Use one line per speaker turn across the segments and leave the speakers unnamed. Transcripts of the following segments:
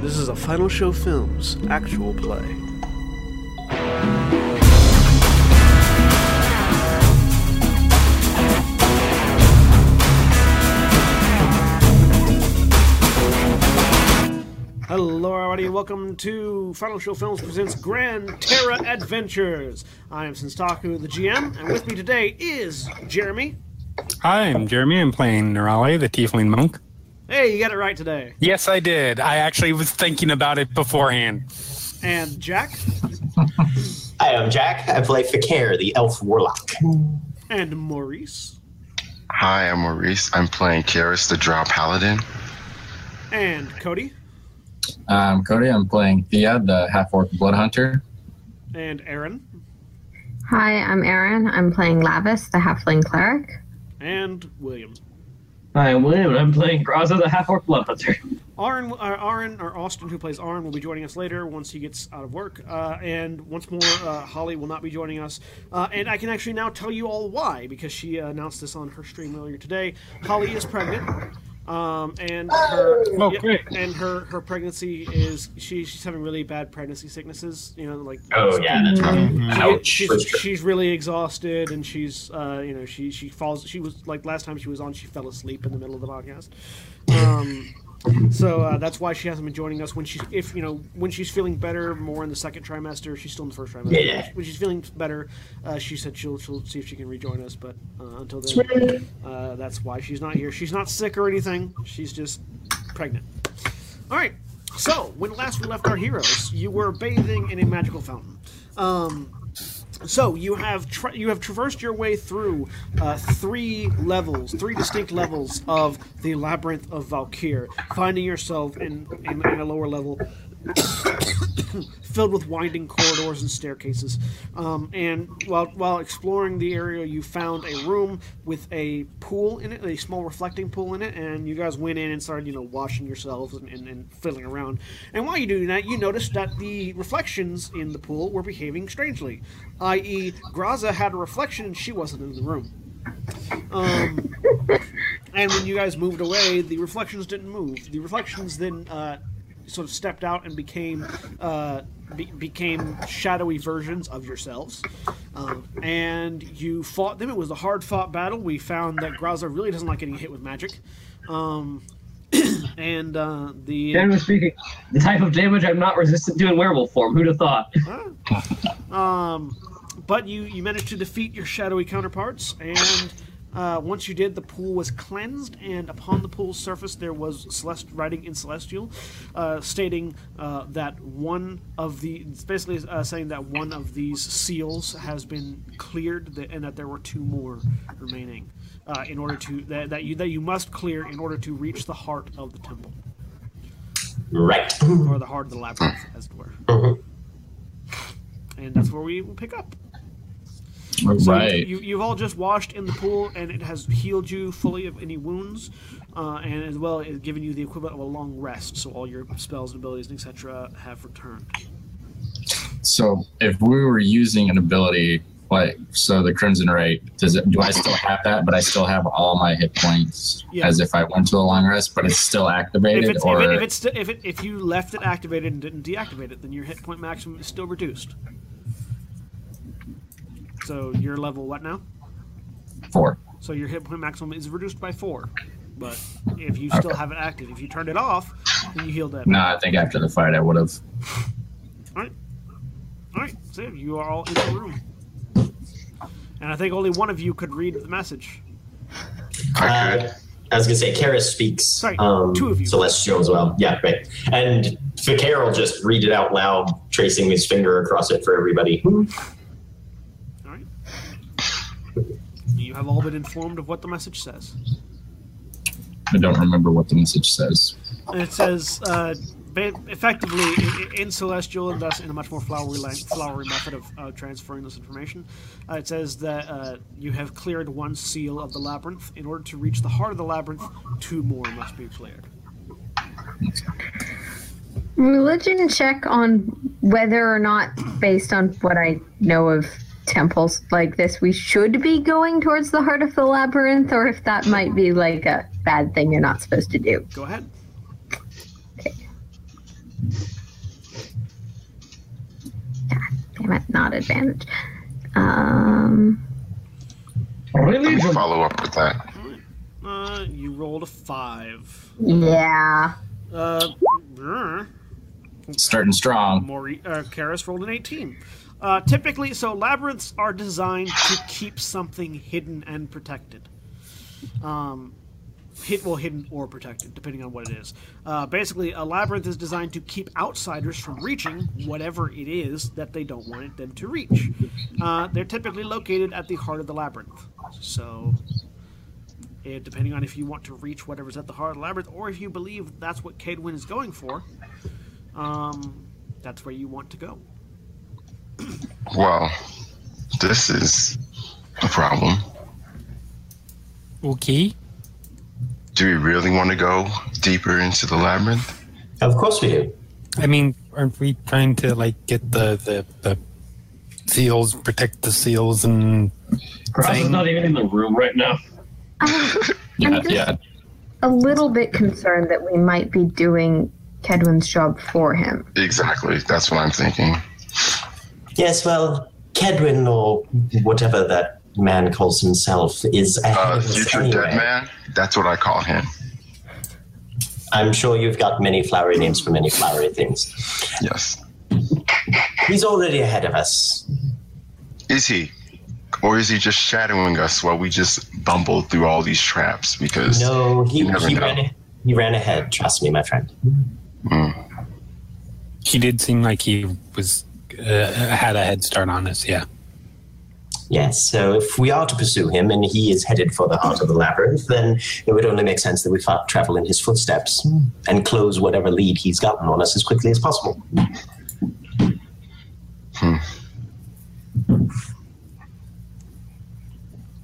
This is a Final Show Films actual play. Hello, everybody. Welcome to Final Show Films presents Grand Terra Adventures. I am Sinstaku, the GM, and with me today is Jeremy.
Hi, I'm Jeremy. I'm playing Nerale, the Tiefling Monk.
Hey, you got it right today.
Yes, I did. I actually was thinking about it beforehand.
And Jack
Hi, I'm Jack. I play Fakir, the elf warlock.
and Maurice
Hi, I'm Maurice. I'm playing Karis, the Drow Paladin.
and Cody
Um, Cody, I'm playing Thea, the half orc blood hunter.
and Aaron
Hi, I'm Erin. I'm playing Lavis, the halfling cleric.
and William.
Hi, I'm William. and I'm playing Graza the Half Orc Blood Hunter.
Aaron, uh, Aaron or Austin, who plays Aaron, will be joining us later once he gets out of work. Uh, and once more, uh, Holly will not be joining us. Uh, and I can actually now tell you all why because she uh, announced this on her stream earlier today. Holly is pregnant. Um, and her
Oh,
yeah,
great.
and her, her pregnancy is she, she's having really bad pregnancy sicknesses. You know, like
Oh yeah, that's right.
She-
Ouch.
she's, she's really exhausted and she's uh, you know she she falls she was like last time she was on she fell asleep in the middle of the podcast um, so uh, that's why she hasn't been joining us when she's if you know when she's feeling better more in the second trimester she's still in the first trimester
Yeah.
when she's feeling better uh, she said she'll, she'll see if she can rejoin us but uh, until then uh, that's why she's not here she's not sick or anything she's just pregnant all right so when last we left our heroes you were bathing in a magical fountain um, so you have tra- you have traversed your way through uh, three levels, three distinct levels of the labyrinth of Valkyr, finding yourself in, in, in a lower level filled with winding corridors and staircases. Um, and while while exploring the area, you found a room with a pool in it, a small reflecting pool in it, and you guys went in and started, you know, washing yourselves and, and, and fiddling around. And while you're doing that, you noticed that the reflections in the pool were behaving strangely, i.e., Graza had a reflection and she wasn't in the room. Um, and when you guys moved away, the reflections didn't move. The reflections then uh, sort of stepped out and became uh, be- became shadowy versions of yourselves. Um, and you fought them. It was a hard fought battle. We found that Graza really doesn't like getting hit with magic. Um, and uh, the
Generally speaking, the type of damage I'm not resistant to in werewolf form. Who'd have thought?
Um, but you you managed to defeat your shadowy counterparts, and uh, once you did, the pool was cleansed, and upon the pool's surface there was celest- writing in celestial, uh, stating uh, that one of the it's basically uh, saying that one of these seals has been cleared, that, and that there were two more remaining. Uh, in order to that, that you that you must clear in order to reach the heart of the temple
Right.
or the heart of the labyrinth, as it were,
Mhm.
and that's where we will pick up. So
right.
You, you've all just washed in the pool, and it has healed you fully of any wounds, uh, and as well it given you the equivalent of a long rest. So all your spells and abilities, and etc., have returned.
so if we were using an ability like so the crimson ray, does it do I still have that, but I still have all my hit points
Yeah.
as if I went to the long rest, but it's still
If
activated
it's, if,
or
it, if, it's st- if, it, if you left it activated and didn't deactivate it, then your hit point maximum is still reduced. So your level what now?
four.
So your hit point maximum is reduced by four. But if you still have it active, if you turned it off, then you healed that.
No, I think after the fight I would have
All right, so you are all in the room, and I think only one of you could read the message.
I
Uh,
could.
I was gonna say Karis speaks
Sorry,
um,
two of you.
Celestial as well. Yeah, right. And Fakir will just read it out loud, tracing his finger across it for everybody.
All right, you have all been informed of what the message says.
I don't remember what the message says.
And it says, uh, ba- effectively, i- i- in celestial, and thus in a much more flowery, lang- flowery method of uh, transferring this information, uh, it says that uh, you have cleared one seal of the labyrinth. In order to reach the heart of the labyrinth, two more must be cleared.
Religion check on whether or not, based on what I know of temples like this, we should be going towards the heart of the labyrinth, or if that might be like a bad thing you're not supposed to do.
Go ahead.
advantage. Um,
Let me
Religion.
follow up with that.
Uh, you rolled a five.
yeah.
Uh, brr.
Starting strong.
Maury, uh, Karis rolled an 18. Uh, typically, so labyrinths are designed to keep something hidden and protected. Um, hid, well, hidden or protected, depending on what it is. Uh, basically, a labyrinth is designed to keep outsiders from reaching whatever it is that they don't want them to reach. Uh, they're typically located at the heart of the labyrinth. So, eh, depending on if you want to reach whatever's at the heart of the labyrinth, or if you believe that's what Cadwin is going for, um, that's where you want to go.
Well, this is a problem.
Okay.
Do we really want to go deeper into the labyrinth?
Of course we do.
I mean, aren't we trying to like get the the, the seals, protect the seals, and
Cross is
thing?
not even in the room right now.
I'm
Yeah,
just
yeah.
a little bit concerned that we might be doing Kedwin's job for him.
Exactly. That's what I'm thinking.
Yes, well, Kedwin, or whatever that man calls himself, is ahead
Uh,
of us
future
anyway.
dead man. That's what I call him.
I'm sure you've got many flowery names for many flowery things.
Yes.
He's already ahead of us.
Is he? Or is he just shadowing us while we just bumble through all these traps? Because
No, he,
You never
he,
know.
ran, he ran ahead. Trust me, my friend.
Mm,
he did seem like he was uh, had a head start on us. Yeah.
Yes, so if we are to pursue him and he is headed for the heart of the labyrinth, then it would only make sense that we fa- travel in his footsteps and close whatever lead he's gotten on us as quickly as possible.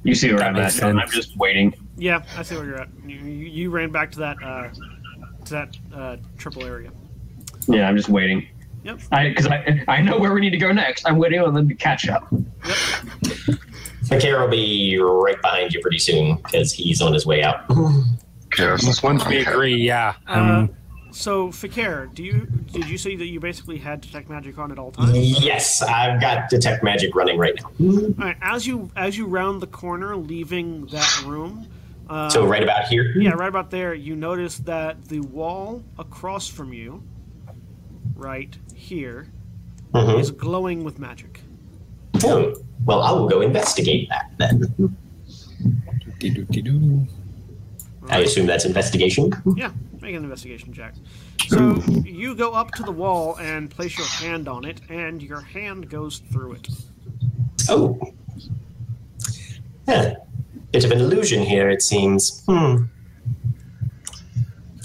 You see where I'm at,
makes
John. I'm
sense.
just waiting.
Yeah, I see where you're at. You, you, you ran back to that uh, to that uh, triple area.
Yeah, I'm just waiting.
Yep.
I because I I know where we need to go next. I'm waiting on them to catch up.
Fakir will be right behind you pretty soon because he's on his way out.
Karis is
Once
one
we
on Karis.
agree, yeah.
Uh,
Um,
so Fakir, do you did you say that you basically had detect magic on at all times?
yes, I've got detect magic running right now.
All right, as you as you round the corner, leaving that room. Uh,
So right about here.
yeah, right about there, you notice that the wall across from you, right here,
Mhm.
is glowing with magic.
Oh, well, I will go investigate that then.
doo-doo-doo-doo.
I assume that's investigation.
Yeah, make an investigation check. So you go up to the wall and place your hand on it, and your hand goes through it.
Oh. Yeah. Bit of an illusion here, it seems. Hmm.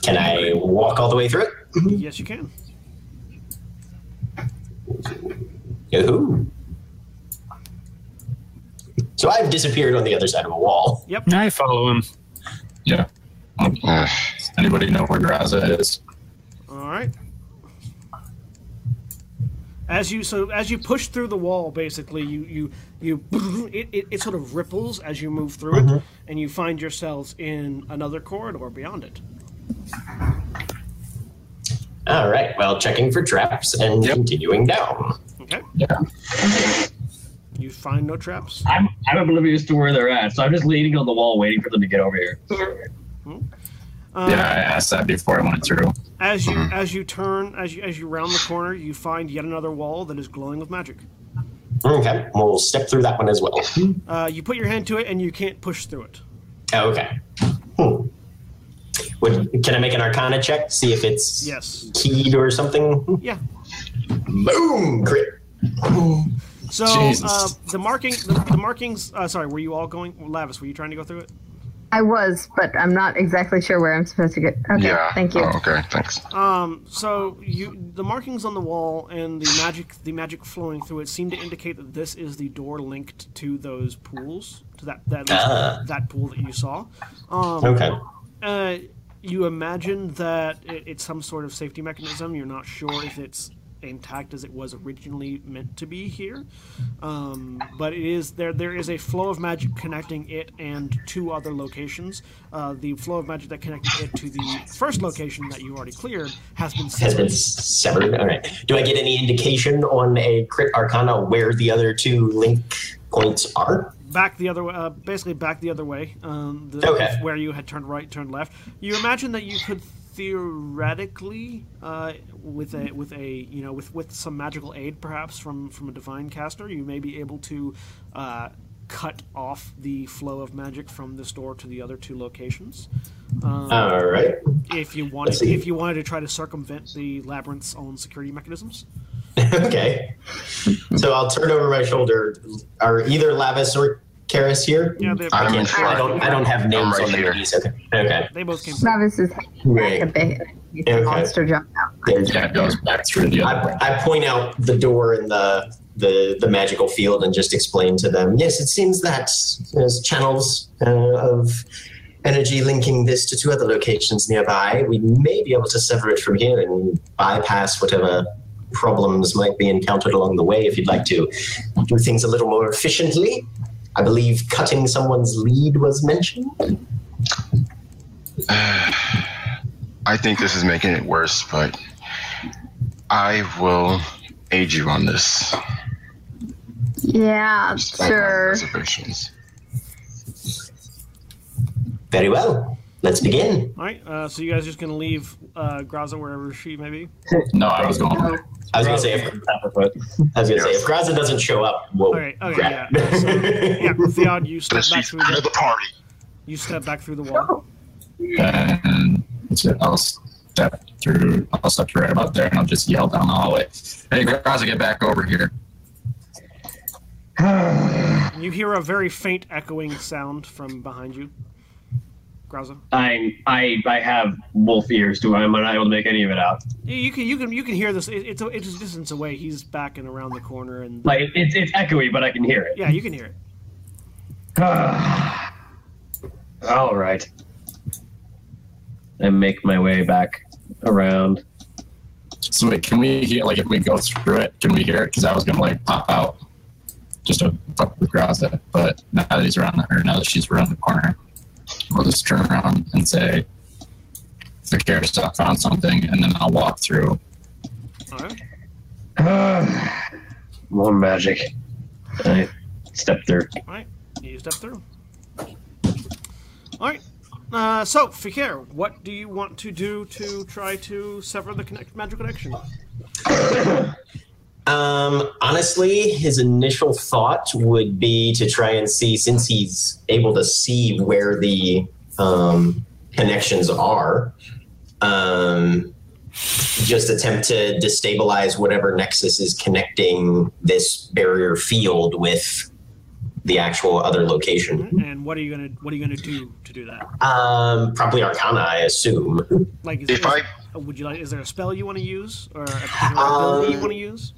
Can I walk all the way through it?
Yes, you can.
Yahoo. So I've disappeared on the other side of a wall.
I follow him.
Yeah.
Ugh.
Does anybody know where Graza is?
All right. As you so as you push through the wall, basically you you you it, it, it sort of ripples as you move through it, and you find yourselves in another corridor beyond it.
All right. Well, checking for traps and
Yep.
continuing down.
Okay,
Yeah.
you find no traps.
I'm I'm oblivious to where they're at, so I'm just leaning on the wall, waiting for them to get over here.
Uh,
Yeah, I asked that before I went through.
As you as you turn as you as you round the corner, you find yet another wall that is glowing with magic.
Okay. We'll step through that one as well.
Uh, you put your hand to it, and you can't push through it.
Okay. Hmm. Would, can I make an arcana check? See if it's
Yes.
keyed or something?
Yeah.
Boom! Crit.
So
Jesus.
uh, the marking, the, the markings. Uh, sorry, were you all going? Lavis, were you trying to go through it?
I was, but I'm not exactly sure where I'm supposed to go. Okay,
Yeah.
thank you.
Oh, okay. Thanks.
Um, so you, the markings on the wall and the magic, the magic flowing through it, seem to indicate that this is the door linked to those pools, to that that
Ah.
that pool that you saw. Um,
Okay.
uh, you imagine that it, it's some sort of safety mechanism. You're not sure if it's intact as it was originally meant to be here. Um, but it is there. There is a flow of magic connecting it and two other locations. Uh, the flow of magic that connected it to the first location that you already cleared has been
Has been
severed.
severed. All right. Do I get any indication on a crit arcana where the other two link points are?
back the other way, uh, basically back the other way, um, the,
Okay.
where you had turned right, turned left. You imagine that you could theoretically, uh, with a with a you know with with some magical aid perhaps from from a divine caster, you may be able to. Uh, Cut off the flow of magic from this door to the other two locations. Um,
All right.
If you wanted,
Um, Let's see.
if you wanted to try to circumvent the labyrinth's own security mechanisms,
okay. So I'll turn over my shoulder. Are either Lavis or Karis here?
yeah, they,
I'm
I,
in
can't- I
front.
don't. I don't have names
right
on the
here.
minis. Okay. Okay.
they both came.
Travis is hanging back a bit.
Okay.
The monster jumped out.
There's-
Yeah, it goes back through the other way.
I, I point out the door in the, the the magical field and just explain to them. Yes, it seems that there's channels uh, of energy linking this to two other locations nearby. We may be able to sever it from here and bypass whatever problems might be encountered along the way. If you'd like to do things a little more efficiently, I believe cutting someone's lead was mentioned.
I think this is making it worse, but I will aid you on this.
Yeah,
Despite my
sure.
Reservations.
Very well. Let's begin.
All right, uh, so you guys are just gonna leave uh, Graza wherever she may be.
No, I was going.
I was going to say if I was going to say if Graza doesn't show up, we'll
Okay, okay,
grab.
yeah. Yeah, Theod, you step
She's
back through
out of
the
the party.
you step back through the wall.
and so I'll step through. I'll step right about there, and I'll just yell down the hallway. Hey, Graza, get back over here!
You hear a very faint echoing sound from behind you. Graza,
I'm I I have wolf ears. Do I am I not able to make any of it out?
you, you can you can you can hear this. It, it's a, it's a distance away. He's back and around the corner, and
Like it's it's echoey, but I can hear it.
yeah, you can hear it.
All right. I make my way back around.
So wait, can we hear? Like, if we go through it, can we hear it? Because I was gonna like pop out just to fuck with Graza, but now that he's around, or now that she's around the corner, we'll just turn around and say, "The care stuff found something," and then I'll walk through.
All right,
More magic. I step through.
all right. You step through. All right. Uh, so, Fikir, what do you want to do to try to sever the connect- magic connection?
Um, honestly, his initial thought would be to try and see, since he's able to see where the um, connections are, um, just attempt to destabilize whatever nexus is connecting this barrier field with the actual other location.
And what are you gonna what are you gonna do to do that?
Um, probably Arcana, I assume.
Like, is,
If
is-
I
would you like? Is there a spell you want to use, or a particular ability you
Um,
want to use?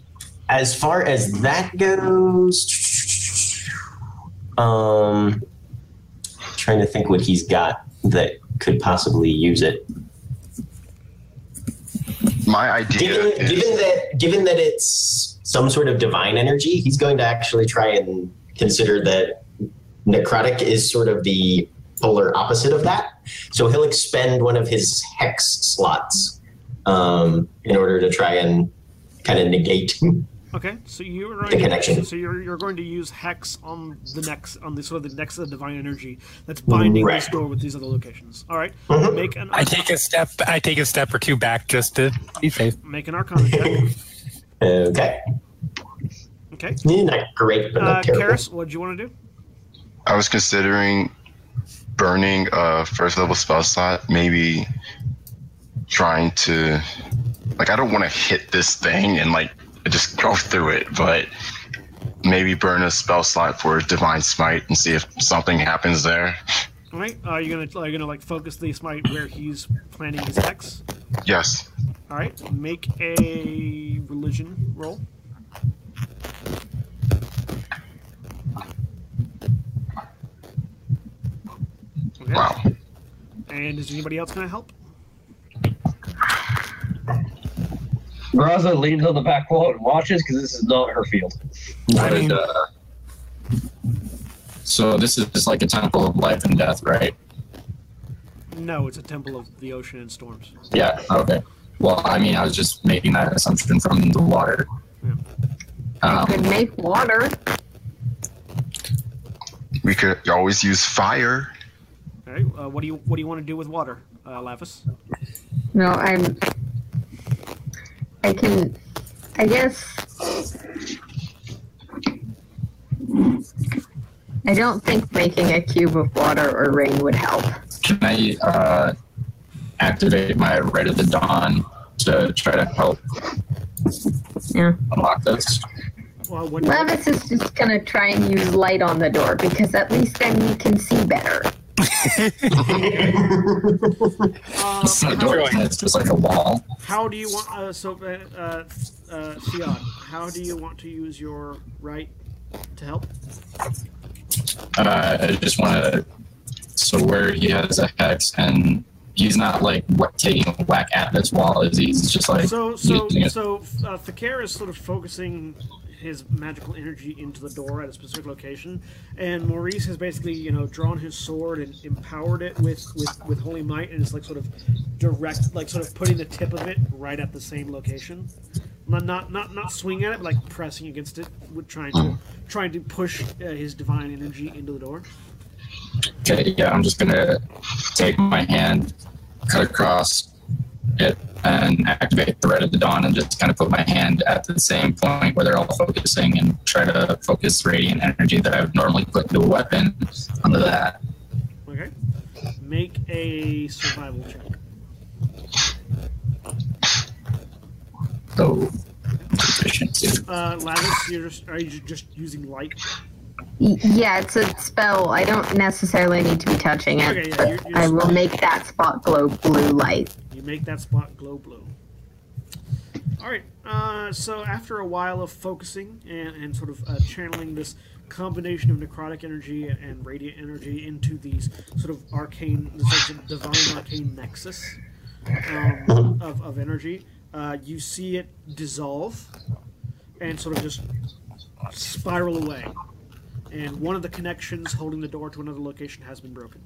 as far as that goes, um, trying to think what he's got that could possibly use it.
my idea
Given,
is
given that, given that it's some sort of divine energy, he's going to actually try and consider that necrotic is sort of the polar opposite of that. So he'll expend one of his hex slots um, in order to try and kind of negate.
Okay, so you're
The
going
connection.
so you're, you're going to use hex on the next on the sort of the next of divine energy that's binding this
Right.
door with these other locations. All right,
Mhm.
make an
I take a step. I take a step or two back just to be safe.
make an arcana check.
Okay,
Okay,
Eh, not great, but not
uh,
terrible.
Karis, what do you want to do?
I was considering burning a first level spell slot, maybe trying to like I don't want to hit this thing and like just go through it, but maybe burn a spell slot for divine smite and see if something happens there.
All right, are you gonna are you gonna like focus the smite where he's planning his hex?
Yes.
All right, make a religion roll. Okay.
Wow.
And is anybody else gonna help?
Graza leans on the back wall and watches because this is not her field.
But, uh, so this is just like a temple of life and death, right?
No, it's a temple of the ocean and storms.
Yeah. Okay. Well, I mean, I was just making that assumption from the water.
Could
Um,
make water.
We could always use fire.
All right. Uh, what do you What do you want to do with water, uh, Lavis?
No, I'm. I can. I guess. I don't think making a cube of water or rain would help.
can I uh, activate my Rite of the Dawn to try to help
Yeah.
unlock this?
Well, what,
Levis is just gonna try and use light on the door because at least then you can see better.
uh,
It's not a door. It's just like a wall.
how do you want? Uh, so, uh, uh, uh, Sion, how do you want to use your right to help?
Uh, I just want to. So where he has a hex and. He's not like what taking a whack at this wall is he? He's just like
So, so,
using it.
so, uh, Fakir is sort of focusing his magical energy into the door at a specific location, and Maurice has basically, you know, drawn his sword and empowered it with, with, with holy might, and it's like sort of direct, like sort of putting the tip of it right at the same location. Not, not, not, not swinging at it, but like pressing against it, with trying to, trying to push uh, his divine energy into the door.
Okay, yeah, I'm just gonna take my hand, cut across it, and activate the red of the dawn, and just kind of put my hand at the same point where they're all focusing, and try to focus radiant energy that I would normally put into a weapon onto that.
Okay, make a survival check.
So proficiency.
Uh, Lavis, you're just, are you just using light?
Y- Yeah, it's a spell. I don't necessarily need to be touching it.
Okay, yeah,
but
you're- you're
I
just-
will make that spot glow blue light.
You make that spot glow blue. All right. Uh, so after a while of focusing and, and sort of uh, channeling this combination of necrotic energy and radiant energy into these sort of arcane, this like divine arcane nexus um, of, of energy, uh, you see it dissolve and sort of just spiral away. And one of the connections holding the door to another location has been broken.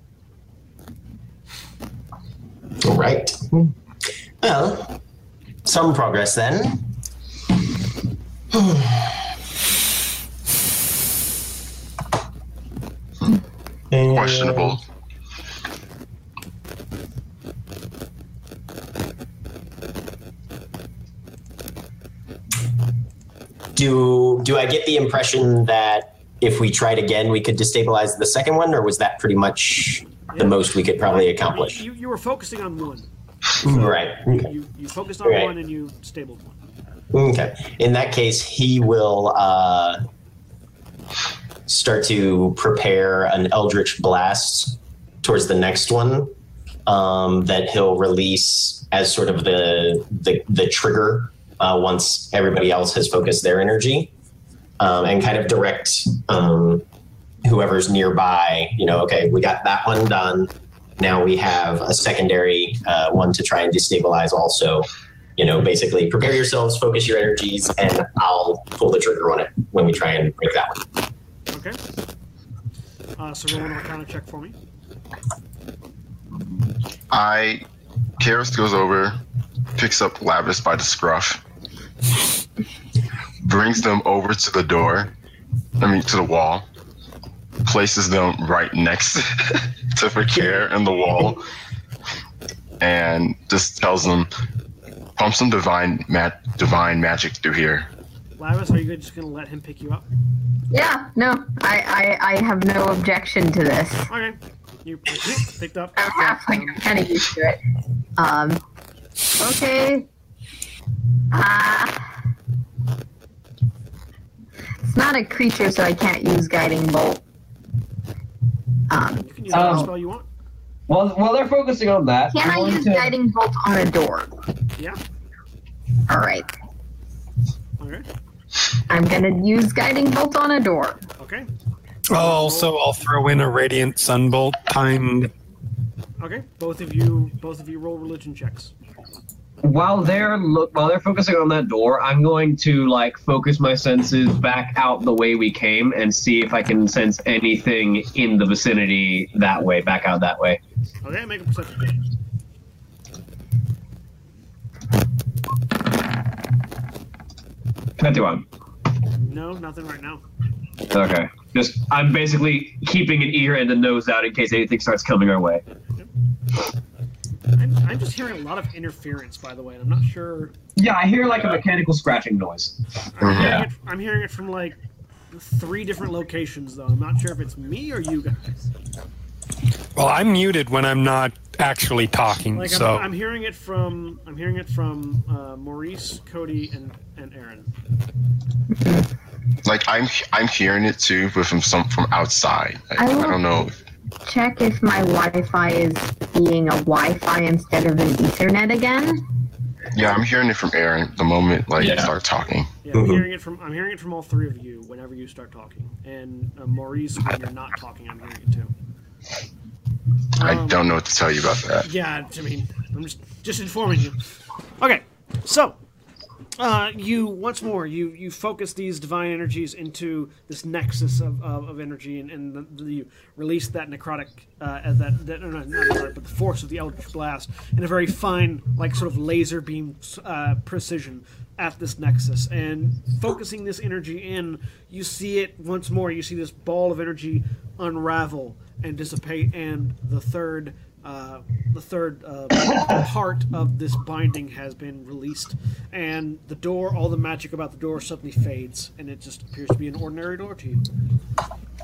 All right. Hmm. Well, some progress then.
Questionable.
Do do I get the impression that if we tried again, we could destabilize the second one, or was that pretty much the most we could probably accomplish?
You, you were focusing on one.
Right. Okay.
You, you focused on
Right.
one and you stabled one.
Okay. In that case, he will uh, start to prepare an Eldritch Blast towards the next one um, that he'll release as sort of the the, the trigger uh, once everybody else has focused their energy um, and kind of direct um, whoever's nearby. You know, okay, we got that one done. Now we have a secondary uh, one to try and destabilize also you know, basically prepare yourselves, focus your energies, and I'll pull the trigger on it when we try and break that one.
Okay. Uh, so roll an Arcana check for me.
I Karis goes over, picks up Lavis by the scruff, brings them over to the door, I mean to the wall, places them right next to Fakir and the wall, and just tells them, pump some divine ma- divine magic through here.
Lavis, are you just going to let him pick you up?
Yeah, no, I, I, I have no objection to this.
Okay. You picked up. um,
I'm halfway kind of used to it. Um, okay. Ah. it's not a creature, so I can't use guiding bolt. Um,
You can use whatever
Oh.
spell you want.
While, while they're focusing on that,
can I
I'm
use
to-
guiding bolt on a door?
Yeah.
All right,
Okay.
I'm gonna use guiding bolt on a door.
Okay.
Oh, also, I'll throw in a radiant sunbolt timed.
Okay. Both of you, both of you, roll religion checks.
while they're look while they're focusing on that door, I'm going to like focus my senses back out the way we came and see if I can sense anything in the vicinity that way, back out that way.
Okay, make a perception check.
Twenty-one.
No, nothing right now.
Okay. Just I'm basically keeping an ear and a nose out in case anything starts coming our way.
I'm, I'm just hearing a lot of interference, by the way, and I'm not sure.
Yeah, I hear like a mechanical scratching noise.
I'm, hearing
Yeah.
it, I'm hearing it from like three different locations, though. I'm not sure if it's me or you guys.
Well, I'm muted when I'm not actually talking,
Like
so
I'm, I'm hearing it from I'm hearing it from uh, Maurice, Cody, and and Aaron.
Like I'm I'm hearing it too, but from some from outside. Like,
I
I,
will-
don't know.
Check if my Wi-Fi is being a Wi-Fi instead of an Ethernet again.
Yeah, I'm hearing it from Aaron the moment like you
Yeah.
start talking.
Yeah, I'm hearing it from I'm hearing it from all three of you whenever you start talking, and uh, Maurice when you're not talking, I'm hearing it too.
I don't know what to tell you about that.
Yeah, I mean, I'm just just informing you. Okay, so uh, you once more you you focus these divine energies into this nexus of, of, of energy, and, and the, the, you release that necrotic uh, uh, that, that no, no, not necrotic, but the force of the eldritch blast in a very fine, like sort of laser beam uh, precision at this nexus, and focusing this energy in, you see it once more. You see this ball of energy unravel and dissipate, and the third uh, the third uh, part of this binding has been released, and the door, all the magic about the door suddenly fades, and it just appears to be an ordinary door to you.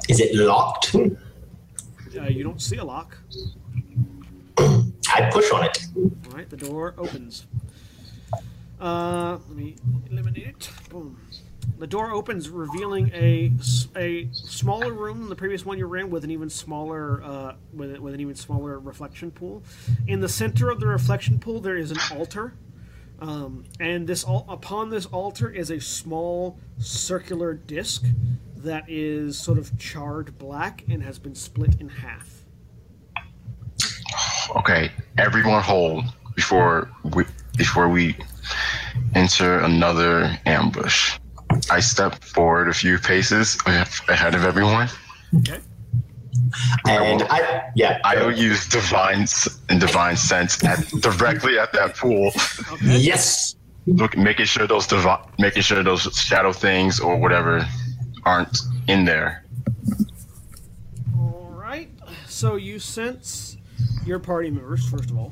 Is it locked?
Uh, you don't see a lock.
I push on it.
All right, the door opens. Uh, let me eliminate it. Boom. The door opens, revealing a, s- a smaller room than the previous one you were in, with an even smaller uh, with, with an even smaller reflection pool. In the center of the reflection pool, there is an altar, um, and this al- upon this altar is a small circular disc that is sort of charred black and has been split in half.
Okay, everyone hold before we before we enter another ambush. I step forward a few paces ahead of everyone.
Okay.
And I, yeah,
I will
I,
use divine s- and divine sense at, directly at that pool,
Okay.
yes.
look, making sure those divi- making sure those shadow things or whatever aren't in there.
All right. So you sense your party members, first of all.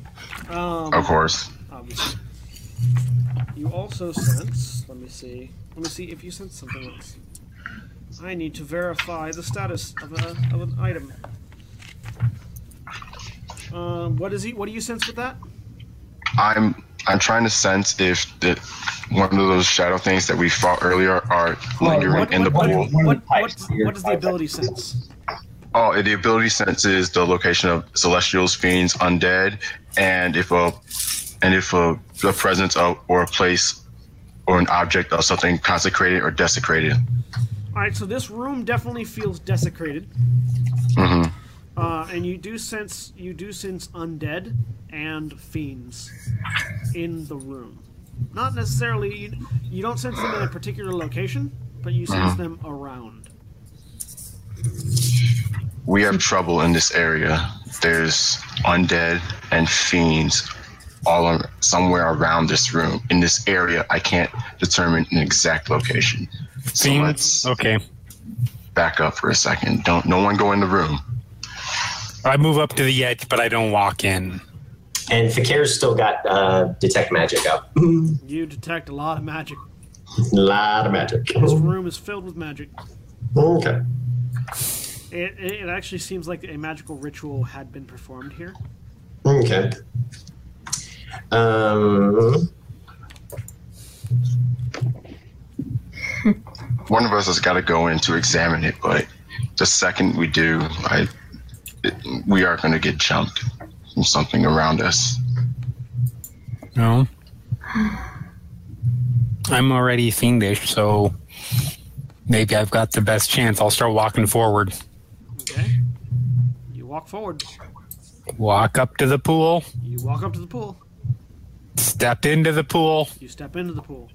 Um,
Of course,
Obviously. You also sense. Let me see. Let me see if you sense something else. I need to verify the status of, a, of an item. Um, what is he? What do you sense with that?
I'm I'm trying to sense if the, one of those shadow things that we fought earlier are lingering
Oh, What,
in the
what,
pool.
what, what, what, what does the ability sense?
Oh, and the ability senses the location of celestials, fiends, undead, and if a and if a the presence of or a place or an object of something consecrated or desecrated.
All right. So this room definitely feels desecrated.
hmm
Uh, and you do sense you do sense undead and fiends in the room. Not necessarily you, you don't sense them in a particular location, but you sense them around.
We have trouble in this area. There's undead and fiends all ar- somewhere around this room. In this area, I can't determine an exact location. So
fiends.
let's
Okay,
back up for a second. Don't no one go in the room.
I move up to the edge, but I don't walk in.
And Fakir's still got uh, detect magic up.
You detect a lot of magic.
lot of magic.
This room is filled with magic.
Okay.
It, it, it actually seems like a magical ritual had been performed here.
Okay. Um,
one of us has got to go in to examine it, but the second we do, I, it, we are going to get jumped from something around us.
No, I'm already fiendish, so maybe I've got the best chance. I'll start walking forward.
Okay. You walk forward.
Walk up to the pool.
You walk up to the pool.
Stepped into the pool.
You step into the pool.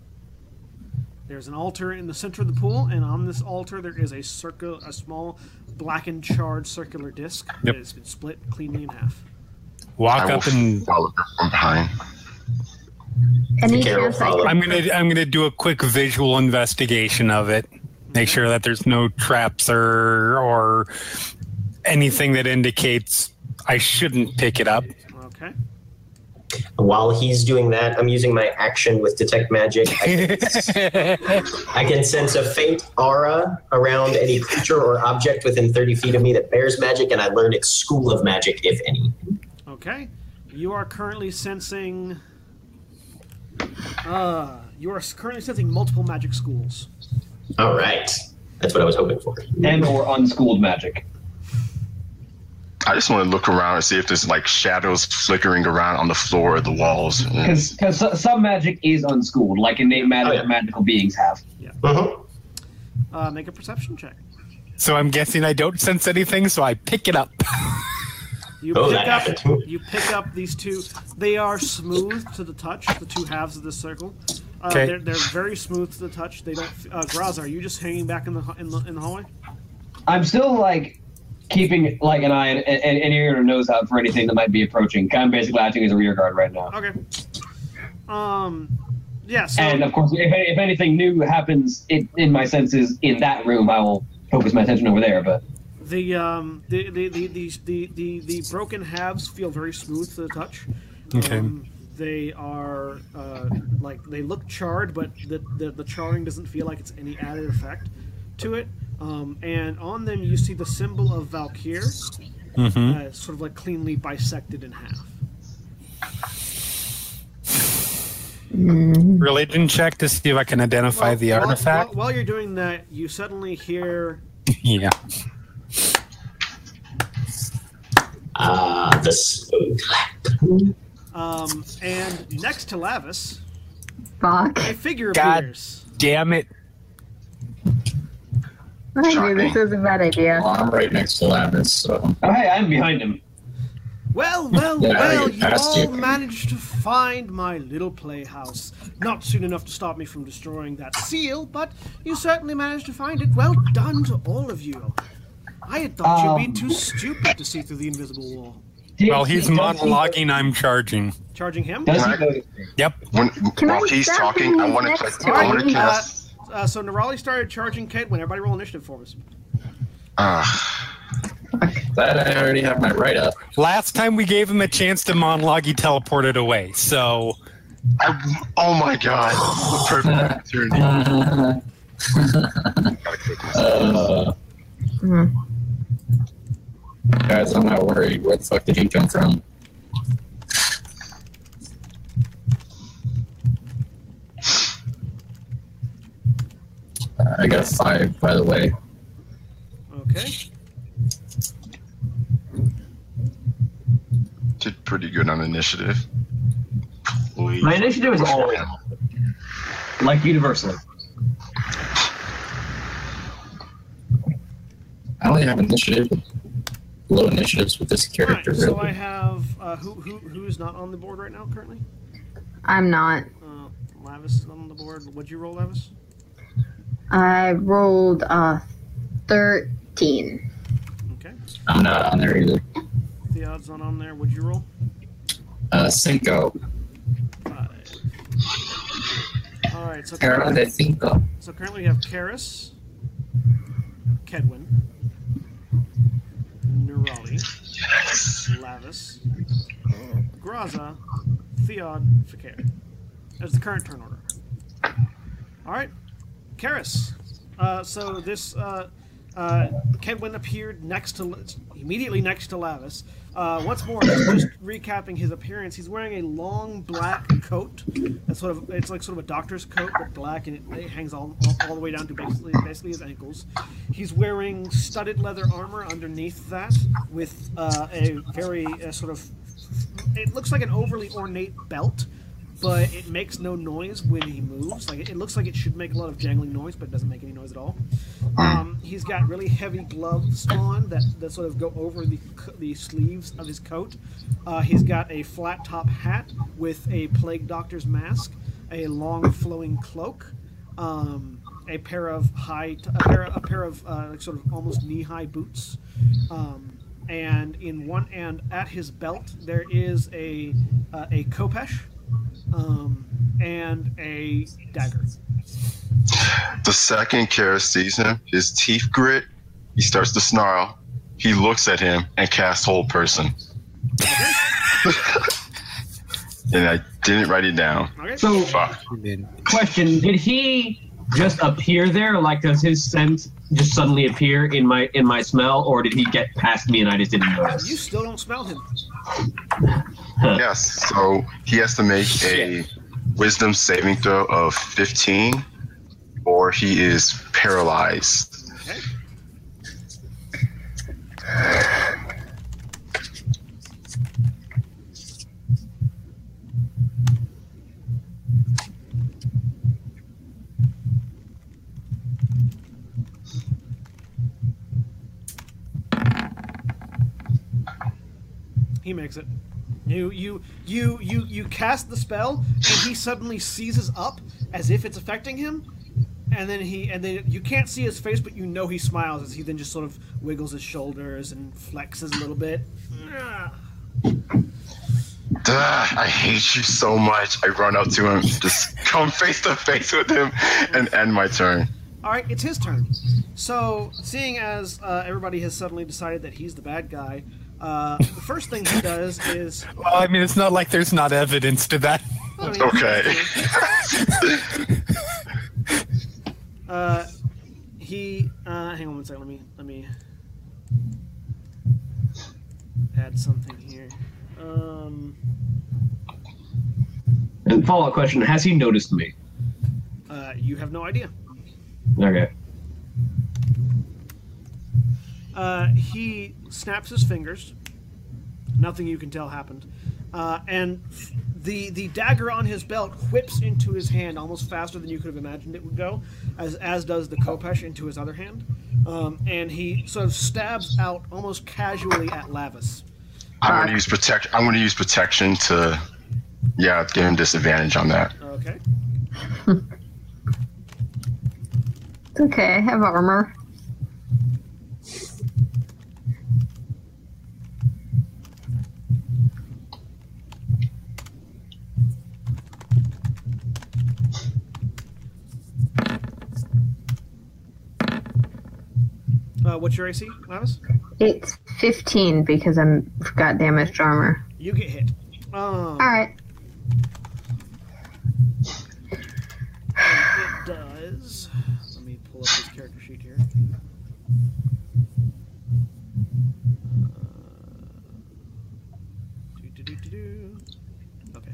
There's an altar in the center of the pool, and on this altar there is a circle, a small blackened charred circular disc
Yep.
that has been split cleanly in half.
Walk
I will
up and
follow her from behind.
Any
Carol
chance I
followed.
I'm gonna I'm gonna do a quick visual investigation of it. Make sure that there's no traps or or anything that indicates I shouldn't pick it up.
Okay.
While he's doing that, I'm using my action with detect magic. I can, I can sense a faint aura around any creature or object within 30 feet of me that bears magic, and I learn its school of magic, if any.
Okay. You are currently sensing. Uh, you are currently sensing multiple magic schools.
All right, that's what I was hoping for.
and or unschooled magic.
I just want to look around and see if there's like shadows flickering around on the floor or the walls. Mm.
Because some magic is unschooled, like innate magic
Oh, yeah.
magical beings have.
Mhm.
Uh, make a perception check.
So I'm guessing I don't sense anything, so I pick it up.
You
Oh,
pick
that
up.
happened.
You pick up these two. They are smooth to the touch. The two halves of this circle. Uh,
Okay.
They're, they're very smooth to the touch. They don't. Uh, Graza, are you just hanging back in the hu- in the, in the hallway?
I'm still like keeping like an eye and an, an ear and a nose out for anything that might be approaching. I'm basically acting as a rear guard right now.
Okay. Um. Yeah. So
And of course, if, any- if anything new happens in, in my senses in that room, I will focus my attention over there. But
the um the the the the, the, the, the broken halves feel very smooth to the touch.
Okay.
Um, they are uh, like they look charred, but the, the the charring doesn't feel like it's any added effect to it. Um, and on them, you see the symbol of Valkyr,
Mm-hmm.
uh, sort of like cleanly bisected in half.
Religion check to see if I can identify the
While-
artifact.
While, while you're doing that, you suddenly hear
yeah.
Ah, the slow clap.
um, and next to Lavis,
fuck?
a figure
God.
appears.
Damn it.
I knew this was a bad idea.
Well, I'm right next to Lavis, so
oh, hey, I'm behind him.
Well, well,
Yeah,
well,
I
you
passed
all
you.
managed to find my little playhouse. Not soon enough to stop me from destroying that seal, but you certainly managed to find it. Well done to all of you. I had thought you'd
Um.
be too stupid to see through the invisible wall.
Did
Well,
he-
he's
does he-
monologuing, I'm charging.
Charging him?
Does
Right.
he notice me?
Yep.
When,
Can I
while he's
stab
talking,
him
I want to
next
cast.
to
I want to
him?
Uh,
cast.
uh, so Nerali started charging Kate when everybody roll initiative for us.
ah,
that I already have my write up.
Last time we gave him a chance to monologue, he teleported away. So
I, oh my god! The perfect opportunity.
Uh, Guys, I'm not worried. Where the fuck did he come from? Uh, I got five, by the way.
Okay.
Did pretty good on initiative. Please.
My initiative is all in, like universally.
I only have initiative, low initiatives with this
All right,
character.
so
really.
I have. Uh, who, who, who's not on the board right now currently?
I'm not.
Uh, Lavis is not on the board. What'd you roll, Lavis?
I rolled uh, a 13.
Okay.
I'm not on there either.
The odds not on there. What'd you roll?
Uh, Cinco.
Five. All right, so
Carol
currently,
de Cinco.
so currently we have Karis, Kedwin, Nerali, Lavis, Graza, Theod, Fakir. That's the current turn order. All right, Karis. Uh, so this uh, uh, Kedwin appeared next to immediately next to Lavis. Uh, once more, just recapping his appearance, he's wearing a long black coat. That's sort of it's like sort of a doctor's coat, but black, and it, it hangs all, all, all the way down to basically basically his ankles. He's wearing studded leather armor underneath that, with uh, a very uh, sort of it looks like an overly ornate belt but it makes no noise when he moves. Like it, it looks like it should make a lot of jangling noise, but it doesn't make any noise at all. Um, he's got really heavy gloves on that, that sort of go over the, c- the sleeves of his coat. Uh, he's got a flat top hat with a plague doctor's mask, a long flowing cloak, um, a pair of high, t- a pair, a pair of uh, like sort of almost knee high boots. Um, and in one and at his belt there is a uh, a kopesh um, and a dagger.
The second Kara sees him, his teeth grit, he starts to snarl. He looks at him and casts whole person. and I didn't write it down.
Okay.
So,
Fuck.
question: Did he just appear there? Like, does his scent just suddenly appear in my in my smell, or did he get past me and I just didn't
you
notice?
still don't smell him.
Yes. So he has to make a wisdom saving throw of 15 or he is paralyzed.
Okay. He makes it. You you you you you cast the spell, and he suddenly seizes up as if it's affecting him, and then he and then you can't see his face, but you know he smiles as he then just sort of wiggles his shoulders and flexes a little bit. Ah.
Duh, I hate you so much. I run up to him, just come face to face with him, and end my turn.
All right, it's his turn. So, seeing as uh, everybody has suddenly decided that he's the bad guy, uh, the first thing he does is
Well, I mean, it's not like there's not evidence to that.
I mean,
Okay.
Uh, he. Uh, hang on one second. Let me. Let me. Add something here. Um.
And follow up question: Has he noticed me?
Uh, you have no idea.
Okay.
Uh, he snaps his fingers. Nothing you can tell happened. Uh, and the the dagger on his belt whips into his hand almost faster than you could have imagined it would go, as as does the kopesh into his other hand. Um, and he sort of stabs out almost casually at Lavis.
I'm gonna use protect. I'm gonna use protection to, yeah, give him disadvantage on that.
Okay.
It's okay, I have armor.
Uh, what's your AC, Lavis?
It's 15 because I'm got damaged armor.
You get hit. Um,
All right.
It does. Let me pull up his character sheet here. Uh, doo-doo-doo-doo-doo. Okay.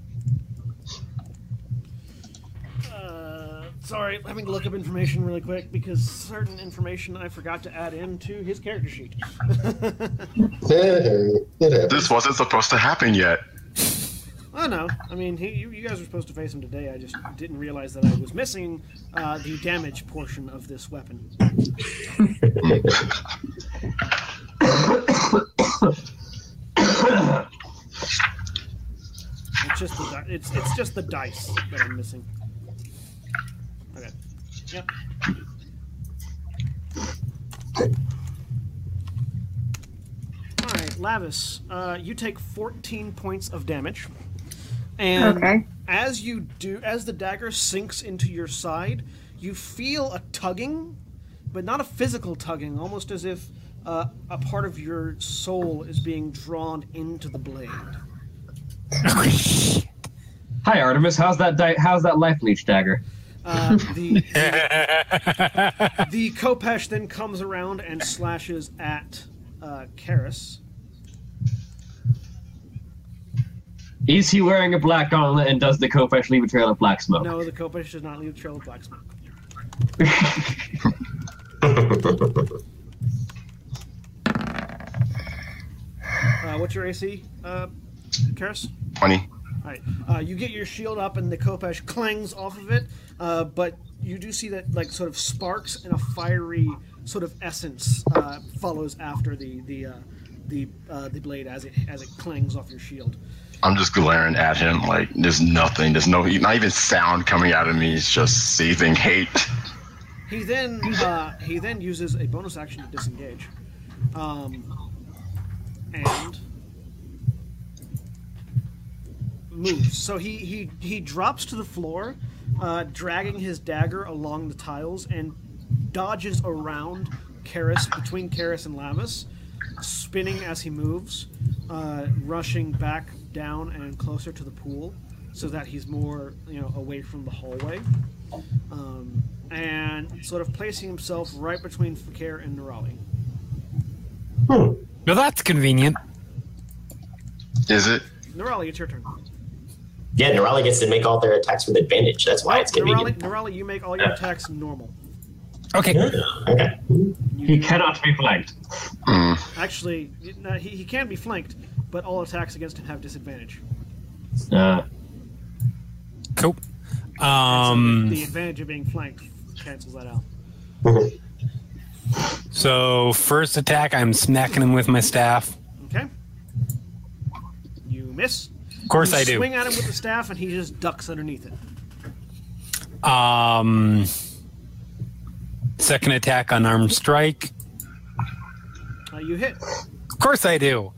Uh, Sorry, I'm having to look up information really quick because certain information I forgot to add into his character sheet.
it happens.
This wasn't supposed to happen yet.
Oh no! I mean, he, you, you guys were supposed to face him today. I just didn't realize that I was missing uh, the damage portion of this weapon. It's just the di- it's it's just the dice that I'm missing. Okay. Yep. All right, Lavis, uh, you take 14 points of damage, and
Okay.
as you do, as the dagger sinks into your side, you feel a tugging, but not a physical tugging, almost as if uh, a part of your soul is being drawn into the blade.
Hi Artemis, how's that di- how's that life leech dagger?
Uh, the the Kopesh then comes around and slashes at uh, Karis.
Is he wearing a black gauntlet and does the Kopesh leave a trail of black smoke?
No, the Kopesh does not leave the trail of black smoke. Uh, what's your AC, uh, Karis?
Twenty.
All right. Uh, you get your shield up, and the Kopesh clangs off of it. Uh, but you do see that, like, sort of sparks and a fiery sort of essence uh, follows after the the uh, the uh, the blade as it as it clangs off your shield.
I'm just glaring at him like there's nothing. There's no not even sound coming out of me. It's just seething hate.
He then uh, he then uses a bonus action to disengage, um, and moves. So he he he drops to the floor, uh, dragging his dagger along the tiles and dodges around Karis between Karis and Lavis, spinning as he moves, uh, rushing back down and closer to the pool, so that he's more you know away from the hallway um, and sort of placing himself right between Fakir and Nirali.
Hmm.
Now that's convenient.
Is it?
Nirali, it's your turn.
Yeah, Nerali gets to make all their attacks with advantage. That's why it's
Nirali,
convenient.
Nirali, you make all your attacks normal.
Okay.
Yeah, okay.
You
He
do-
cannot be flanked.
Hmm.
Actually, you- no, he, he can be flanked, but all attacks against him have disadvantage.
Uh,
Cool. Um,
The advantage of being flanked cancels that out.
so first attack, I'm smacking him with my staff.
Okay? You miss.
Of course
you
I do.
swing at him with the staff, and he just ducks underneath it.
Um, second attack, unarmed strike.
Uh, you hit.
Of course I do.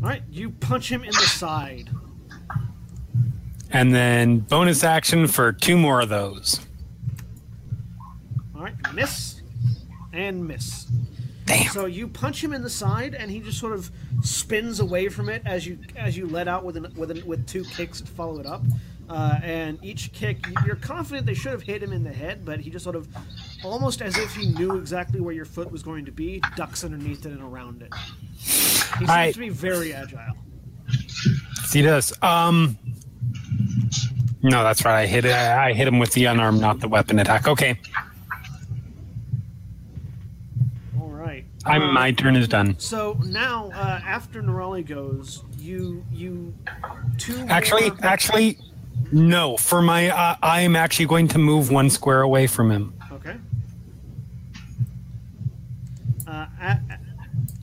All right, you punch him in the side.
And then bonus action for two more of those.
All right, miss and miss.
Damn.
So you punch him in the side, and he just sort of spins away from it as you as you let out with an, with an, with two kicks to follow it up. Uh, and each kick, you're confident they should have hit him in the head, but he just sort of, almost as if he knew exactly where your foot was going to be, ducks underneath it and around it. He seems
I-
to be very agile.
He does. Um, no, that's right. I hit it. I hit him with the unarmed, not the weapon attack. Okay.
All right.
I'm, my turn is done.
So now, uh, after Nerali goes, you you two
Actually,
more-
actually, no. For my, uh, I am actually going to move one square away from him.
Okay. Uh, a- a-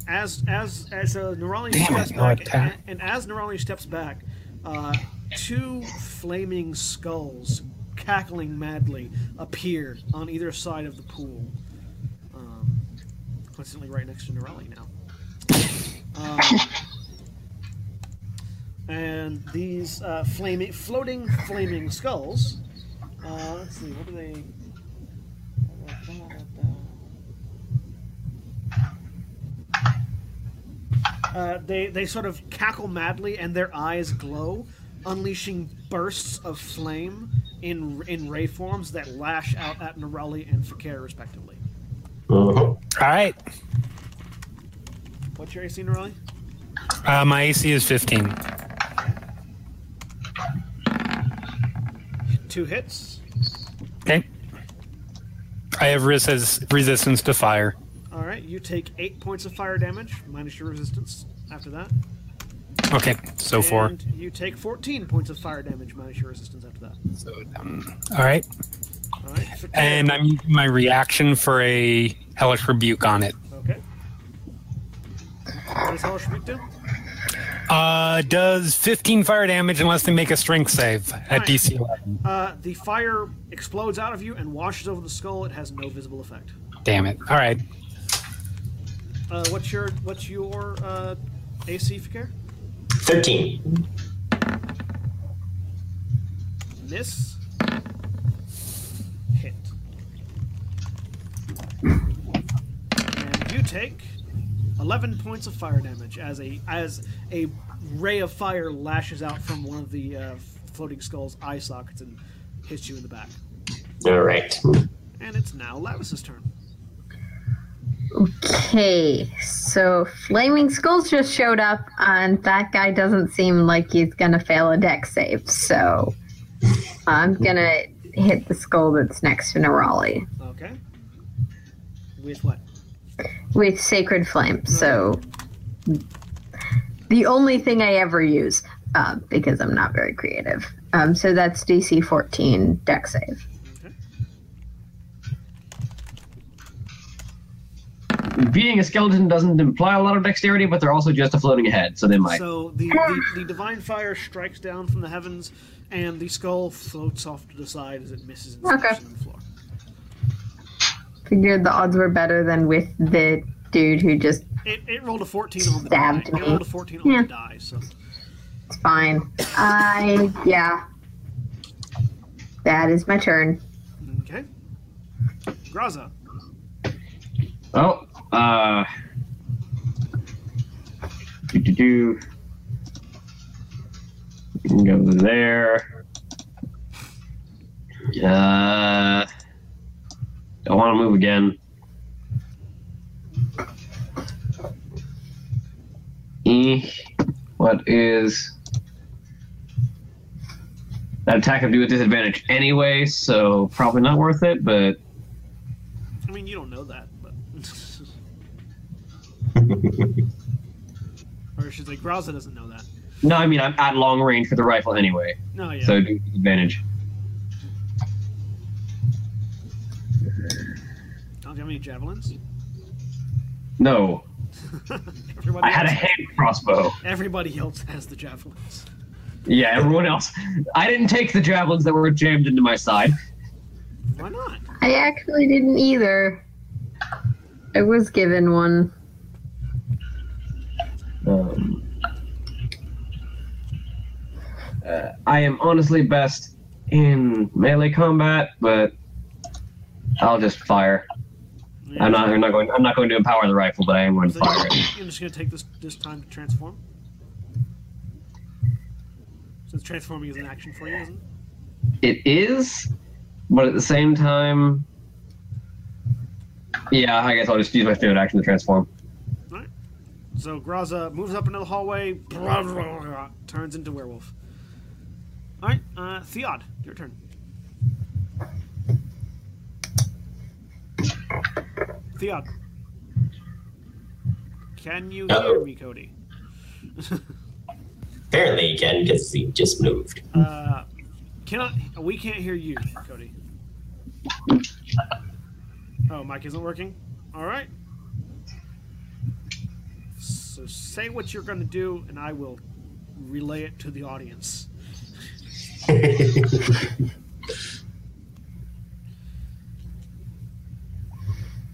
as as as uh, Nirali
Damn
steps
it, no
back,
attack.
and, and as Nirali steps back, uh, two flaming skulls, cackling madly, appear on either side of the pool. Um, coincidentally, right next to Nirali now. Um, and these uh, flaming, floating, flaming skulls. Uh, let's see, what do they? Uh, they they sort of cackle madly, and their eyes glow, unleashing bursts of flame in in ray forms that lash out at Norelli and Fakir respectively.
Mhm.
All right.
What's your AC, Norelli?
Uh, my AC is 15.
Two hits.
Okay. I have resist- resistance to fire.
All right, you take eight points of fire damage minus your resistance. After that,
Okay. So four.
and you take fourteen points of fire damage minus your resistance. After that,
All right.
all right. Fakir.
And I'm using my reaction for a hellish rebuke on it.
Okay. What does Hellish do?
Uh, does 15 fire damage unless they make a strength save at
Fine.
DC 11.
Uh, the fire explodes out of you and washes over the skull. It has no visible effect.
Damn it. All right.
Uh, what's your what's your uh, AC for care?
13.
Miss. Hit. And you take eleven points of fire damage as a as a ray of fire lashes out from one of the uh, floating skull's eye sockets and hits you in the back.
All right.
And it's now Lavis's turn.
Okay, so Flaming Skulls just showed up, and that guy doesn't seem like he's gonna fail a deck save, so I'm gonna hit the skull that's next to Nerali
Okay. With what?
with Sacred Flame, so the only thing I ever use uh, because I'm not very creative. Um, so that's DC 14 deck save.
Being a skeleton doesn't imply a lot of dexterity, but they're also just a floating head, so they might.
So the, the, the divine fire strikes down from the heavens, and the skull floats off to the side as it misses its
Okay.
person on the floor.
Figured the odds were better than with the dude who just
It, it rolled a 14 on the die.
Stabbed
It
me.
rolled a 14 on
Yeah.
the die, so
it's fine. I yeah. That is my turn.
okay. Graza,
Oh, uh. Do do do. We can Go there. Uh. Don't want to move again. Eh. What is. That attack would do a disadvantage anyway, so probably not worth it, but
I mean you don't know that, but or I should say Graza doesn't know that.
No, I mean I'm at long range for the rifle anyway,
No, yeah.
so do advantage.
Don't you have any javelins?
No,
everybody,
I had a
else,
hand crossbow.
everybody else has the javelins.
Yeah, everyone else. I didn't take the javelins that were jammed into my side.
Why not?
I actually didn't either. I was given one.
Um, uh, I am honestly best in melee combat, but I'll just fire. I'm not. I'm not going. I'm not going to empower the rifle, but I am going to
So
fire it.
I'm just gonna take this this time to transform. Since transforming is an action for you, isn't it?
it is, but at the same time, yeah, I guess I'll just use my standard action to transform.
So Graza moves up into the hallway, blah, blah, blah, blah, turns into werewolf. All right, uh, Theod, your turn. Theod, can you hear
Uh-oh.
me, Cody?
Apparently, he can because he just moved.
Uh, cannot. We can't hear you, Cody. Oh, mic isn't working. All right. So say what you're going to do, and I will relay it to the audience.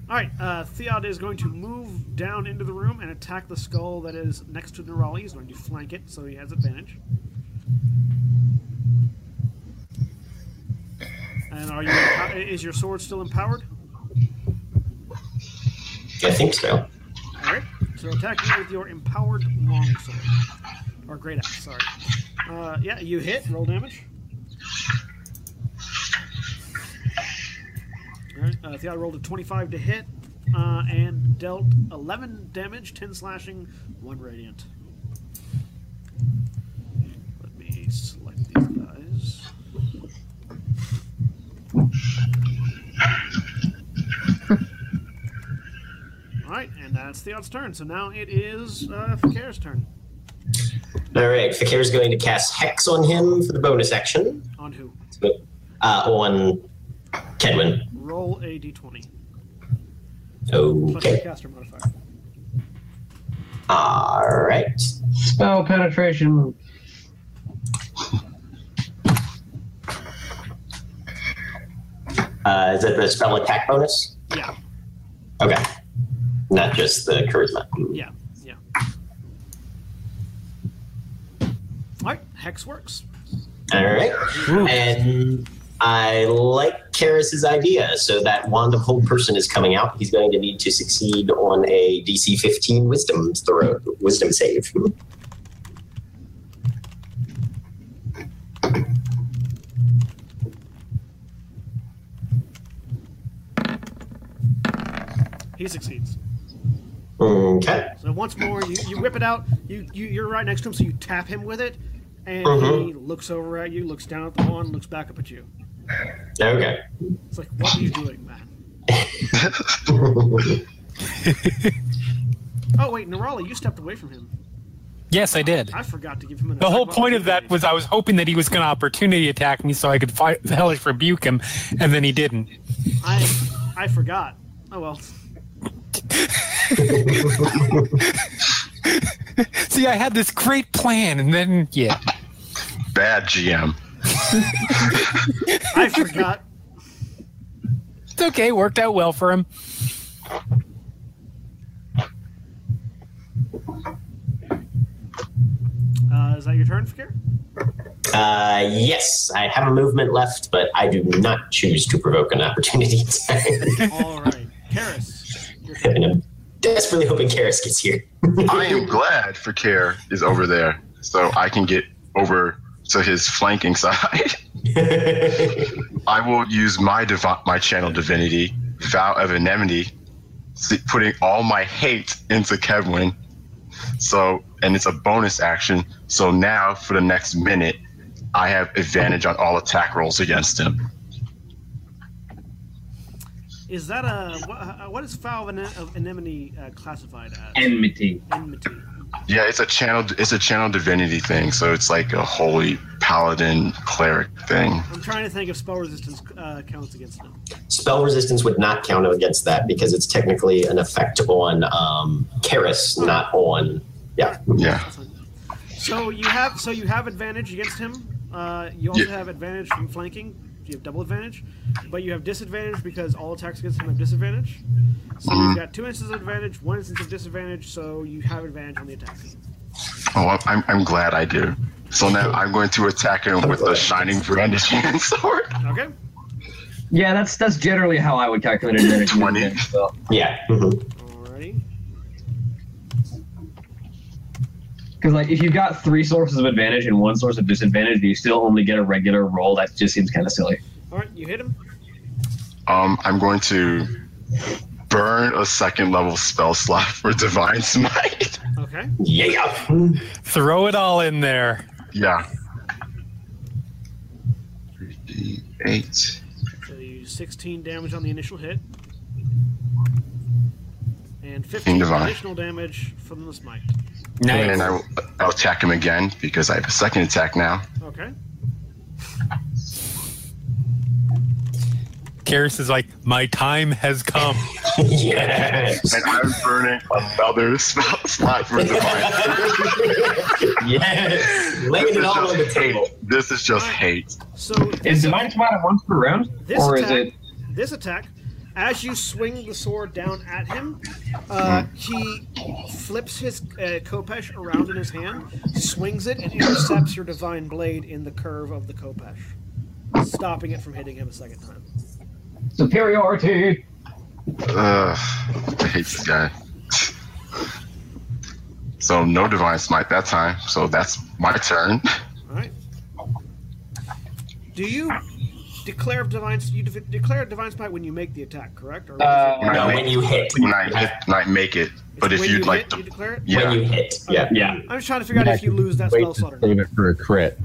All right. Uh, Theod is going to move down into the room and attack the skull that is next to Nerali. He's going to flank it, so he has advantage. And are you? empow- Is your sword still empowered?
I think so.
All right. So attack you with your empowered longsword or great axe. Sorry. Uh, yeah, you hit. Roll damage. All right. Uh, Theod rolled a twenty-five to hit uh, and dealt eleven damage, ten slashing, one radiant. Let me select these guys. All right, and that's Theod's turn. So now it is uh, Fakir's turn.
All right, Fakir's going to cast Hex on him for the bonus action
On who?
uh, on Kedwin.
Roll a d20 plus your
Okay.
caster modifier.
All right.
Spell penetration.
Uh, is that the spell attack bonus?
Yeah,
Okay. Not just the charisma.
yeah, yeah. All right, hex works.
All right. And I like Karis's idea. So that wand of whole person is coming out. He's going to need to succeed on a DC 15 wisdom throw, wisdom save.
He succeeds.
Okay.
So once more, you, you whip it out. You, you you're right next to him, so you tap him with it, and he looks over at you, looks down at the wand, looks back up at you.
Okay.
It's like, what are you doing, man? Oh wait, Nerali, you stepped away from him.
Yes, I did.
I forgot to give him an
The
attack
whole
of
point of that
opportunity.
was I was hoping that he was going to opportunity attack me so I could fight, hellish rebuke him, and then he didn't.
I I forgot. Oh well.
See, I had this great plan, and then yeah,
Bad GM.
I forgot.
it's okay. Worked out well for him.
Uh, is that your turn, Fakir?
Uh, yes, I have a movement left, but I do not choose to provoke an opportunity attack.
All right, Karis. your turn.
and I'm desperately hoping Karis gets here.
I am glad for care is over there, so I can get over to his flanking side. I will use my divi- my channel divinity, vow of enmity, s- putting all my hate into Kevwin. So, and it's a bonus action. So now, for the next minute, I have advantage on all attack rolls against him.
Is that a what, what is foul of, an- of anemone uh, classified as?
Enmity.
Enmity.
Yeah, it's a channel. It's a channel divinity thing. So it's like a holy paladin cleric thing.
I'm trying to think if spell resistance uh, counts against them.
Spell resistance would not count against that because it's technically an effect on um, Karis, not on. Yeah.
Yeah.
That's fine. So you have so you have advantage against him. Uh, you also
Yeah.
have advantage from flanking. You have double advantage, but you have disadvantage because all attacks against him have disadvantage. So you've got two instances of advantage, one instance of disadvantage. So you have advantage on the attack.
Oh, I'm- I'm, I'm glad I do. So now I'm going to attack him with the shining brandishing sword.
Okay.
Yeah, that's that's generally how I would calculate an energy.
20.
movement, so.
Yeah. mhm.
Alrighty.
Because like if you've got three sources of advantage and one source of disadvantage, you still only get a regular roll. That just seems kind of silly.
All right. You hit him.
Um, I'm going to burn a second level spell slot for divine smite.
Okay.
Yeah.
Throw it all in there.
yeah. 58.
So you 16 damage on the initial hit, and 15
King Divine.
additional damage from the smite.
Nice.
And I, will- I'll attack him again because I have a second attack now.
Okay.
Karis is like, my time has come.
Yes.
And I'm burning another spell slot for divine.
Yes. Laying
this,
it
is
all on the
just hate.
table.
this is just hate.
So
Is divine smite at once per round,
This
or is
attack,
it?
this attack? As you swing the sword down at him, uh,
Mm-hmm.
he flips his uh, kopesh around in his hand, swings it, and intercepts your divine blade in the curve of the kopesh, stopping it from hitting him a second time.
Superiority.
Ugh, I hate this guy. So no divine smite that time. So that's my turn.
All right. Do you declare divine? You de- declare divine smite when you make the attack, correct? Or
Uh,
No, when you hit.
When I hit, when I make it. But if
when
you'd
you
like
hit, you
to,
declare it.
yeah,
When you hit. Yeah.
Yeah.
I'm just trying to figure out if you lose that
Wait
spell
to
slot or not.
save it for a crit.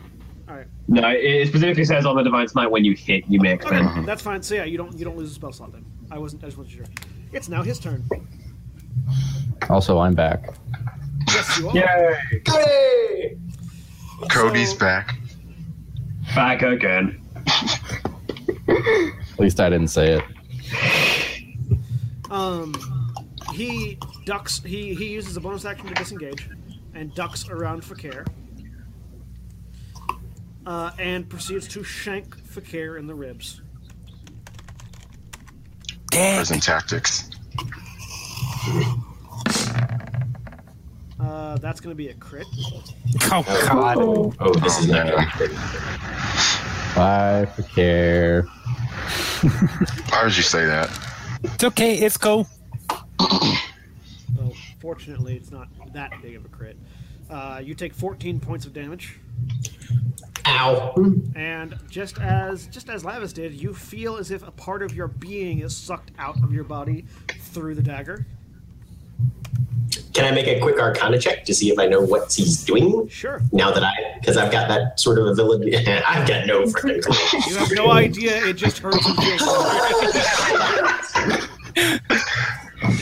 All right.
No, it it specifically says on the divine smite when you hit, you may
Okay,
expend.
that's fine. So yeah, you don't you don't lose a spell slot then. I wasn't I just wasn't sure. It's now his turn.
Also, I'm back.
Yes, you are.
Yay!
Cody's
So-
back.
Back again.
At least I didn't say it.
Um, he ducks. He he uses a bonus action to disengage, and ducks around Fakir. Uh, and proceeds to shank Fakir in the ribs.
Prison tactics.
Uh, that's going to be a crit.
Oh God!
Oh, oh, this is not
Um,
man.
good.
Bye for care.
Why would you say that?
It's okay. It's cool.
Well, fortunately, it's not that big of a crit. Uh, you take 14 points of damage.
Ow.
And just as just as Lavis did, you feel as if a part of your being is sucked out of your body through the dagger.
Can I make a quick arcana check to see if I know what he's doing?
Sure.
Now that I, because I've got that sort of ability, I've got no freaking clue.
You have no idea. It just hurts and feels. bad.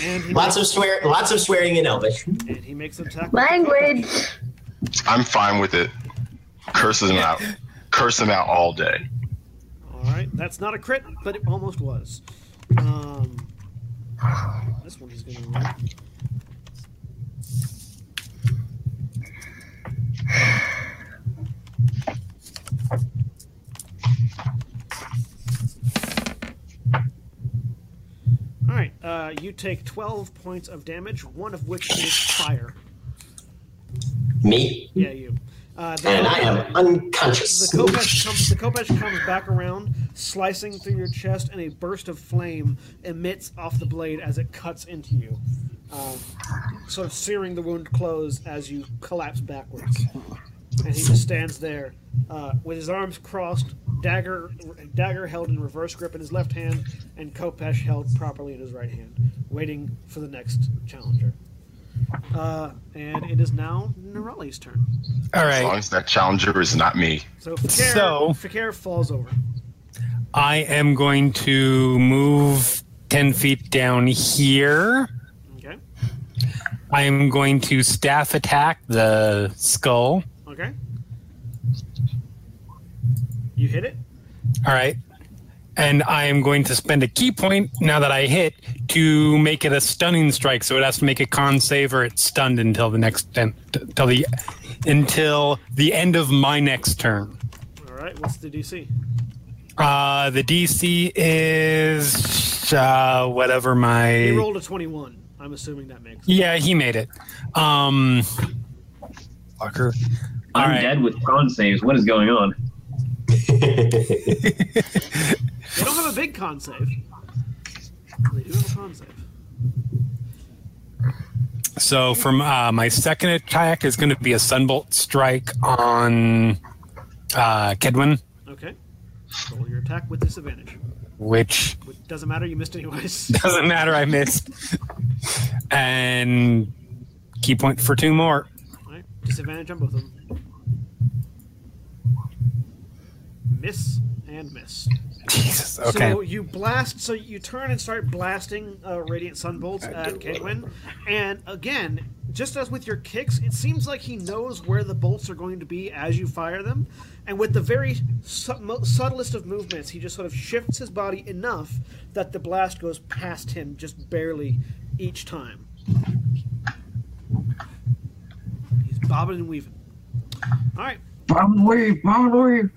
And he,
Lots of swear, lots of swearing in Elvish.
and he makes an attack.
Language.
I'm fine with it. Curse him out. Curse him out all day.
All right, that's not a crit, but it almost was. Um, this one is going to roll. All right, uh, you take twelve points of damage, one of which is fire.
Me?
Yeah, you. Uh, the-
And I am unconscious.
the Kopesh, comes, the Kopesh comes back around, slicing through your chest, and a burst of flame emits off the blade as it cuts into you, um, sort of searing the wound closed as you collapse backwards. And he just stands there uh, with his arms crossed, dagger dagger held in reverse grip in his left hand, and Kopesh held properly in his right hand, waiting for the next challenger. Uh, and it is now Nerali's turn.
All
As long
right.
as that challenger is not me.
So Fakir,
So-
Fakir falls over.
I am going to move 10 feet down here.
Okay.
I am going to staff attack the skull.
Okay. You hit it?
All right. And I am going to spend a key point now that I hit to make it a stunning strike. So it has to make a con save or it's stunned until the next until the until the end of my next turn.
All right. What's the DC?
Uh, the DC is uh, whatever my
He rolled a 21. I'm assuming that makes it.
yeah he made it. Um, fucker.
I'm
Alright.
dead with con saves. What is going on?
They don't have a big con save. They do have a con save.
So from uh, my second attack is going to be a sunbolt strike on uh, Kedwin,
Okay. Roll your attack with disadvantage.
which
Which doesn't matter. You missed anyways.
doesn't matter. I missed, and key point for two more.
All right. Disadvantage on both of them. Miss and miss.
Jesus. Okay.
So you blast. So you turn and start blasting uh, radiant sunbolts at Kedwin, and again, just as with your kicks, it seems like he knows where the bolts are going to be as you fire them, and with the very sub- mo- subtlest of movements, he just sort of shifts his body enough that the blast goes past him just barely each time. He's bobbing and weaving. All right,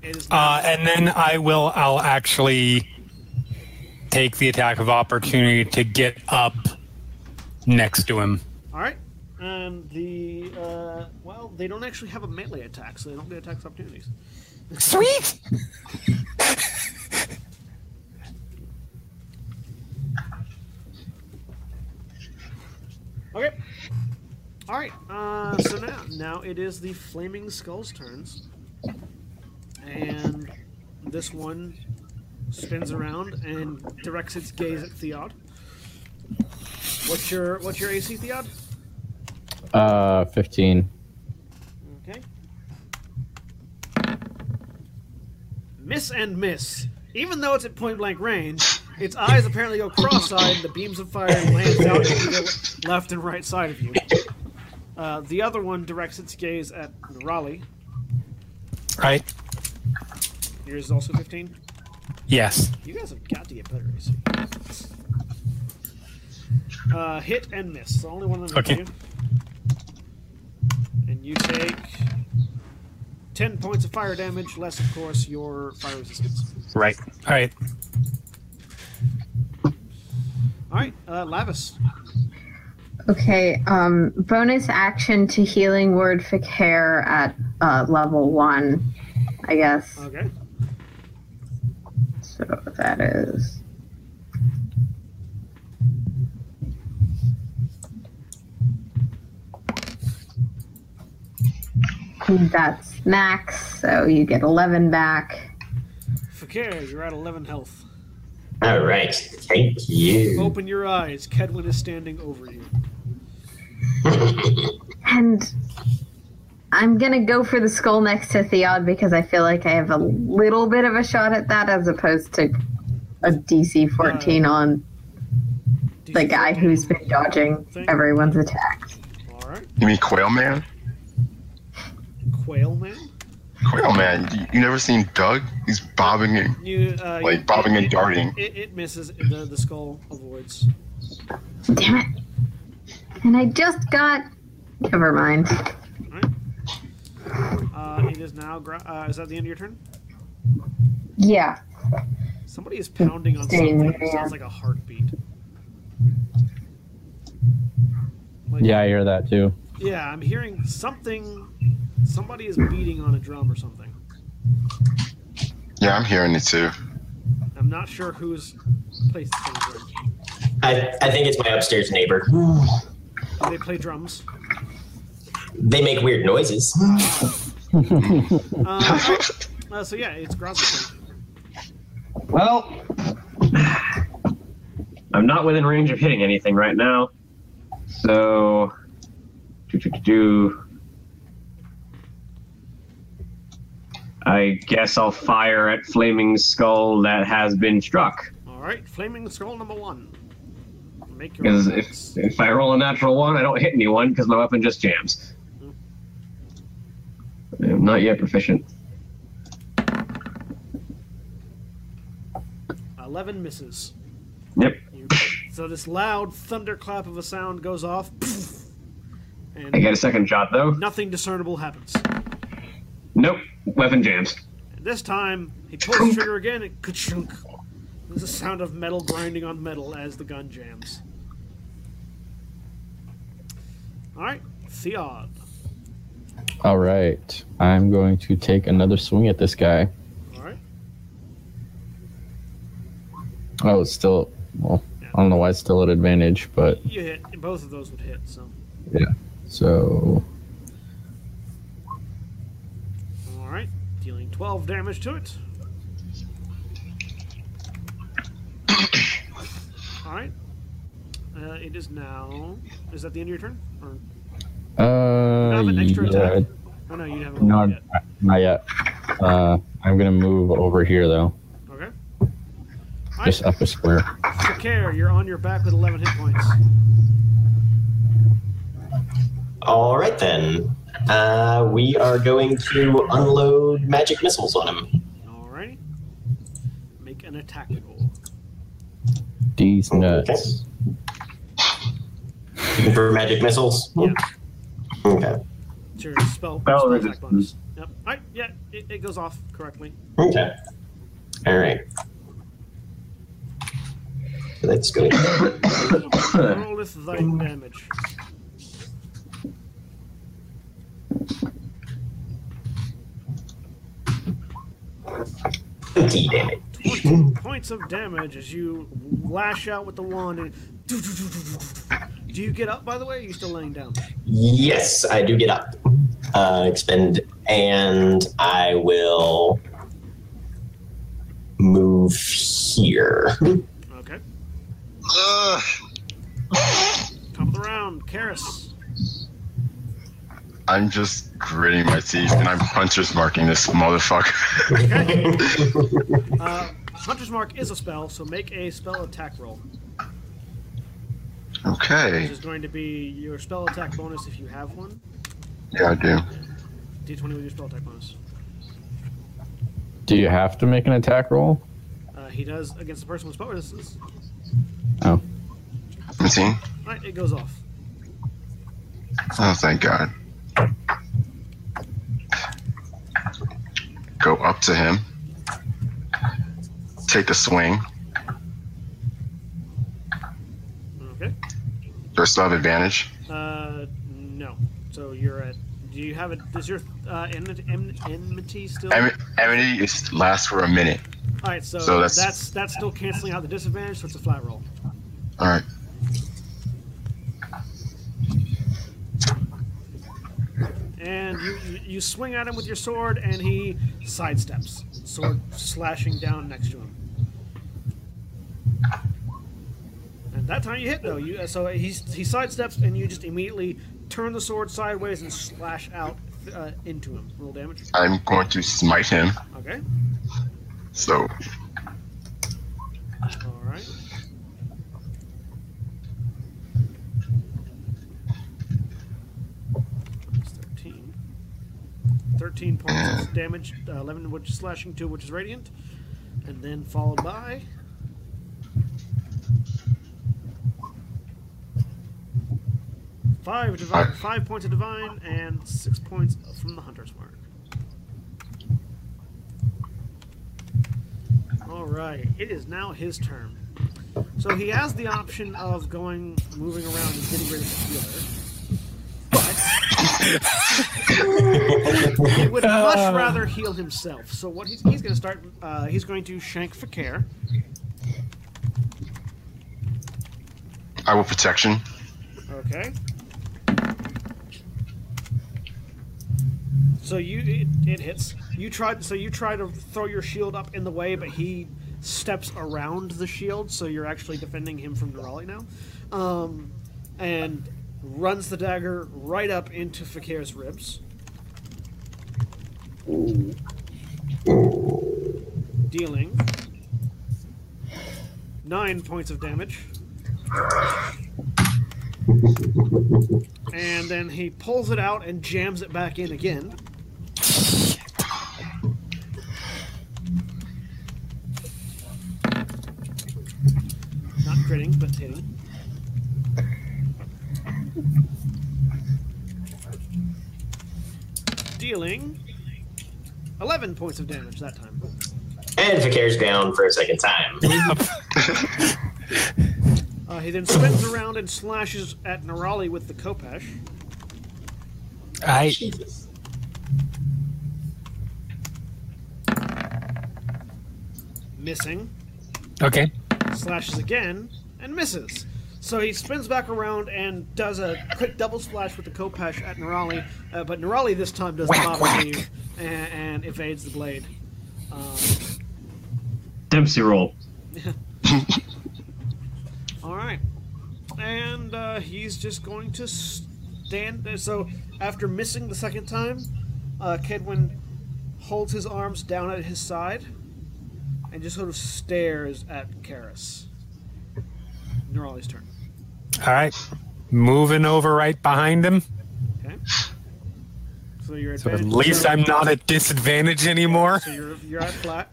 it is
uh, and then I will. I'll actually take the attack of opportunity to get up next to him.
All right. And the uh, well, they don't actually have a melee attack, so they don't get attack opportunities.
Sweet.
Okay. All right. Uh, so now, now it is the flaming skulls' turns, and this one spins around and directs its gaze at Theod. What's your what's your AC, Theod?
Uh, 15.
Okay. Miss and miss. Even though it's at point blank range, its eyes apparently go cross eyed and the beams of fire lands out to the left and right side of you. Uh, the other one directs its gaze at Raleigh.
Right.
Yours is also 15.
Yes.
You guys have got to get better, AC. Uh, hit and miss. The only one of them
Okay.
hit you. And you take 10 points of fire damage, less, of course, your fire resistance.
Right. All right.
All right, uh, Lavis.
Okay, um, bonus action to healing word for care at uh, level one, I guess.
Okay.
So that is. That's max, so you get 11 back.
Fakir, you're at 11 health.
All right. Thank you.
Open your eyes. Kedwin is standing over you.
And I'm gonna go for the skull next to Theod because I feel like I have a little bit of a shot at that as opposed to a DC 14 on
Do
the
you-
guy who's been dodging everyone's attacks.
All right.
You mean Quail Man?
Quail Man.
Quail man, you, you never seen Doug? He's bobbing and
You uh,
Like
you-
bobbing
it-
and darting.
It, it misses the, the skull avoids.
Damn it. And I just got. Never mind.
Uh, it is now. Gra- uh, is that the end of your turn?
Yeah.
Somebody is pounding on
Dang,
something. It
yeah.
sounds like a heartbeat. Like,
Yeah, I hear that too.
Yeah, I'm hearing something. Somebody is beating on a drum or something.
Yeah, I'm hearing it too.
I'm not sure who's placed the drum.
I, I think it's my upstairs neighbor.
Do they play drums?
They make weird noises.
Um, uh, so yeah, it's Grozzle's turn.
Well, I'm not within range of hitting anything right now. So, do, do, do, do. I guess I'll fire at Flaming Skull that has been struck.
All right, flaming skull number one. Make your
Because if, if I roll a natural one, I don't hit anyone because my weapon just jams. I'm not yet proficient.
eleven misses.
Yep.
You- So this loud thunderclap of a sound goes off, and
I get a second shot though.
nothing discernible happens.
Nope. Weapon jams.
And this time, he pulls the trigger again, and ka-chunk. There's a sound of metal grinding on metal as the gun jams. All right, Theod.
All right. I'm going to take another swing at this guy.
All right,
Oh, it's still. Well, I don't know why it's still at advantage, but
you hit. Both of those would hit. So,
so
all right, dealing 12 damage to it. All right. Uh, it is now. Is that the end of your turn? Or,
Uh,
have an extra
yeah,
attack? oh no, you haven't.
no,
rolled
I'm- not yet. Uh, I'm gonna move over here though,
yet. Okay.
just up a square.
Care, you're on your back with 11 hit points.
All right then. Uh, we are going to unload magic missiles on him.
Alrighty. Make an attack roll.
These nuts.
Looking For magic missiles.
Yeah.
Okay.
It's your spell,
Spell
spell attack
resistance.
bonus. Yep. Alright, yeah, it, it goes off correctly.
Okay. All right. Let's go.
roll with thine damage.
Twenty damage.
20 points of damage as you lash out with the wand and. Do you get up, by the way? Or are you still laying down?
Yes, I do get up. Uh, expend, and I will move here.
Okay.
Ugh.
Top of the round, Karis.
I'm just gritting my teeth and I'm puncher's marking this motherfucker.
Uh, Hunter's Mark is a spell, so make a spell attack roll, which
okay.
is going to be your spell attack bonus if you have one.
Yeah, I do.
D20 with your spell attack bonus.
Do you have to make an attack roll?
Uh, he does against the person with spell resistance.
Oh,
17?
Alright, it goes off.
Oh, thank God. Go up to him. Take a swing.
Okay.
Do I still have advantage?
Uh, no. So you're at. Do you have a? Does your uh, enmity, enmity still?
Em- Amity is lasts for a minute.
All right. So,
so that's-
that's... that's still canceling out the disadvantage, so it's a flat roll.
All right.
And you you- you swing at him with your sword, and he sidesteps, sword slashing down next to him. And that time you hit though. You so he's he sidesteps, and you just immediately turn the sword sideways and slash out uh, into him. Roll damage.
I'm going to smite him.
Okay.
So
All right. That's 13. 13 points of damage, uh, 11 which is slashing, 2 which is radiant, and then followed by. Five, divine, five points of divine and six points from the hunter's mark. All right, it is now his turn. So he has the option of going, moving around, and getting rid of the healer. But he would much rather heal himself. So what he's, he's going to start, uh, he's going to shank Fakir.
I will protection.
Okay. So you it, it hits. You tried so you try to throw your shield up in the way, but he steps around the shield, so you're actually defending him from Nerali now. Um, and runs the dagger right up into Fakir's ribs. Dealing nine points of damage. And then he pulls it out and jams it back in again. Not critting, but hitting. Dealing 11 points of damage that time.
And Fakir's down for a second time.
Uh, he then spins around and slashes at Nerali with the Kopesh.
I
Missing.
okay.
slashes again and misses. So he spins back around and does a quick double splash with the Kopesh at Nerali, uh, but Nerali this time does not you and, and evades the blade. Uh,
Dempsey roll.
All right, and uh, he's just going to stand. there. So after missing the second time, uh, Kedwin holds his arms down at his side and just sort of stares at Karis. Nerali's turn.
All right. Moving over right behind him.
Okay. So you're
So at least I'm not at disadvantage anymore.
So you're you're at flat.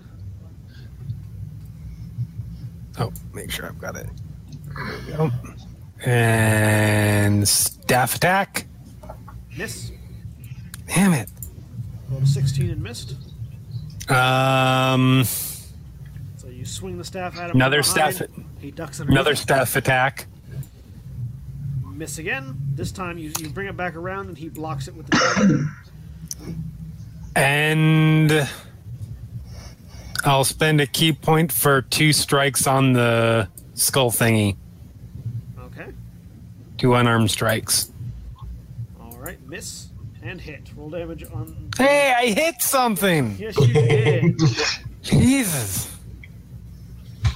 Oh, make sure I've got it. There we go. And staff attack.
Miss.
Damn it.
Rolled a 16 and missed.
Um,
So you swing the staff at him.
Another
from behind.
staff-
He ducks underneath.
another staff attack.
miss again. This time you, you bring it back around and he blocks it with the dagger.
And I'll spend a key point for two strikes on the skull thingy.
okay.
Two unarmed strikes.
All right. Miss and hit. Roll damage on.
Hey, I hit something.
Yes, you did.
Jesus.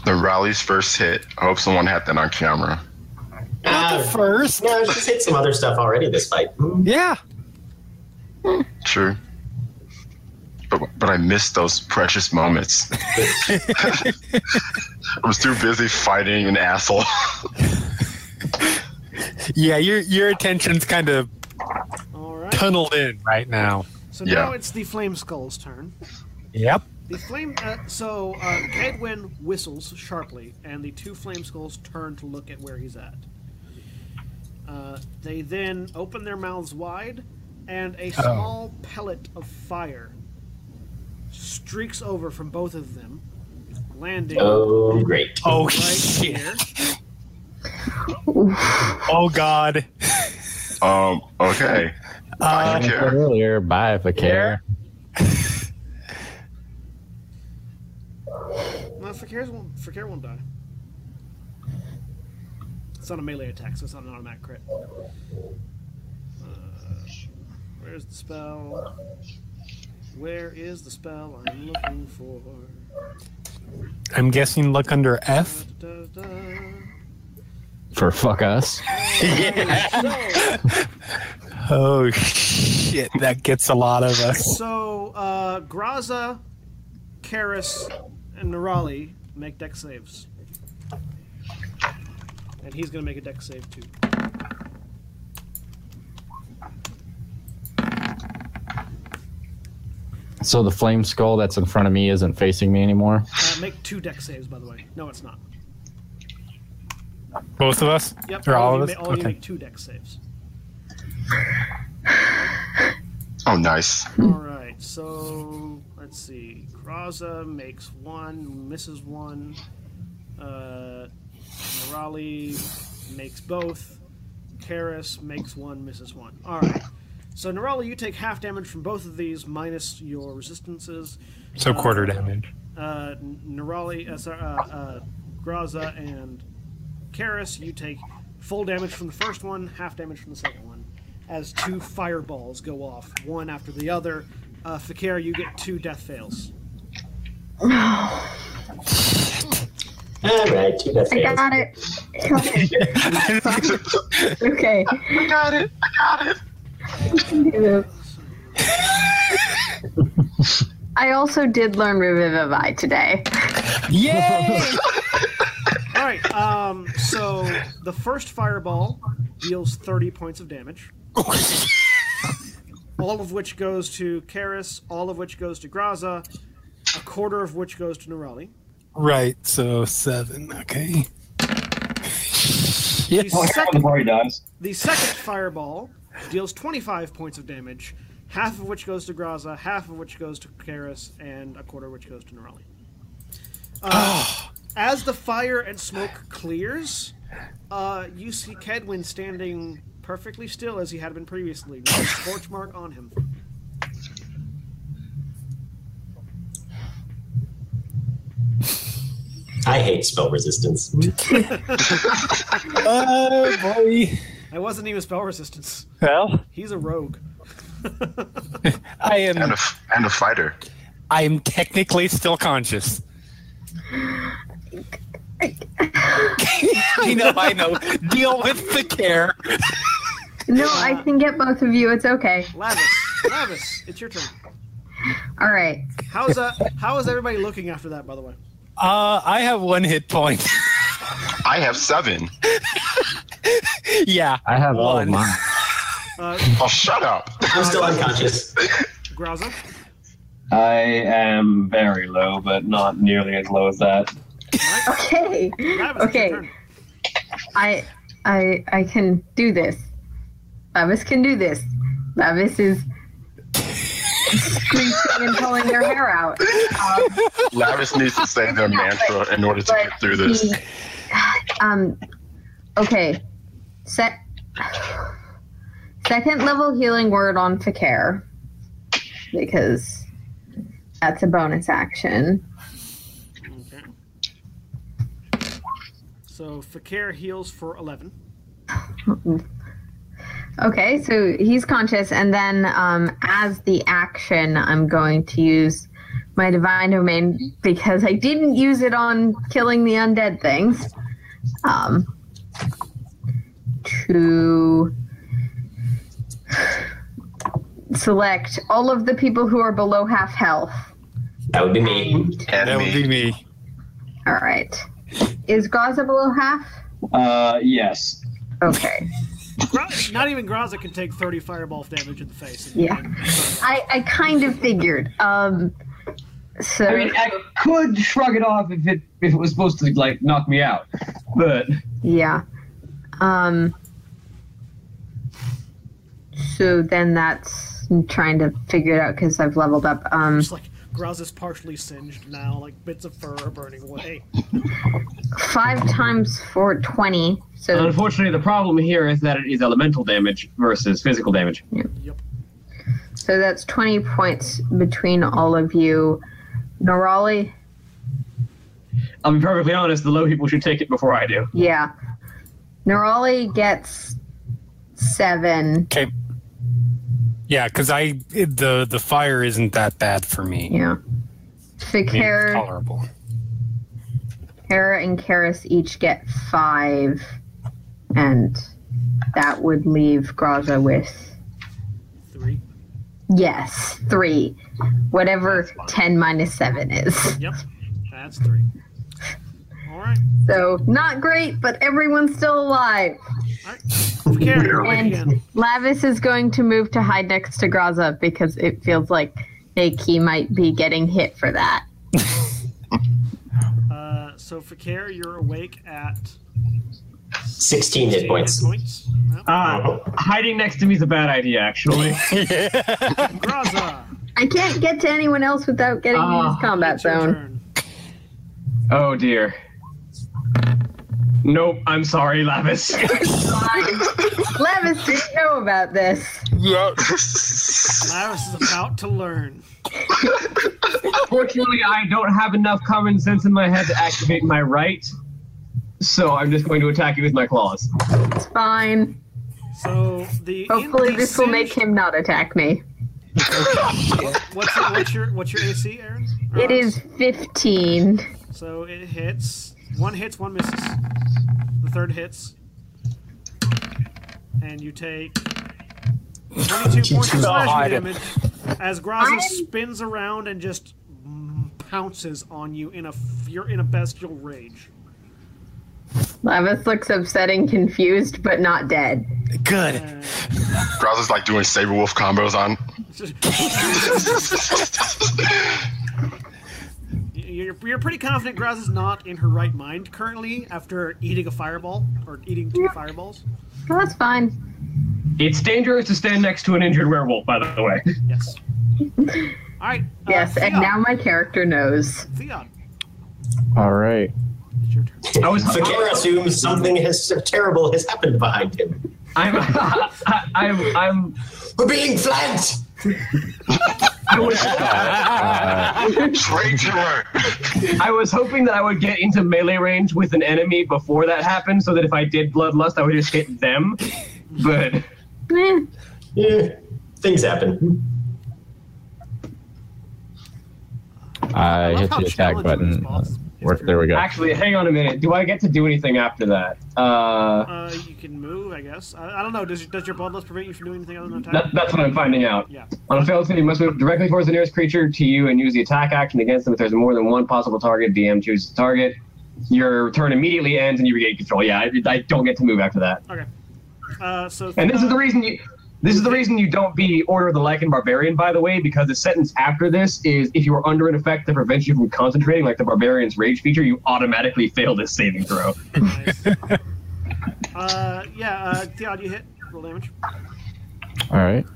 The rally's first hit. I hope someone had that on camera.
Ah,
First.
no, she's hit some other stuff already this fight. Hmm.
Yeah.
True. But, but I missed those precious moments. I was too busy fighting an asshole.
Yeah, your your attention's kind of
All right.
tunneled in right now.
So
Yeah.
now it's the flame skull's turn.
Yep.
The flame. Uh, so uh, Edwin whistles sharply, and the two flame skulls turn to look at where he's at. Uh, they then open their mouths wide, and a small pellet of fire streaks over from both of them, landing
Oh, great.
Oh
right
shit.
here.
Oh god. Uh,
um, okay. I don't care.
Earlier, bye if I care.
No, Fakir's won't, Fakir won't die. It's not a melee attack, so it's not an automatic crit. Uh, where's the spell? Where is the spell I'm looking for?
I'm guessing look under F.
Da, da, da.
For fuck us.
Oh shit, that gets a lot of us.
So, uh, Graza, Karis, and Nerali make deck saves. And he's going to make a deck save too.
So the flame skull that's in front of me isn't facing me anymore.
Uh, make two deck saves, by the way. No, it's not.
Both of us?
Yep.
Or all
you
of us?
ma- all you
Okay.
make two deck saves.
Oh, nice.
Hmm.
All right. So let's see. Graza makes one, misses one. Uh, Morali makes both. Karis makes one, misses one. All right. So Norelli, you take half damage from both of these minus your resistances.
So quarter damage.
Uh, Norelli, uh, sorry, uh, uh, Graza, and Karis, you take full damage from the first one, half damage from the second one, as two fireballs go off, one after the other. Uh, Fakir, you get two death fails.
All right, two death
I
fails.
got it. okay. I got it. I got it. I also did learn Revivify today.
Yay!
All right, um, so the first fireball deals 30 points of damage, all of which goes to Karis, all of which goes to Graza, a quarter of which goes to Norelli.
right, so seven. Okay.
The second
Before he dies.
The second fireball deals 25 points of damage, half of which goes to Graza, half of which goes to Karis, and a quarter of which goes to Norelli. Uh, as the fire and smoke clears, uh, you see Kedwin standing perfectly still as he had been previously, with a scorch mark on him.
I hate spell resistance.
Oh, boy.
I wasn't even spell resistance.
Well,
He's a rogue.
I
And
am
a, f- and a fighter.
I am technically still conscious. I know, I know. Deal with the care.
No, I can get both of you. It's okay.
Lavis, Lavis, it's your turn.
All right.
How's uh, how is everybody looking after that? By the way,
Uh, I have one hit point.
I have seven.
yeah.
I have all of
One.
mine.
Uh,
Oh, shut up.
I'm still unconscious.
Graza,
I am very low, but not nearly as low as that.
Okay.
Lavis, it's your
Okay.
turn.
I I I can do this. Lavis can do this. Lavis is screeching and pulling their hair out. Um,
Lavis needs to say their mantra in order to
but
get through this.
he- um, okay. Sec- second level healing word on Fakir because that's a bonus action.
Okay. So Fakir heals for eleven.
Okay, so he's conscious, and then um, as the action, I'm going to use my divine domain because I didn't use it on killing the undead things. Um, to select all of the people who are below half health.
That would be me.
And
That would be
me.
me.
All right, is Gaza below half?
Uh, yes.
Okay.
Gra- Not even Graza can take thirty fireball damage in the face.
Yeah. I, I kind of figured. Um, so
I mean, I could shrug it off if it if it was supposed to like knock me out, but
yeah. Um, so then that's I'm trying to figure it out because I've leveled up. Um,
Just like Graza's partially singed now, like bits of fur are burning away.
five times four twenty.
Uh-huh.
So
unfortunately, the problem here is that it is elemental damage versus physical damage.
Yep.
so that's twenty points between all of you. Norali,
I'll be perfectly honest, the low people should take it before I do.
yeah. Norali gets seven.
Okay. Yeah, because I it- the the fire isn't that bad for me.
Yeah.
I mean, oh, it's
Fakir.
tolerable.
Hera and Karis each get five, and that would leave Graza with
Three.
yes, three, whatever ten minus seven is.
Yep. That's three. All right.
So not great, but everyone's still alive.
All right. Fakir, you're up
And-
again.
Lavis is going to move to hide next to Graza because it feels like think he might be getting hit for that.
Uh, so Fakir, you're awake at
16 hit points.
points. Yep.
Uh, hiding next to me is a bad idea, actually.
Graza,
I can't get to anyone else without getting in
Ah,
his combat
it's your
zone.
turn.
oh dear. Nope, I'm sorry, Lavis.
Levis didn't know about this.
Laris is about to learn.
Fortunately, I don't have enough common sense in my head to activate my right, so I'm just going to attack you with my claws.
It's fine.
So the
Hopefully,
the
this will make
singed-
him not attack me.
What's, your- what's your what's your AC, Aaron? Or
It is 15.
So it hits. One hits, one misses. The third hits. And you take 22 points of slashing damage as Graza
I'm-
spins around and just mm, pounces on you in a you're in a bestial rage.
Levis looks upset and confused, but not dead.
Good.
Growler's like doing saber wolf combos on.
You're, you're pretty confident Graza's not in her right mind currently after eating a fireball or eating two fireballs.
Well, that's fine.
It's dangerous to stand next to an injured werewolf, by the way.
Yes. All right. uh,
Yes, and
Theon,
now my character knows.
Theon,
All right.
it's your turn.
I was
Fakir assumes something has, terrible has happened behind him.
I'm, I, I'm, I'm,
We're being flanked!
I was,
Traitor!
I was hoping that I would get into melee range with an enemy before that happened, so that if I did bloodlust, I would just hit them. But
Eh,
Yeah, things happen.
I
love
hit
how
the attack
challenging this
button.
boss is.
Where- there we go.
actually, hang on a minute. Do I get to do anything after that? Uh,
Uh, you can move, I guess. I, I don't know. Does does your bloodlust prevent you from doing anything other than attack?
that, that's what I'm finding out.
Yeah.
On a failed save, you must move directly towards the nearest creature to you and use the attack action against them. If there's more than one possible target, DM chooses the target. Your turn immediately ends and you regain control. Yeah, I, I don't get to move after that.
Okay. Uh, so.
And this is the
Theon-
reason you. This is the reason you don't be Order of the Lycan Barbarian, by the way, because the sentence after this is if you are under an effect that prevents you from concentrating, like the Barbarian's Rage feature, you automatically fail this saving throw.
Nice. uh, yeah. Uh, Theon, you hit. Roll damage.
All right.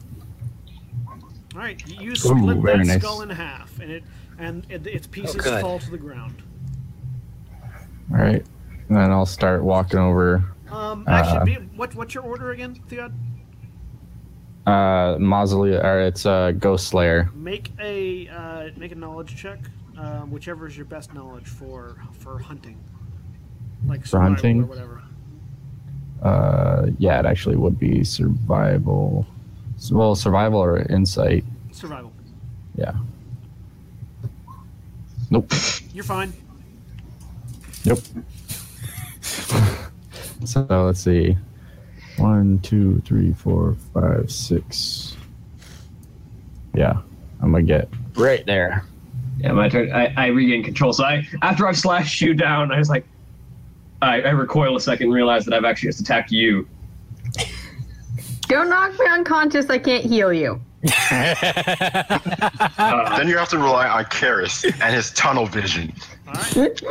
All right. You split
Ooh, very
that
nice.
skull in half, and it and it, its pieces
good.
fall to the ground.
All right. And then I'll start walking over.
Um,
Uh,
actually, be, what what's your order again, Theon?
Uh, mausoleum, or it's uh, Ghost Slayer.
Make a uh, make a knowledge check, um, whichever is your best knowledge for for hunting, like survival
hunting?
or whatever.
Uh, yeah, it actually would be survival. Well, survival or insight.
Survival.
Yeah. Nope.
You're fine.
Nope. so let's see. One, two, three, four, five, six. Yeah, I'm gonna get right there.
Yeah, my turn. I, I regain control. So I, after I've slashed you down, I was like, I, I recoil a second and realize that I've actually just attacked you.
Don't knock me unconscious. I can't heal you.
then you have to rely on Karis and his tunnel vision.
All right.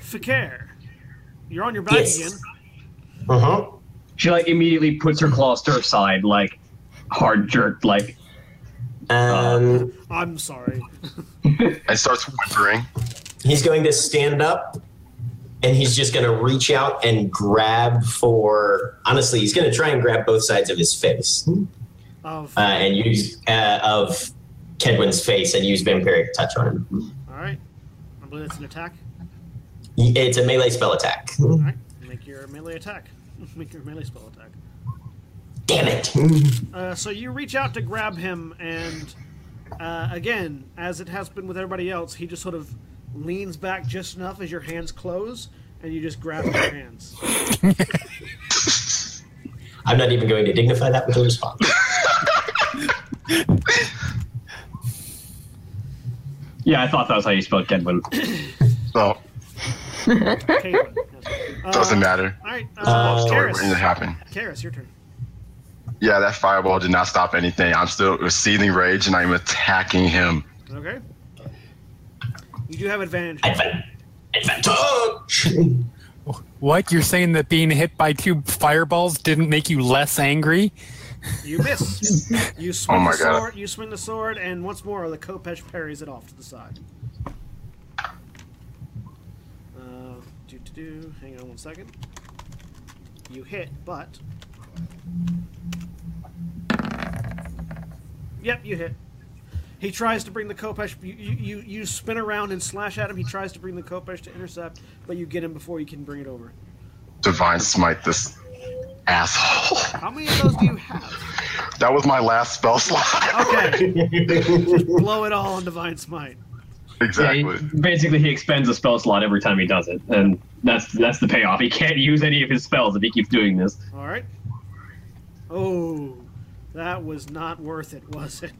Fakir, you're on your back
Yes.
again.
Uh huh.
She like immediately puts her claws to her side, like hard jerked, like
Um,
I'm sorry.
And starts whimpering.
he's going to stand up and he's just going to reach out and grab for, honestly, he's going to try and grab both sides of his face uh,
Oh, f-
and use uh, of Kedwin's face and use vampiric touch on him.
all right. I believe that's an attack.
It's a melee spell attack.
All right. Make your melee attack. Make your melee spell attack.
Damn it.
Uh, so you reach out to grab him, and uh, again, as it has been with everybody else, he just sort of leans back just enough as your hands close, and you just grab your hands.
I'm not even going to dignify that with a response.
yeah, I thought that was how you spelled Kedwin.
So,
Caitlin, yes.
doesn't matter.
All right,
Uh,
uh,
Story
Karis,
wouldn't happen.
Karis, your turn.
Yeah, that fireball did not stop anything. I'm still it was seething rage, and I'm attacking him.
Okay. You do have advantage.
Advan- advantage.
What? You're saying that being hit by two fireballs didn't make you less angry?
You miss. You swing
Oh my
the
God.
sword. You swing the sword, and once more, the Kopesh parries it off to the side. Uh, do do do. Hang on one second. You hit, but yep, you hit. He tries to bring the Kopesh. You, you, you- you spin around and slash at him. He tries to bring the Kopesh to intercept, but you get him before you can bring it over.
Divine smite this asshole.
How many of those do you have?
That was my last spell slot.
Okay. Just blow it all on Divine Smite.
Yeah, he-
exactly.
basically, he expends a spell slot every time he does it, and that's that's the payoff. He can't use any of his spells if he keeps doing this.
All right. Oh, that was not worth it, was it?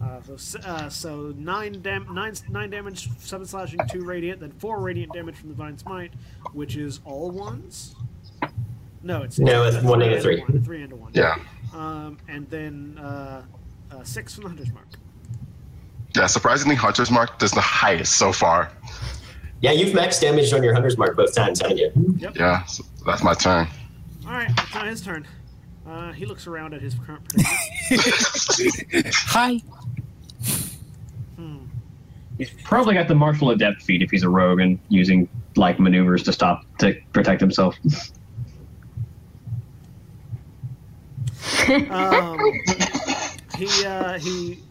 Uh, so, s- uh, so nine, dam- nine, nine damage, seven slashing, two radiant, then four radiant damage from Divine Smite, which is all ones. No, it's
No, it's one and a
three.
three.
and a three and a one.
Yeah.
Um, and then uh, uh, six from the Hunter's Mark.
Yeah, surprisingly, Hunter's Mark does the highest so far.
Yeah, you've max damaged on your hunter's mark both times, haven't you?
Yeah, so that's my turn.
All right, it's not his turn. Uh, he looks around at his current predicament.
Hi.
He's probably got the martial adept feat if he's a rogue and using like maneuvers to stop to protect himself.
Um, he uh, he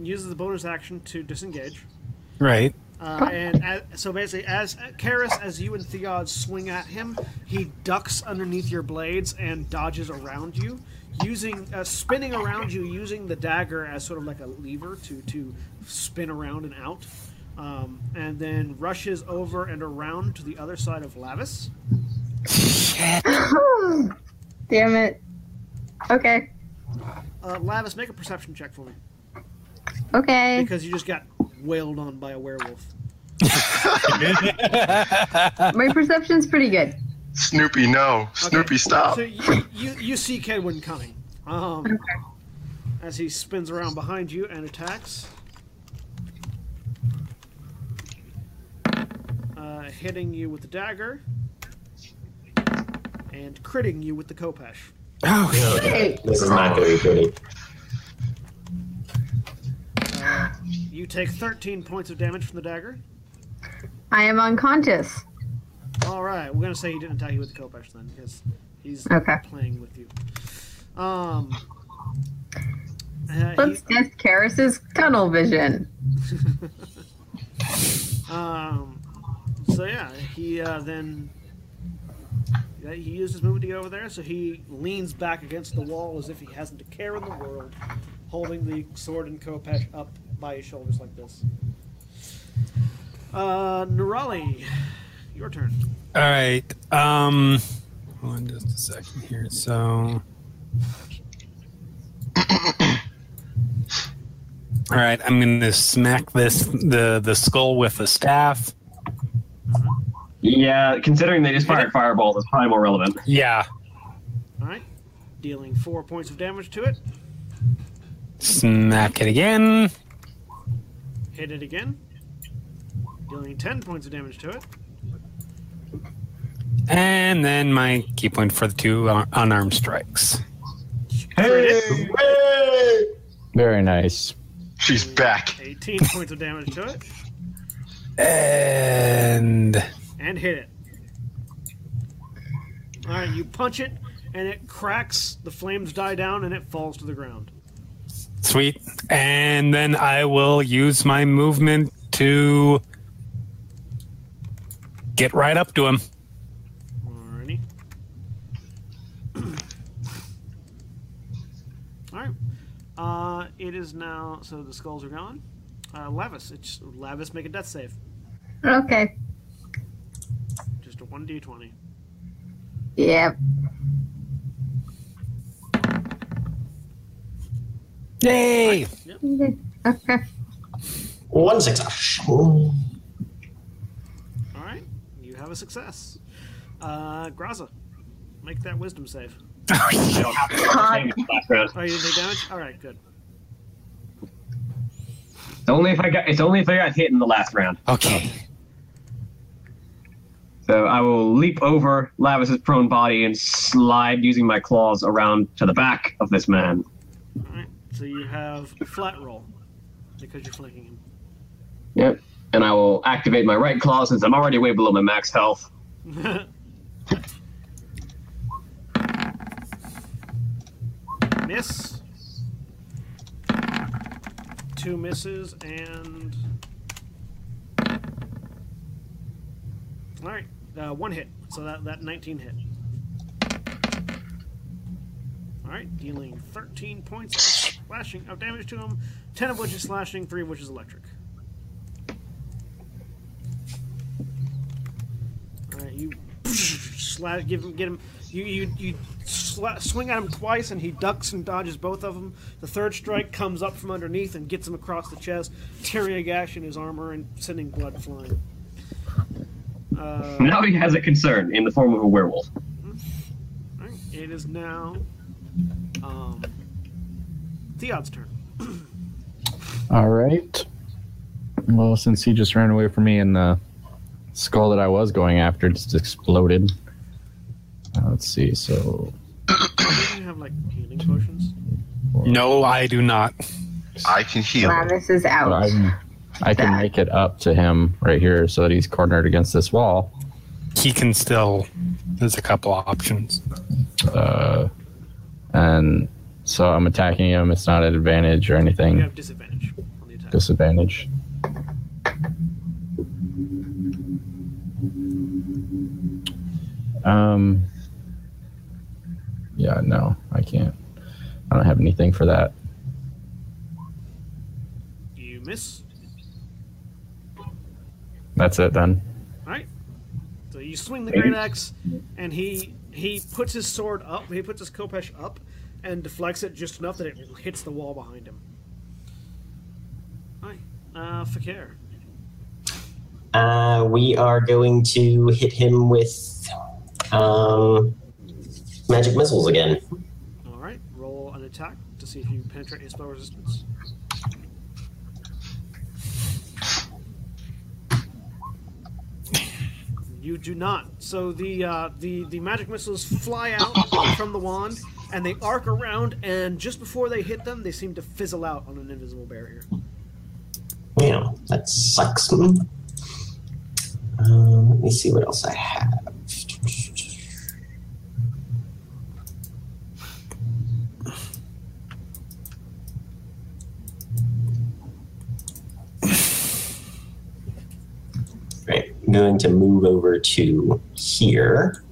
uses the bonus action to disengage,
Right.
uh, and as, so basically, as uh, Karis, as you and Theod swing at him, he ducks underneath your blades and dodges around you, using uh, spinning around you, using the dagger as sort of like a lever to to spin around and out. Um, and then rushes over and around to the other side of Lavis.
Damn it. Okay.
Uh, Lavis, make a perception check for me
Okay.
because you just got wailed on by a werewolf.
Oh,
My perception's pretty good.
Snoopy, no. Snoopy, stop.
So you, you, you see Kedwin coming. Um, as he spins around behind you and attacks. Uh, hitting you with the dagger. And critting you with the Kopesh.
Oh,
Hey,
This is not going to be pretty.
Uh, You take 13 points of damage from the dagger.
I am unconscious.
Alright, we're going to say he didn't attack you with the Kopesh then, because he's
Okay.
playing with you. Um, uh, he-
Let's test Karis's tunnel vision.
Um, so yeah, he uh, then yeah, he used his movement to get over there. So he leans back against the wall as if he hasn't a care in the world, holding the sword and kopesh up by his shoulders like this. Uh, Nurali, your turn.
All right. Um, hold on just a second here. So, all right, I'm going to smack this the the skull with the staff.
Yeah, considering they just fired fireball, that's probably more relevant.
Yeah,
All right, dealing four points of damage to it.
smack it again.
Hit it again, dealing ten points of damage to it.
And then my key point for the two un- unarmed strikes.
Hey,
Very nice.
She's back.
Eighteen points of damage to it,
And
and hit it. All right, you punch it, and it cracks. The flames die down, and it falls to the ground.
sweet. And then I will use my movement to get right up to him.
Alrighty. All right. Uh, it is now. So the skulls are gone. Uh, Lavis, it's Lavis. Make a death save.
Okay.
Just a one d twenty.
Yep.
Yay!
Okay.
One success. Ooh.
All right. You have a success. Uh, Graza. Make that wisdom save.
I don't have to have the background.
Oh, you didn't take damage? All right, good.
It's only if I got it's only if I got hit in the last round.
Okay.
So I will leap over Lavis's prone body and slide using my claws around to the back of this man.
All right. So you have flat roll because you're flanking him.
Yep. And I will activate my right claw since I'm already way below my max health.
Miss. Two misses and. All right, uh, one hit. So that that 19 hit. All right, dealing 13 points of slashing of damage to him, 10 of which is slashing, three of which is electric. All right, you slash, give him, get him. You you you sla- swing at him twice, and he ducks and dodges both of them. The third strike comes up from underneath and gets him across the chest, tearing a gash in his armor and sending blood flying. Uh,
Now he has a concern in the form of a werewolf.
all right, it is now um, Theod's turn.
All right. Well, since he just ran away from me and the skull that I was going after just exploded. Uh, let's see. So
Didn't you have like healing potions?
No, I do not.
I can heal.
Lavis is out.
I can, I can make it up to him right here so that he's cornered against this wall.
He can still. There's a couple of options.
Uh, and so I'm attacking him. It's not an advantage or anything.
You have disadvantage on the attack.
Disadvantage. Um. Yeah, no, I can't. I don't have anything for that.
You miss.
That's it then.
So you swing the great axe, and he he puts his sword up. He puts his kopesh up, and deflects it just enough that it hits the wall behind him. Hi, uh, Fakir.
Uh, we are going to hit him with um, magic missiles again.
All right, roll an attack to see if you penetrate his spell resistance. You do not. So the uh, the the magic missiles fly out from the wand, and they arc around. And just before they hit them, they seem to fizzle out on an invisible barrier.
Yeah, that sucks. Hmm. Um, let me see what else I have. Right, I'm going to move over to here,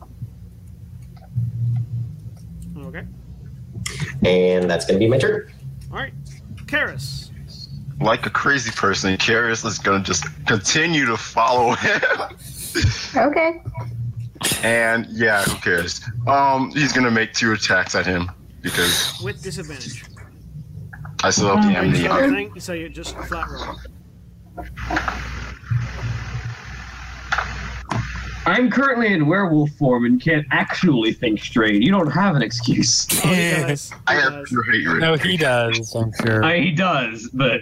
Okay.
and that's going to be my turn.
All right, Karis.
Like a crazy person, Karis is gonna just continue to follow him.
Okay.
and yeah, who cares? Um, he's gonna make two attacks at him because
with disadvantage.
I still have the
So,
amnesia.
thank- so you just flat roll.
I'm currently in werewolf form and can't actually think straight. You don't have an excuse.
Oh, he does.
I
He
have
does.
pure hatred.
No, he does. I'm sure.
I, he does, but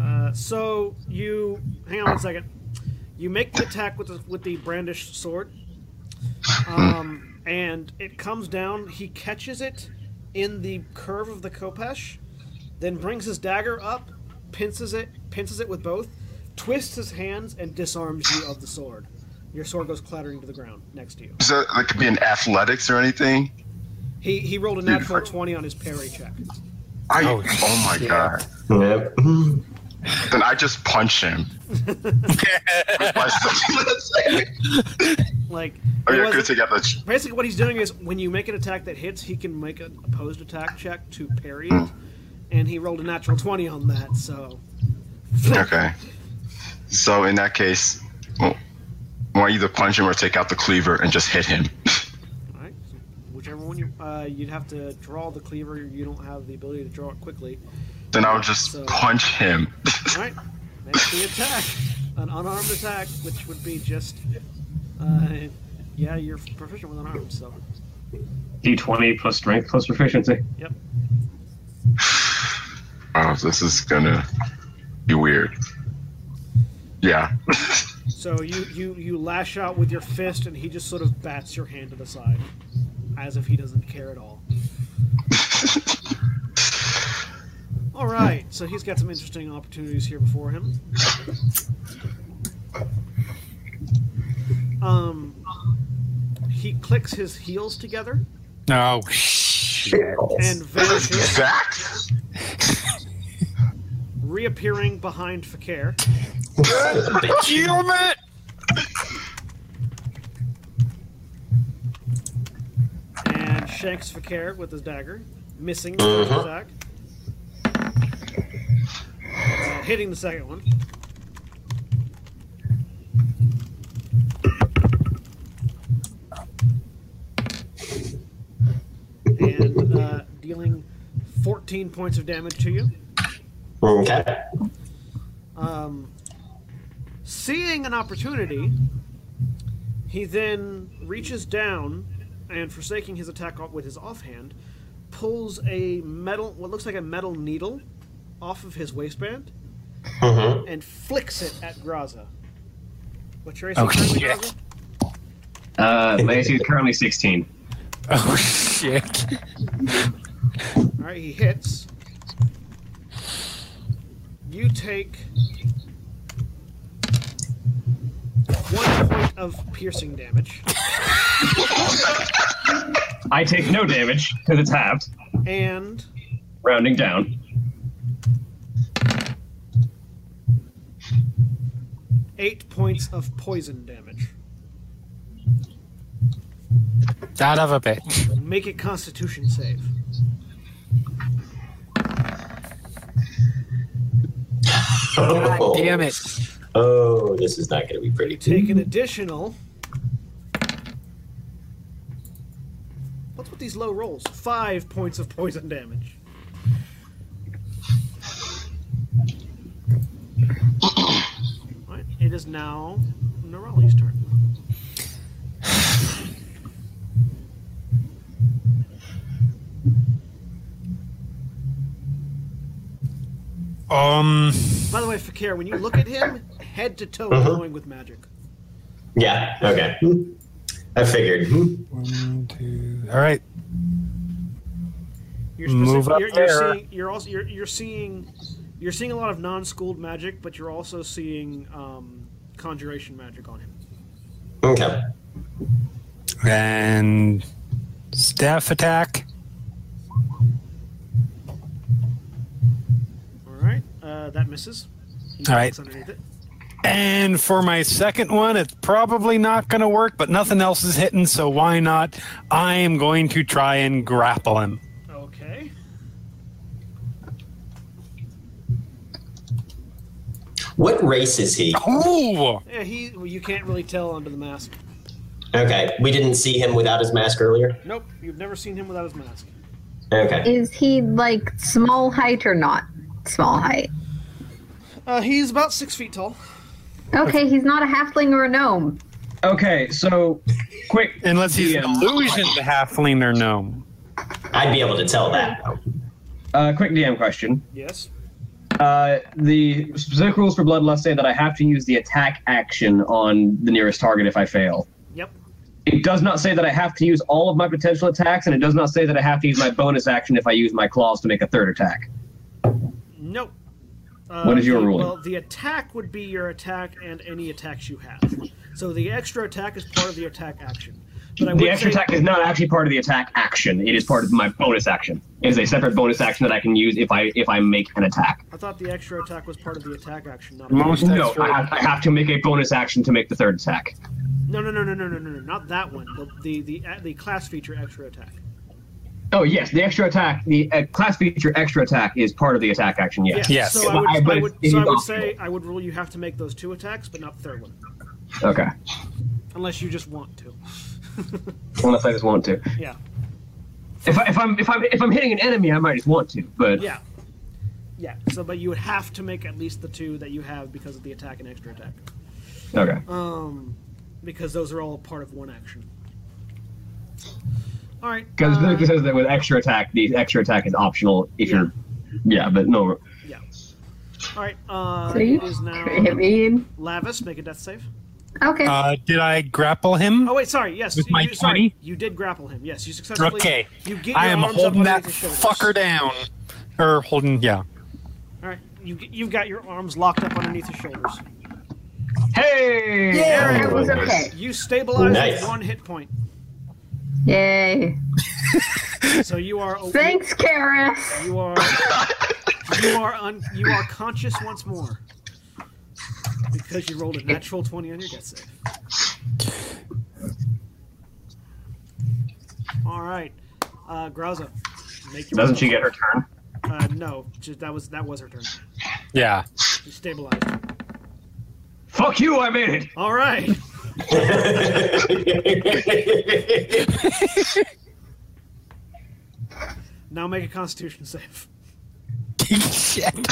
Uh, so you hang on one second. You make the attack with the, with the brandished sword, um, and it comes down. He catches it in the curve of the kopesh, then brings his dagger up, pinces it, pinces it with both, twists his hands, and disarms you of the sword. Your sword goes clattering to the ground next to you.
So that could be an athletics or anything.
He he rolled a natural twenty on his parry check.
I oh, my god.
Yep.
Then I just punch him. With my sword.
Like
oh
it
yeah,
wasn't-
good to get the ch-
Basically, what he's doing is when you make an attack that hits, he can make an opposed attack check to parry it, and he rolled a natural 20 on that, so.
Okay. So in that case, well, why either punch him or take out the cleaver and just hit him?
Alright, so whichever one you. Uh, you'd have to draw the cleaver, you don't have the ability to draw it quickly.
then I'll just
So-
punch him.
Alright, make the attack. An unarmed attack, which would be just. Uh, yeah, you're proficient with unarmed, so.
D20 plus strength plus proficiency.
Wow, Oh, this is gonna be weird. Yeah.
So you, you, you lash out with your fist, and he just sort of bats your hand to the side, as if he doesn't care at all. all right, so he's got some interesting opportunities here before him. Um, he clicks his heels together
No.
and vanishes,
Zach?
reappearing behind Fakir.
Damn it!
and shanks Fakir with his dagger, missing
Uh-huh.
the first attack, Uh, hitting the second one. And uh, dealing 14 points of damage to you.
Okay.
Um, seeing an opportunity, he then reaches down and, forsaking his attack off- with his offhand, pulls a metal, what looks like a metal needle, off of his waistband
Mm-hmm.
and flicks it at Graza. What's your AC?
Oh,
currently,
shit.
Graza?
Uh, my AC is currently 16.
Oh shit!
All right, he hits. You take one point of piercing damage.
I take no damage because it's halved,
and
rounding down.
eight points of poison damage.
That of a bitch.
Make it Constitution save.
Oh,
Damn it!
Oh, this is not going to be pretty.
You take an additional. What's with these low rolls? Five points of poison damage. Alright, It is now Norelli's turn.
Um.
By the way, Fakir, when you look at him, head to toe
Mhm.
glowing with magic.
Yeah. Okay. I figured.
One, two. All right.
You're
Move
specific-
up
you're, you're
there.
Seeing, you're also you're, you're seeing you're seeing a lot of non-schooled magic, but you're also seeing um, conjuration magic on him.
Okay.
And staff attack.
All right, uh, that misses. He
All right.
ducks Underneath it.
And for my second one, it's probably not going to work, but nothing else is hitting, so why not? I am going to try and grapple him.
Okay.
What race is he?
Ooh!
Yeah, he. Well, you can't really tell under the mask.
Okay. We didn't see him without his mask earlier.
Nope, you've never seen him without his mask.
Okay.
Is he like small height or not small height?
Uh, he's about six feet tall.
Okay, he's not a halfling or a gnome.
Okay, so quick.
Unless he's an
DM.
illusion to halfling or gnome.
I'd be able to tell that. though.
Uh, quick DM question.
Yes.
Uh, the specific rules for Bloodlust say that I have to use the attack action on the nearest target if I fail.
Yep.
It does not say that I have to use all of my potential attacks, and it does not say that I have to use my bonus action if I use my claws to make a third attack.
Nope. Uh,
What is your
the-
ruling?
Well, the attack would be your attack and any attacks you have. So the extra attack is part of the attack action. But I
The
would
extra
say-
attack is not actually part of the attack action. It is part of my bonus action. It is a separate bonus action that I can use if I if I make an attack.
I thought the extra attack was part of the attack action. Not
Most
No,
extra-
I have, I have to make a bonus action to make the third attack.
no, no, no, no, no, no, no, no, not that one. The the the, uh, the class feature extra attack.
Oh yes, the extra attack, the uh, class feature extra attack is part of the attack action. Yes.
Yes.
So I would,
I- but
I would,
it is
so I would
optional.
say I would rule you have to make those two attacks, but not the third one,
Okay.
unless you just want to.
Unless I just want to.
Yeah,
If, I, if I'm if I'm if I'm hitting an enemy, I might just want to. But
yeah, yeah. So, but you would have to make at least the two that you have because of the attack and extra attack,
okay.
because those are all part of one action. All right.
Because
uh,
it says that with extra attack, the extra attack is optional if you're. Yeah, but no.
all right. Uh,
So
it
you
is now
I mean,
Lavis. Make a death save.
okay.
Uh, did I grapple him?
Oh wait, sorry. Yes,
With
you,
my
you- sorry,
20?
you did grapple him. Yes, you successfully.
Okay.
You get
I
your
am
arms up
holding that
underneath his shoulders.
fucker down. Or holding, yeah.
All right. You get- you've got your arms locked up underneath his shoulders.
Hey!
that was okay.
You stabilize
Nice.
with one hit point,
Yay.
so you are
Thanks, Karis.
you are you are un, you are conscious once more because you rolled a natural twenty on your death save. All right, uh, Graza, make your
Doesn't she get her turn?
Uh, no, ju- that was that was her turn.
Yeah.
She stabilized.
Fuck you! I made it.
All right. Now make a Constitution save.
Shit.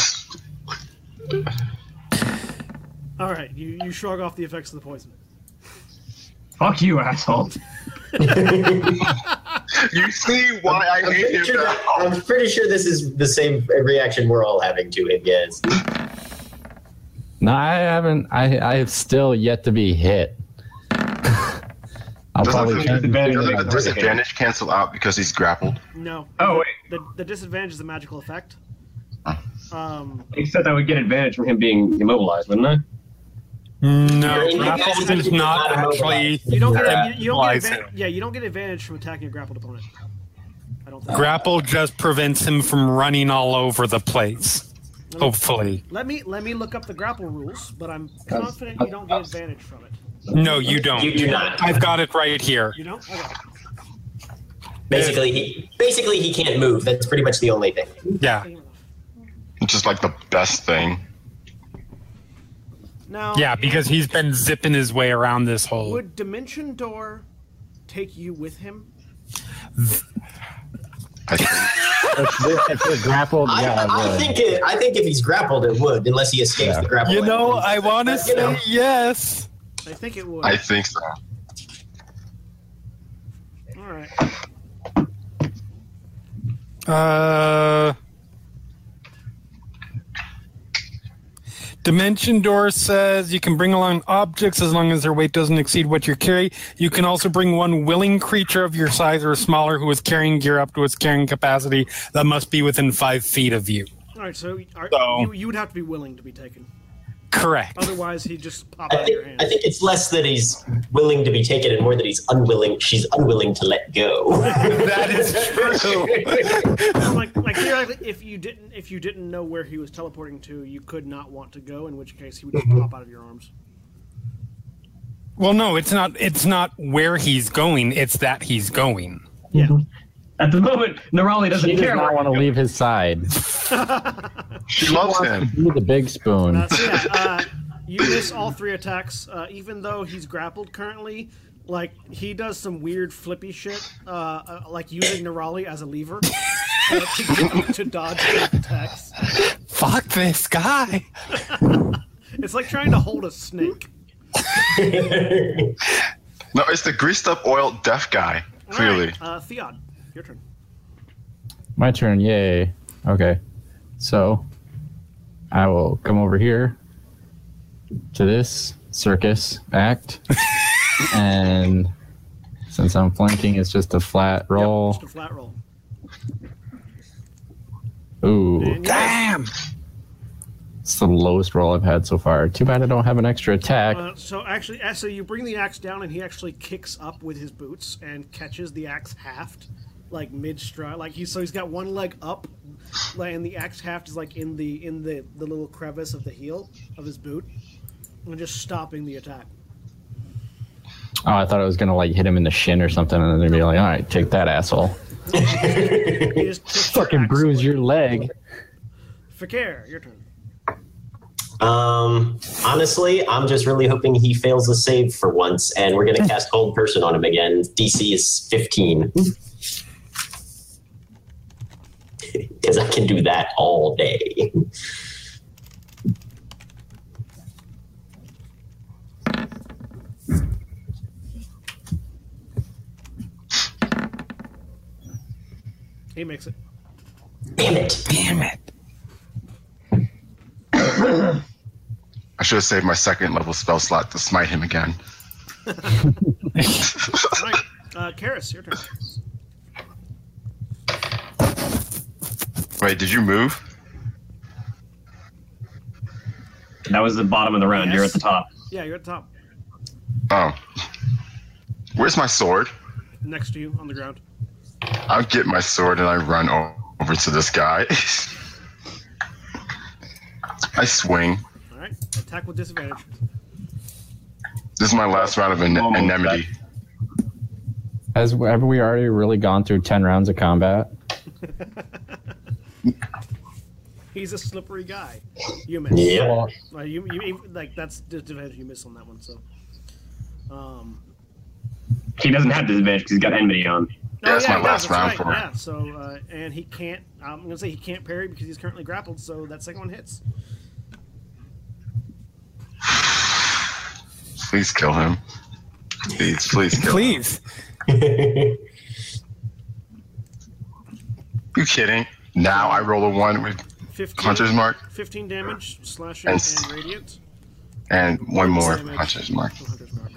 All right, you, you shrug off the effects of the poison.
Fuck you, asshole.
You see why I
I'm
hate
pretty,
him
sure
now.
that- I'm pretty sure this is the same reaction we're all having to it, yes.
No, I haven't. I I have still yet to be hit. I'll
Doesn't
probably
the
change the
disadvantage-
Doesn't the
thing.
disadvantage cancel out because he's grappled?
No.
Oh, wait.
The, the disadvantage is a magical effect. Um,
Except I would get advantage from him being immobilized, wouldn't I?
No,
Yeah,
grapple
you guys
does not
have to
actually.
you don't get,
Yeah,
you, you don't get
lies
advan-
him.
yeah you don't get advantage from attacking a grappled opponent. I don't think.
Grapple just prevents him from running all over the place. Hopefully.
let me let me look up the grapple rules, but I'm confident you don't get advantage from it.
No, you don't.
You do not.
I've got it right here.
You don't. Okay.
Basically, he basically he can't move. That's pretty much the only thing.
Yeah.
Which is like the best thing.
Now,
Yeah, because he's been zipping his way around this whole.
would Dimension Door take you with him?
I think.
If we're- if we're grappled,
I,
yeah, I
I
would.
think it, I think if he's grappled, it would, unless he escapes
Yeah.
the grapple.
You know, I want to
You know.
say yes.
I think it would.
I think so.
All right.
Uh. Dimension Door says you can bring along objects as long as their weight doesn't exceed what you carry. You can also bring one willing creature of your size or smaller who is carrying gear up to its carrying capacity that must be within five feet of you.
All right. So, are,
So-
You, you would have to be willing to be taken.
Correct.
Otherwise, he'd just pop
I
out of
think,
your hand.
I think it's less that he's willing to be taken and more that he's unwilling. She's unwilling to let go.
That is true.
like, like theoretically, if you didn't, if you didn't know where he was teleporting to, you could not want to go. In which case, he would just
Mm-hmm.
pop out of your arms.
Well, no, it's not. It's not where he's going. It's that he's going.
Yeah.
At the moment, Nerali doesn't
He does
care.
not
where-
want to leave his side.
She loves him.
Be the big spoon.
Uh, so yeah, uh, you miss all three attacks, uh, even though he's grappled currently. Like he does some weird flippy shit, uh, uh, like using Nerali as a lever uh, to, to dodge his attacks.
Fuck this guy.
It's like trying to hold a snake.
No, it's the greased up oil deaf guy.
All right,
Clearly.
uh, Theod, your turn.
My turn. Yay. Okay. So I will come over here to this circus act, and since I'm flanking, it's just a flat roll.
Just a flat roll.
Ooh,
And you-
Damn.
it's the lowest roll I've had so far. Too bad I don't have an extra attack.
Uh, so actually, uh, so you bring the axe down, and he actually kicks up with his boots and catches the axe haft, like mid stride. Like he's so he's got one leg up, like, and the axe haft is like in the in the the little crevice of the heel of his boot, and just stopping the attack.
Oh, I thought I was gonna like hit him in the shin or something, and then they'd be like, "All right, take that asshole."
He just kicks your
Fucking
axe
bruise
away.
your leg.
Fakir, your turn.
Um, honestly, I'm just really hoping he fails the save for once, and we're gonna cast Cold Person on him again. DC is 15. Because I can do that all day.
makes it.
Damn it.
Damn it.
I should have saved my second level spell slot to smite him again.
All right, uh, Karis, your turn.
Wait, did you move?
That was the bottom of the round. You're
Yes.
at the top.
Yeah, you're at the top,
Oh. Where's my sword?
next to you on the ground.
I'll get my sword and I run o- over to this guy. I swing.
All right, attack with disadvantage.
This is my last round of an-
Almost
anemone.
Has have we already really gone through ten rounds of combat?
He's a slippery guy. You miss.
Yeah.
Well,
Like, you, you, like that's disadvantage you miss on that one. So. Um,
He doesn't have disadvantage because he's got enmity on.
Yeah, that's my
he
last
does,
round
right,
for him.
Yeah, so uh, and he can't. I'm gonna say he can't parry because he's currently grappled. So that second one hits.
Please kill him. Please, please kill him.
Please.
You kidding? Now I roll a one with
15,
Hunter's Mark
15 damage, slashing, and,
And s-
radiant.
and one more
Damage.
Hunter's Mark.
Oh, Hunter's Mark.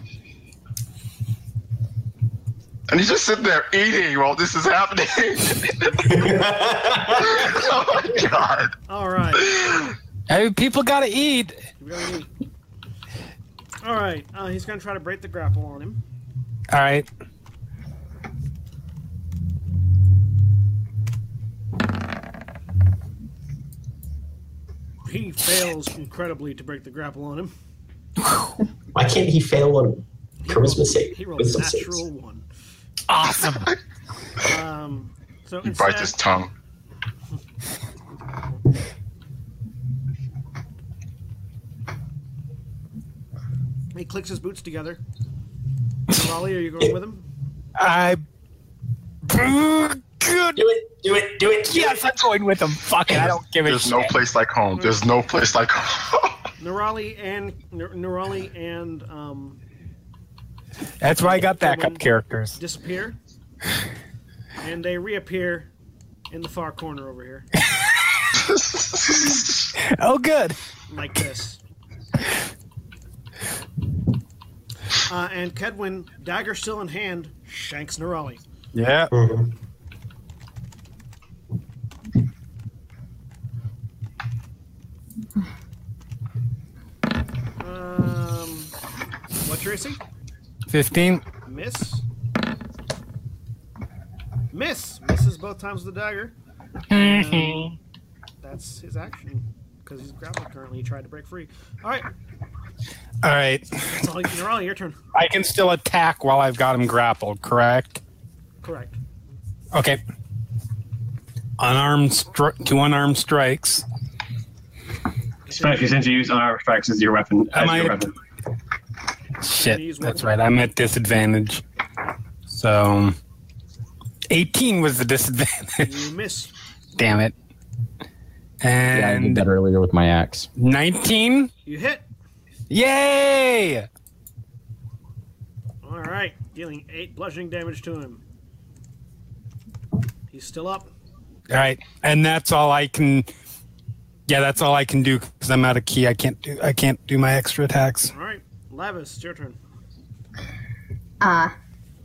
And he's just sitting there eating while this is happening. oh my god.
All right.
Hey, people gotta eat.
We gotta leave. All right. Uh, he's gonna try to break the grapple on him.
All right.
He fails incredibly to break the grapple on him.
Why can't he fail on charisma save?
He rolled a
Wisdom saves.
natural one.
Awesome.
Um, so
He bites his
instead,
tongue.
he clicks his boots together. Raleigh, are you going with him?
I. Good.
Do it, do it, do it.
Yes, I'm going with them. Fuck it. I don't give a
There's no
shit.
place like home. There's no place like home.
Nerali and Ner- Nerali and um,
That's why I got backup characters.
disappear, and they reappear in the far corner over here,
Oh, good.
like this. Uh, and Kedwin, dagger still in hand, shanks Nerali.
Yeah.
Mhm.
Um, what's your AC?
15.
Miss. Miss. Misses both times with the dagger. Um, that's his action. Because he's grappled currently. He tried to break free. Alright.
All right.
That's all you can roll. Your turn.
I can still attack while I've got him grappled, correct?
Correct.
Okay. Unarmed stri- two unarmed strikes.
Especially since you use unarmed strikes as your weapon. As
Am I-
your weapon.
Shit, that's right. I'm at disadvantage. So 18 was the disadvantage.
You miss.
Damn it.
yeah, I did
And
that earlier with my axe.
19.
You hit.
Yay!
Alright. Dealing 8 bludgeoning damage to him. He's still up.
All right, and that's all I can. Yeah, that's all I can do because I'm out of key. I can't do. I can't do my extra attacks.
Alright. Lavis, it's your turn.
Uh,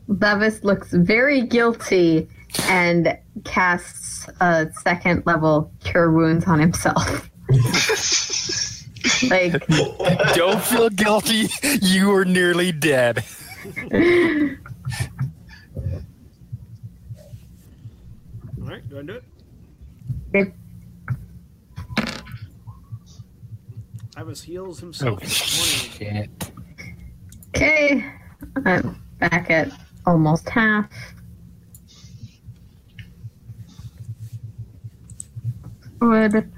Levis looks very guilty and casts a second level cure wounds on himself. like,
Don't feel guilty. You were nearly dead.
Alright. Do I do it?
it-
Lavis heals himself.
Oh
with 20.
shit!
okay, I'm back at almost half. Would.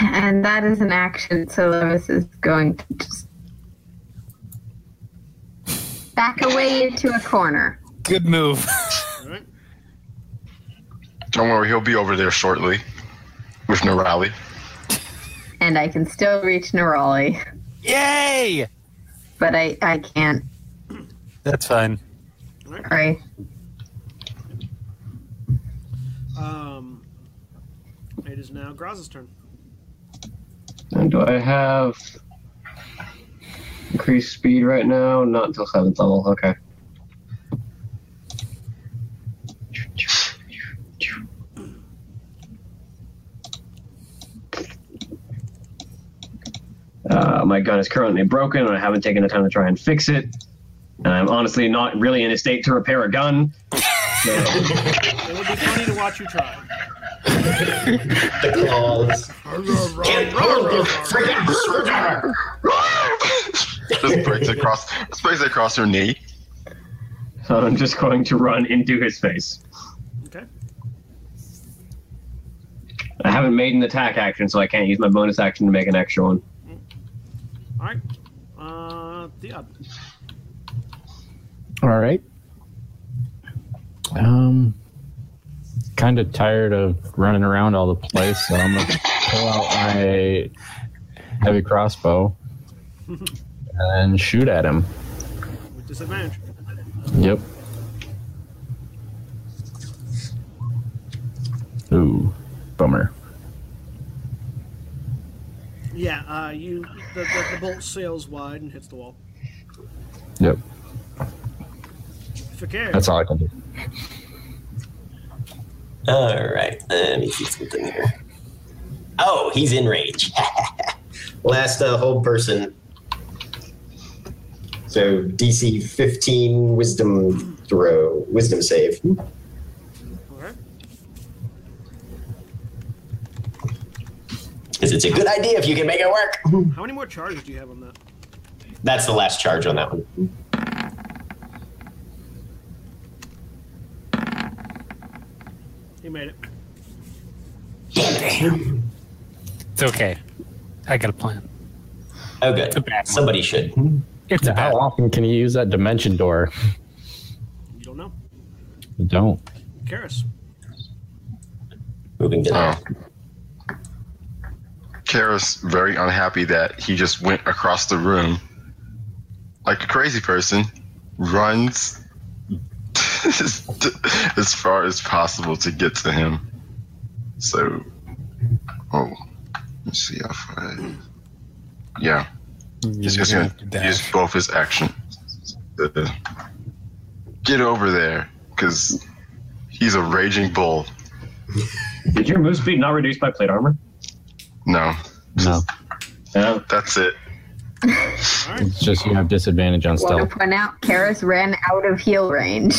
And that is an action, so Levis is going to just back away into a corner.
Good move.
Alright.
Don't worry, he'll be over there shortly with Nerali.
and I can still reach Neroli,
Yay!
but I, I can't.
That's fine.
Sorry.
Um, it is now Graz's turn.
And do I have increased speed right now? Not until seventh level. Okay. Uh, my gun is currently broken, and I haven't taken the time to try and fix it. And I'm honestly not really in a state to repair a gun. So,
It would be funny to watch you try.
The claws. Can't hold your freaking screwdriver.
just breaks across, just breaks across her knee.
so I'm just going to run into his face.
Okay.
I haven't made an attack action, so I can't use my bonus action to make an extra one.
All right. Uh, Theod.
All right. Um, kind of tired of running around all the place, so I'm gonna pull out my heavy crossbow and shoot at him.
with disadvantage.
Yep. Ooh, bummer.
Yeah. Uh, you the, the, the bolt sails wide and hits the wall.
Yep,
Fakir.
that's all I can do.
All right, let me see something here. Oh, he's enraged. Last uh, whole person. So DC 15 wisdom throw, wisdom save.
All right.
Because it's a good idea if you can make it work.
How many more charges do you have on that?
That's the last charge on that one.
He made it.
Damn.
It's okay. I got a plan.
Oh,
It's a bad one.
good. Somebody should.
It's a bad
How often can you use that dimension door?
You don't know.
You don't.
Karis.
Moving to
Oh.
that.
Kara's very unhappy that he just went across the room like a crazy person, runs as, as far as possible to get to him. So, oh, let's see how far. I- Yeah, he's just gonna use both his actions. to Get over there, because he's a raging bull.
Did your move speed not reduce by plate armor?
No,
No,
No.
that's it.
All right.
it's just you have disadvantage on
Want
stealth.
to point out, Karis ran out of heal range.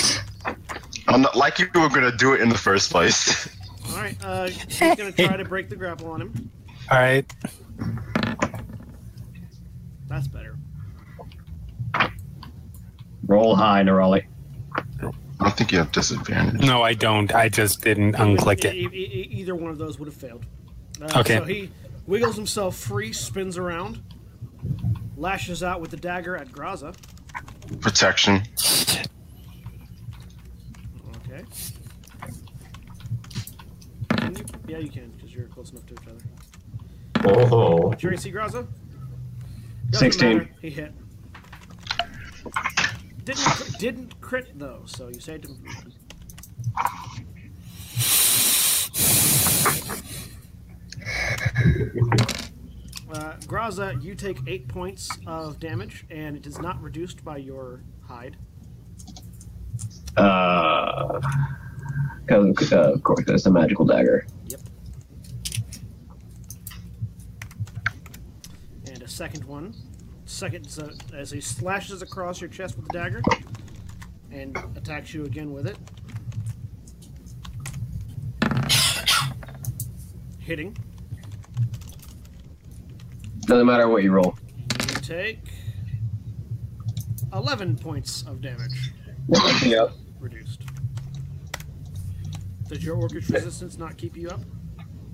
I'm not like you were gonna do it in the first place.
All right. Uh, he's gonna try to break the grapple on him.
All right.
That's better.
Roll high, Nerali.
I don't think you have disadvantage.
No, I don't. I just didn't unclick
E-
it.
e- e- either one of those would have failed. Uh,
Okay.
So he wiggles himself free, spins around, lashes out with the dagger at Graza.
Protection.
Okay. Can you- yeah, you can because you're close enough to each other.
Oh,
Jerry C. Graza.
16.
He hit. Didn't cr- didn't crit though, so you saved him. Uh, Graza, you take eight points of damage, and it is not reduced by your hide.
Uh, 'cause, uh, of course, that's a magical dagger.
And a second one, second so, as he slashes across your chest with the dagger, and attacks you again with it, hitting.
Doesn't matter what you roll.
You take eleven points of damage
yep.
reduced. Did your orcish resistance not keep you up?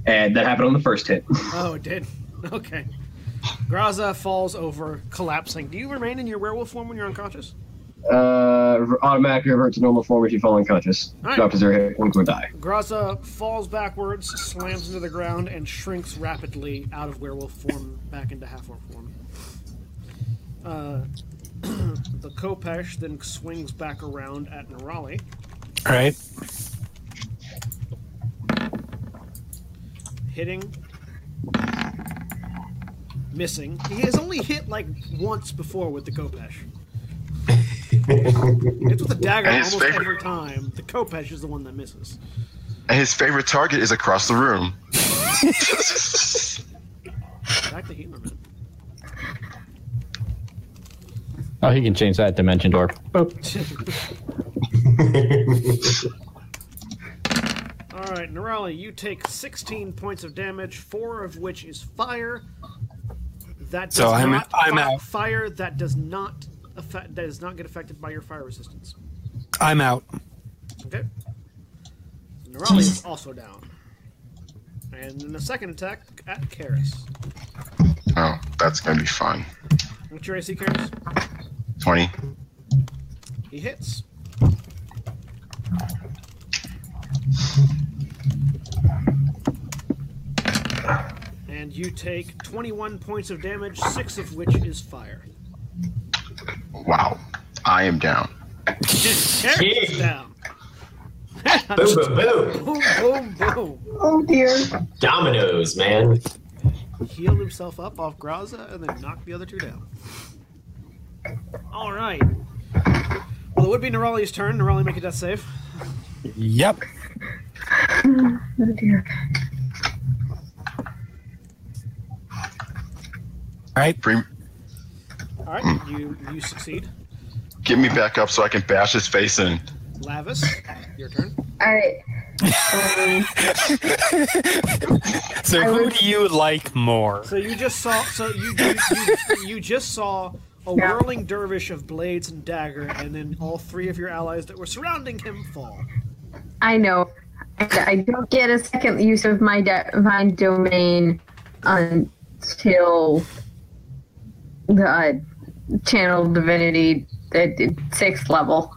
And that happened on the first hit.
Oh, it did. Okay. Graza falls over, collapsing. Do you remain in your werewolf form when you're unconscious?
Uh, automatically revert to normal form if you fall unconscious.
Alright.
Drop to zero hit, one will die.
Graza falls backwards, slams into the ground, and shrinks rapidly out of werewolf form back into half orc form. Uh, the Kopesh then swings back around at Nerali.
All right.
hitting, missing. He has only hit like once before with the Kopesh. it's with a dagger
And his
almost
favorite-
every time. The Kopesh is the one that misses.
And his favorite target is across the room.
Back to Healerman.
Oh, he can change that dimension door. Boop.
All right, Norelli, you take 16 points of damage, four of which is fire. That does
So I'm-
not
I'm
fi-
out.
Fire that does not affect that does not get affected by your fire resistance.
I'm out.
Okay. Norelli is also down. And then the second attack at Karis.
Oh, that's gonna be fun.
What's your AC, Karis?
Twenty.
He hits. And you take 21 points of damage, six of which is fire.
Wow. I am down.
Karis is down.
boom, boom, boom.
Boom, boom, boom.
Oh dear.
Dominoes, man.
Healed himself up off Graza and then knocked the other two down. All right. Well, it would be Norelli's turn. Norelli, make a death save.
Yep.
Oh dear.
All right.
Bring,
All right, you you succeed.
get me back up so I can bash his face in.
Lavis, your turn.
All right. Um,
So
I
who
was-
do you like more?
So you just saw. So you you, you, you just saw a
Yeah.
whirling dervish of blades and dagger, and then all three of your allies that were surrounding him fall.
I know. And I don't get a second use of my de- my domain until the uh, channel divinity at sixth level.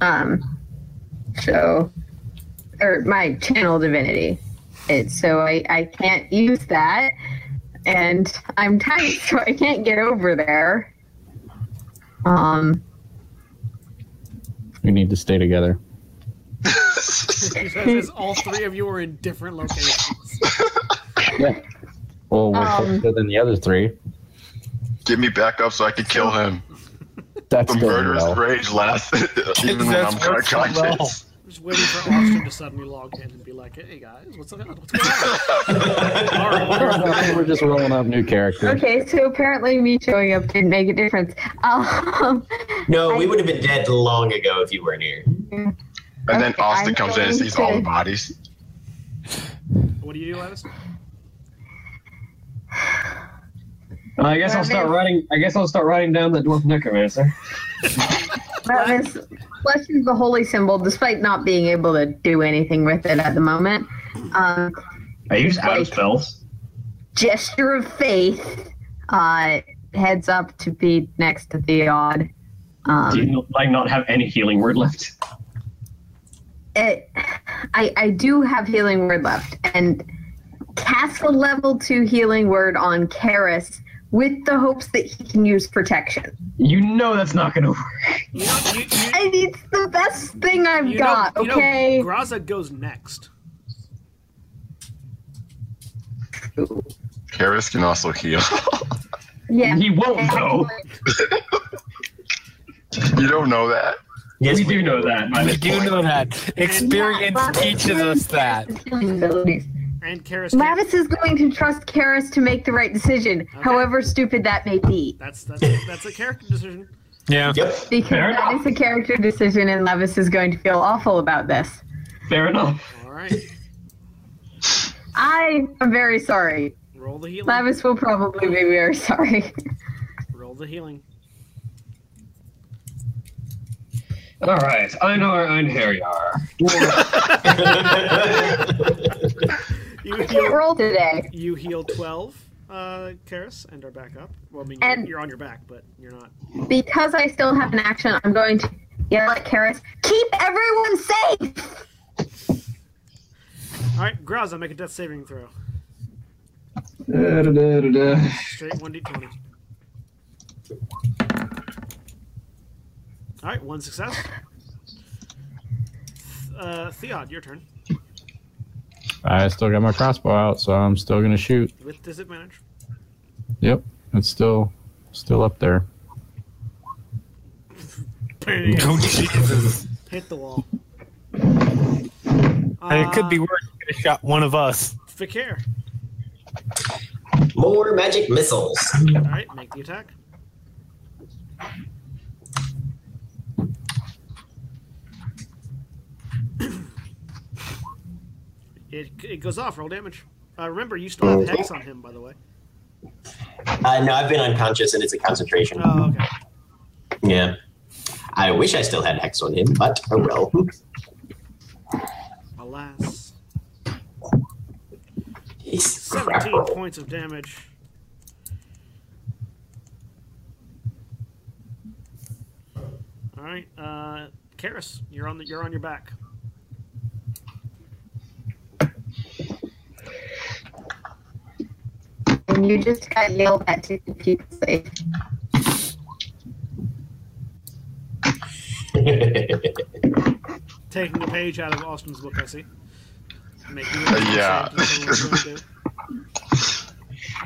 Um, so or my channel divinity. It, so I, I can't use that, and I'm tight, so I can't get over there. Um.
We need to stay together.
He says as all three of you are in different locations.
Yeah. Well, we're
Um,
closer than the other three.
Get me back up so I can kill him.
That's
The
still
murderous
no.
rage lasts even when
That's
I'm
what's so
conscious.
I'm just waiting for Austin to suddenly log in and be like, "Hey guys, what's up? What's going on?" all right, all right.
We're just rolling up new characters.
Okay, so apparently me showing up didn't make a difference. Um,
No, we would have been dead long ago if you weren't here.
And then
Okay,
Austin
I'm
comes in and
going
sees all
to-
the bodies.
What do you do, Lavis?
Well, I guess I'll start writing. I guess I'll start writing down the dwarf necromancer.
well, this flesh is the holy symbol, despite not being able to do anything with it at the moment. Um,
I used out of spells.
gesture of faith uh, heads up to be next to the odd.
Do
Um,
you like not have any healing word left?
it, I, I do have healing word left, and cast a level two healing word on Karis with the hopes that he can use protection.
You know that's not gonna work.
You know, you, you,
And it's the best thing I've
you know,
got, okay?
you know, Graza goes next.
Karis can also heal.
yeah.
He won't know.
you don't know that.
Yes,
We do know that. by
We
this
do
point.
know that. Experience teaches us that.
And Karis. takes-
Lavis is going to trust Karis to make the right decision, however stupid that may be.
That's that's that's a character decision.
Yeah.
Yep.
Because
Fair
that
enough.
is a character decision, and Levis is going to feel awful about this.
Fair enough.
All right,
I am very sorry.
roll the healing.
Lavis will probably be very sorry.
Roll the healing.
All right. Einar Einherjar.
You
I can't
heal,
roll today.
you heal twelve, uh, Karis, and are back up. Well, I mean,
And-
you're on your back, but you're not.
Because I still have an action, I'm going to yell at Karis, keep everyone safe!
All right, Graza, make a death saving throw. Straight one d twenty. All right, one success. Uh, Theod, your turn.
I still got my crossbow out, so I'm still gonna shoot.
With disadvantage.
Yep, it's still still up there.
Bam.
Oh, Jesus.
Hit the wall.
And it could be
Uh,
worse. It could've shot one of us.
Fakir.
More magic missiles.
All right, make the attack. It, it goes off. Roll damage. Uh, remember, you still have hex on him, by the way.
Uh, no, I've been unconscious and it's a concentration.
Oh, okay.
Yeah. I wish I still had Hex on him, but oh well.
Alas,
He's
seventeen
crap.
points of damage. All right, uh, Karis, you're on the, you're on your back.
And you just got yelled at to keep you safe.
taking a page out of Austin's book, I see. Making it
Uh, Yeah.
Roll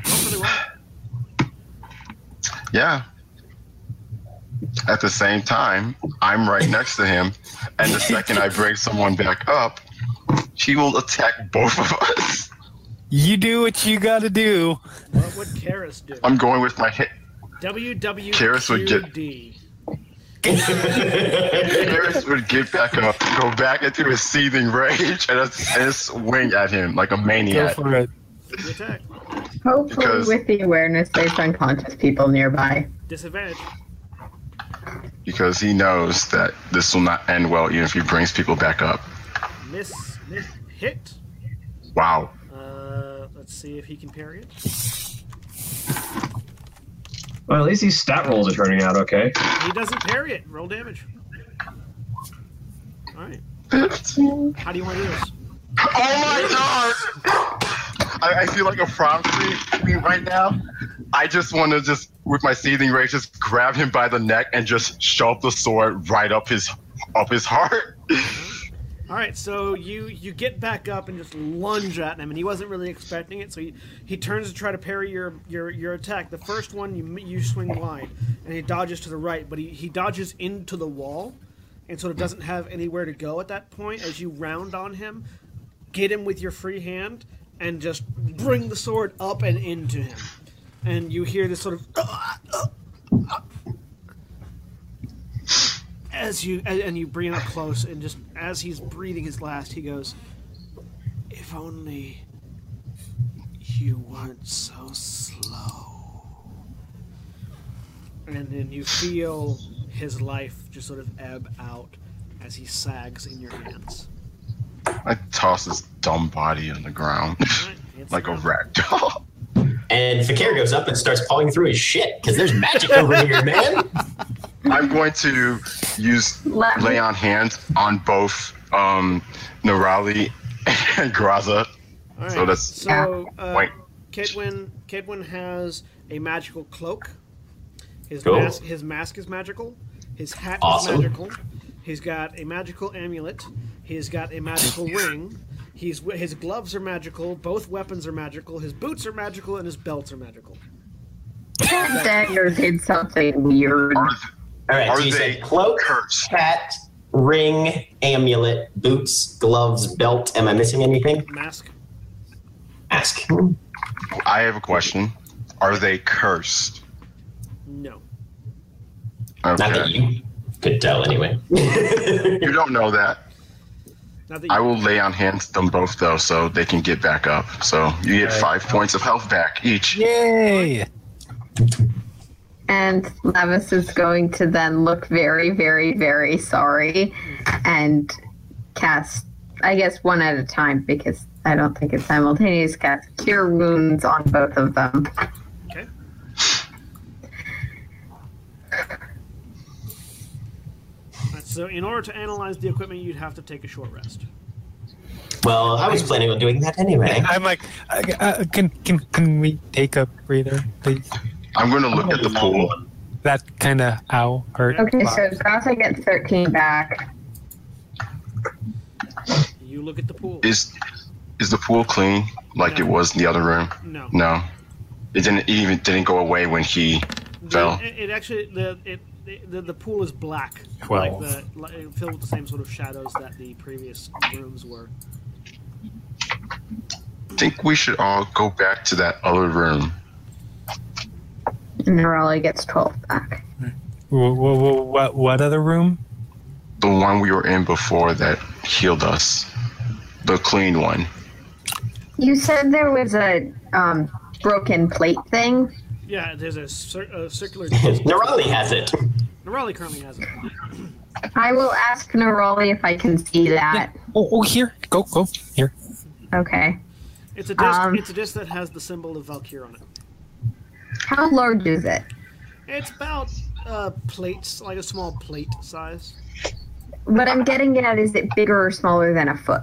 for the roll.
Yeah. At the same time, I'm right next to him, and the second I bring someone back up, she will attack both of us.
You do what you gotta do.
What would Karis do?
I'm going with my hit.
WWQD.
Karis would get- Harris would get back up, go back into his seething rage, and, and swing at him like a
Go
maniac.
for it.
Make the attack.
Hopefully,
Because-
with the awareness, there's unconscious people nearby.
Disadvantage.
Because he knows that this will not end well, even if he brings people back up.
Miss. miss hit.
Wow.
Uh, let's see if he can parry it.
Well, at least these stat rolls are turning out okay.
He doesn't parry it. Roll damage. Alright. How do you want to do this?
Oh my god! I, I feel like a prom queen right now. I just want to just, with my seething rage, just grab him by the neck and just shove the sword right up his up his heart.
All right, so you you get back up and just lunge at him, and he wasn't really expecting it, so he, he turns to try to parry your your, your attack. The first one you you swing wide, and he dodges to the right, but he, he dodges into the wall, and sort of doesn't have anywhere to go at that point. As you round on him, get him with your free hand, and just bring the sword up and into him, and you hear this sort of as you and, and you bring him up close and just as he's breathing his last he goes if only you weren't so slow and then you feel his life just sort of ebb out as he sags in your hands
I toss his dumb body on the ground
All right, it's
like a
around.
rat doll.
and Fakir goes up and starts pawing through his shit because there's magic over here, man.
I'm going to use
Let me-
lay on hands on both um, Nerali and
All
Graza.
right.
So that's-
so uh,
Wait.
Kedwin. Kedwin has a magical cloak. His
Cool.
mask. His mask is magical. His hat
Awesome.
is magical. He's got a magical amulet. He's got a magical ring. He's his gloves are magical. Both weapons are magical. His boots are magical, and his belts are magical.
That dagger did something weird.
All right,
Are
so you
they
said cloak,
cursed?
hat, ring, amulet, boots, gloves, belt. Am I missing anything?
Mask.
Ask.
I have a question. Are they cursed?
No.
Not that
Okay.
you could tell, anyway.
You don't know that.
Not that you,
I will lay on hands them both though, so they can get back up. So you get five points of health back each.
Yay!
And Lavis is going to then look very, very, very sorry and cast, I guess, one at a time because I don't think it's simultaneous, cast Cure Wounds on both of them.
Okay. Alright, So, in order to analyze the equipment, you'd have to take a short rest.
Well, I was planning on doing that anyway.
I'm like, uh, uh, can can can we take a breather, please?
I'm going to look at the pool.
That kind of ow hurt.
Okay, so Grasa gets 13 back.
You look at the pool.
Is is the pool clean like
No.
it was in the other room?
No.
No, it didn't. It even didn't go away when he fell.
The- It, it actually the it. The, the pool is black,
Twelve.
like the like, filled with the same sort of shadows that the previous rooms were.
I think we should all go back to that other room.
And Neroli gets 12 back.
Wha- wha- wha- What, what other room?
the one we were in before that healed us, the clean one.
You said there was a um, broken plate thing.
Yeah, there's a, cir- a circular. disc.
Nerali has it.
Nerali currently has it.
I will ask Neroli if I can see that.
Oh, oh here. Go, go. Here.
Okay.
It's a disc.
Um.
it's a disc that has the symbol of Valkyr on it.
How large is it?
It's about uh, plates, like a small plate size.
What I'm getting at is it bigger or smaller than a foot?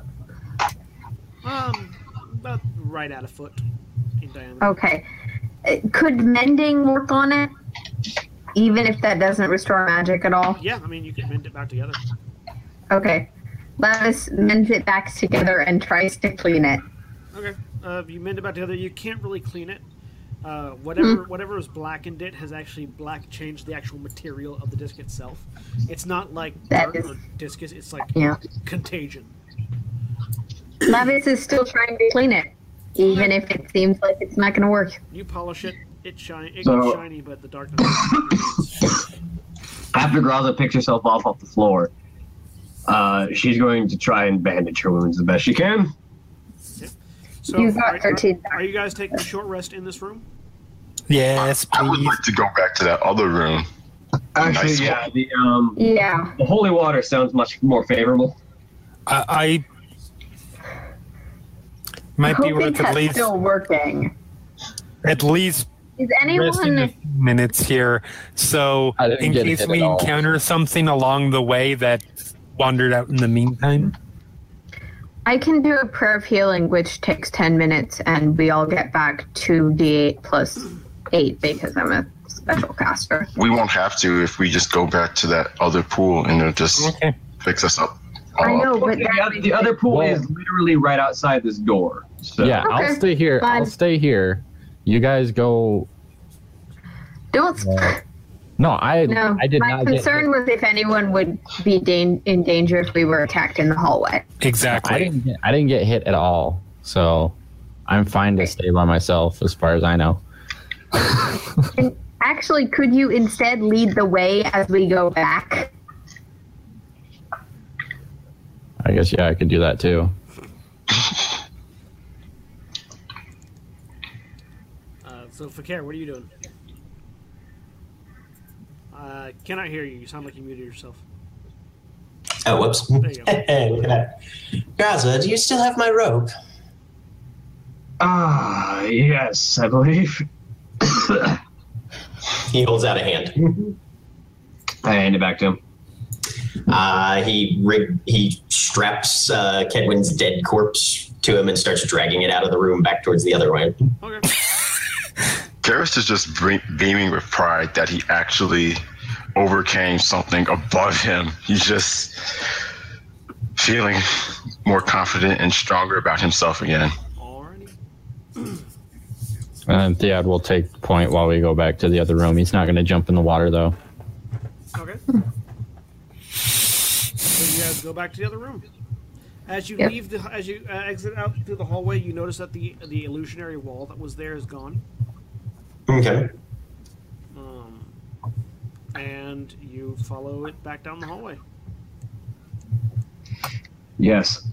Um, about right at a foot in diameter.
Okay. Uh, Could mending work on it? Even if that doesn't restore magic at all?
Yeah, I mean you can mend it back together.
Okay. Lavis mends it back together and tries to clean it.
Okay. Uh, you mend it back together. You can't really clean it. Uh, whatever
Hmm.
whatever is blackened it has actually black changed the actual material of the disc itself. It's not like
That
dirt
is-
or discus. It's like
Yeah.
contagion.
Lavis is still trying to clean it, even if it seems like it's not going to work.
You polish it, it shine, it
So-
gets shiny, but the darkness. remains.
After Graza picks herself off off the floor, uh, she's going to try and bandage her wounds the best she can.
so
You got
are-
13.
Are, are you guys taking a short rest in this room?
Yes,
I would
please.
like to go back to that other room.
Actually,
Nice
yeah,
one.
the, um,
Yeah.
the holy water sounds much more favorable.
I, I might be
Hoping
worth at
that's
least
still working.
at least
Is
resting a
anyone
few minutes here. So
I didn't
in
get
case
hit
we
at all.
encounter something along the way that wandered out in the meantime.
I can do a prayer of healing, which takes 10 minutes, and we all get back 2d8 plus 8 because I'm a special caster.
We won't have to if we just go back to that other pool and it'll just
Okay.
fix us up.
I know, but
The,
that
oth- Oh, the other pool
Well-
is literally right outside this door. So.
Yeah,
Okay,
I'll stay here.
fine.
I'll stay here. You guys go.
don't.
No, I
No,
I did
my
not get
concern
hit.
was if anyone would be dan- in danger if we were attacked in the hallway.
I
Exactly.
didn't get, I didn't get hit at all. So I'm fine to stay by myself as far as I know.
And actually, could you instead lead the way as we go back?
I guess yeah, I could do that too.
Uh, so Fakir, what are you doing? Uh, cannot hear you. You sound like you muted yourself.
Oh, whoops.
you
Look
go.
at that. Graza, do you still have my rope?
Ah, yes, I believe.
He holds out a hand.
I hand it back to him.
Uh, he rig- he straps uh, Kedwin's dead corpse to him and starts dragging it out of the room back towards the other way.
Okay.
Garrus is just bre- beaming with pride that he actually overcame something above him. He's just feeling more confident and stronger about himself again.
Alrighty.
And Um, Theod will take point while we go back to the other room. He's not going to jump in the water though.
Okay. so you guys go back to the other room. As you
Yep.
leave the, as you uh, exit out through the hallway, you notice that the the illusionary wall that was there is gone,
Okay.
um, and you follow it back down the hallway.
Yes.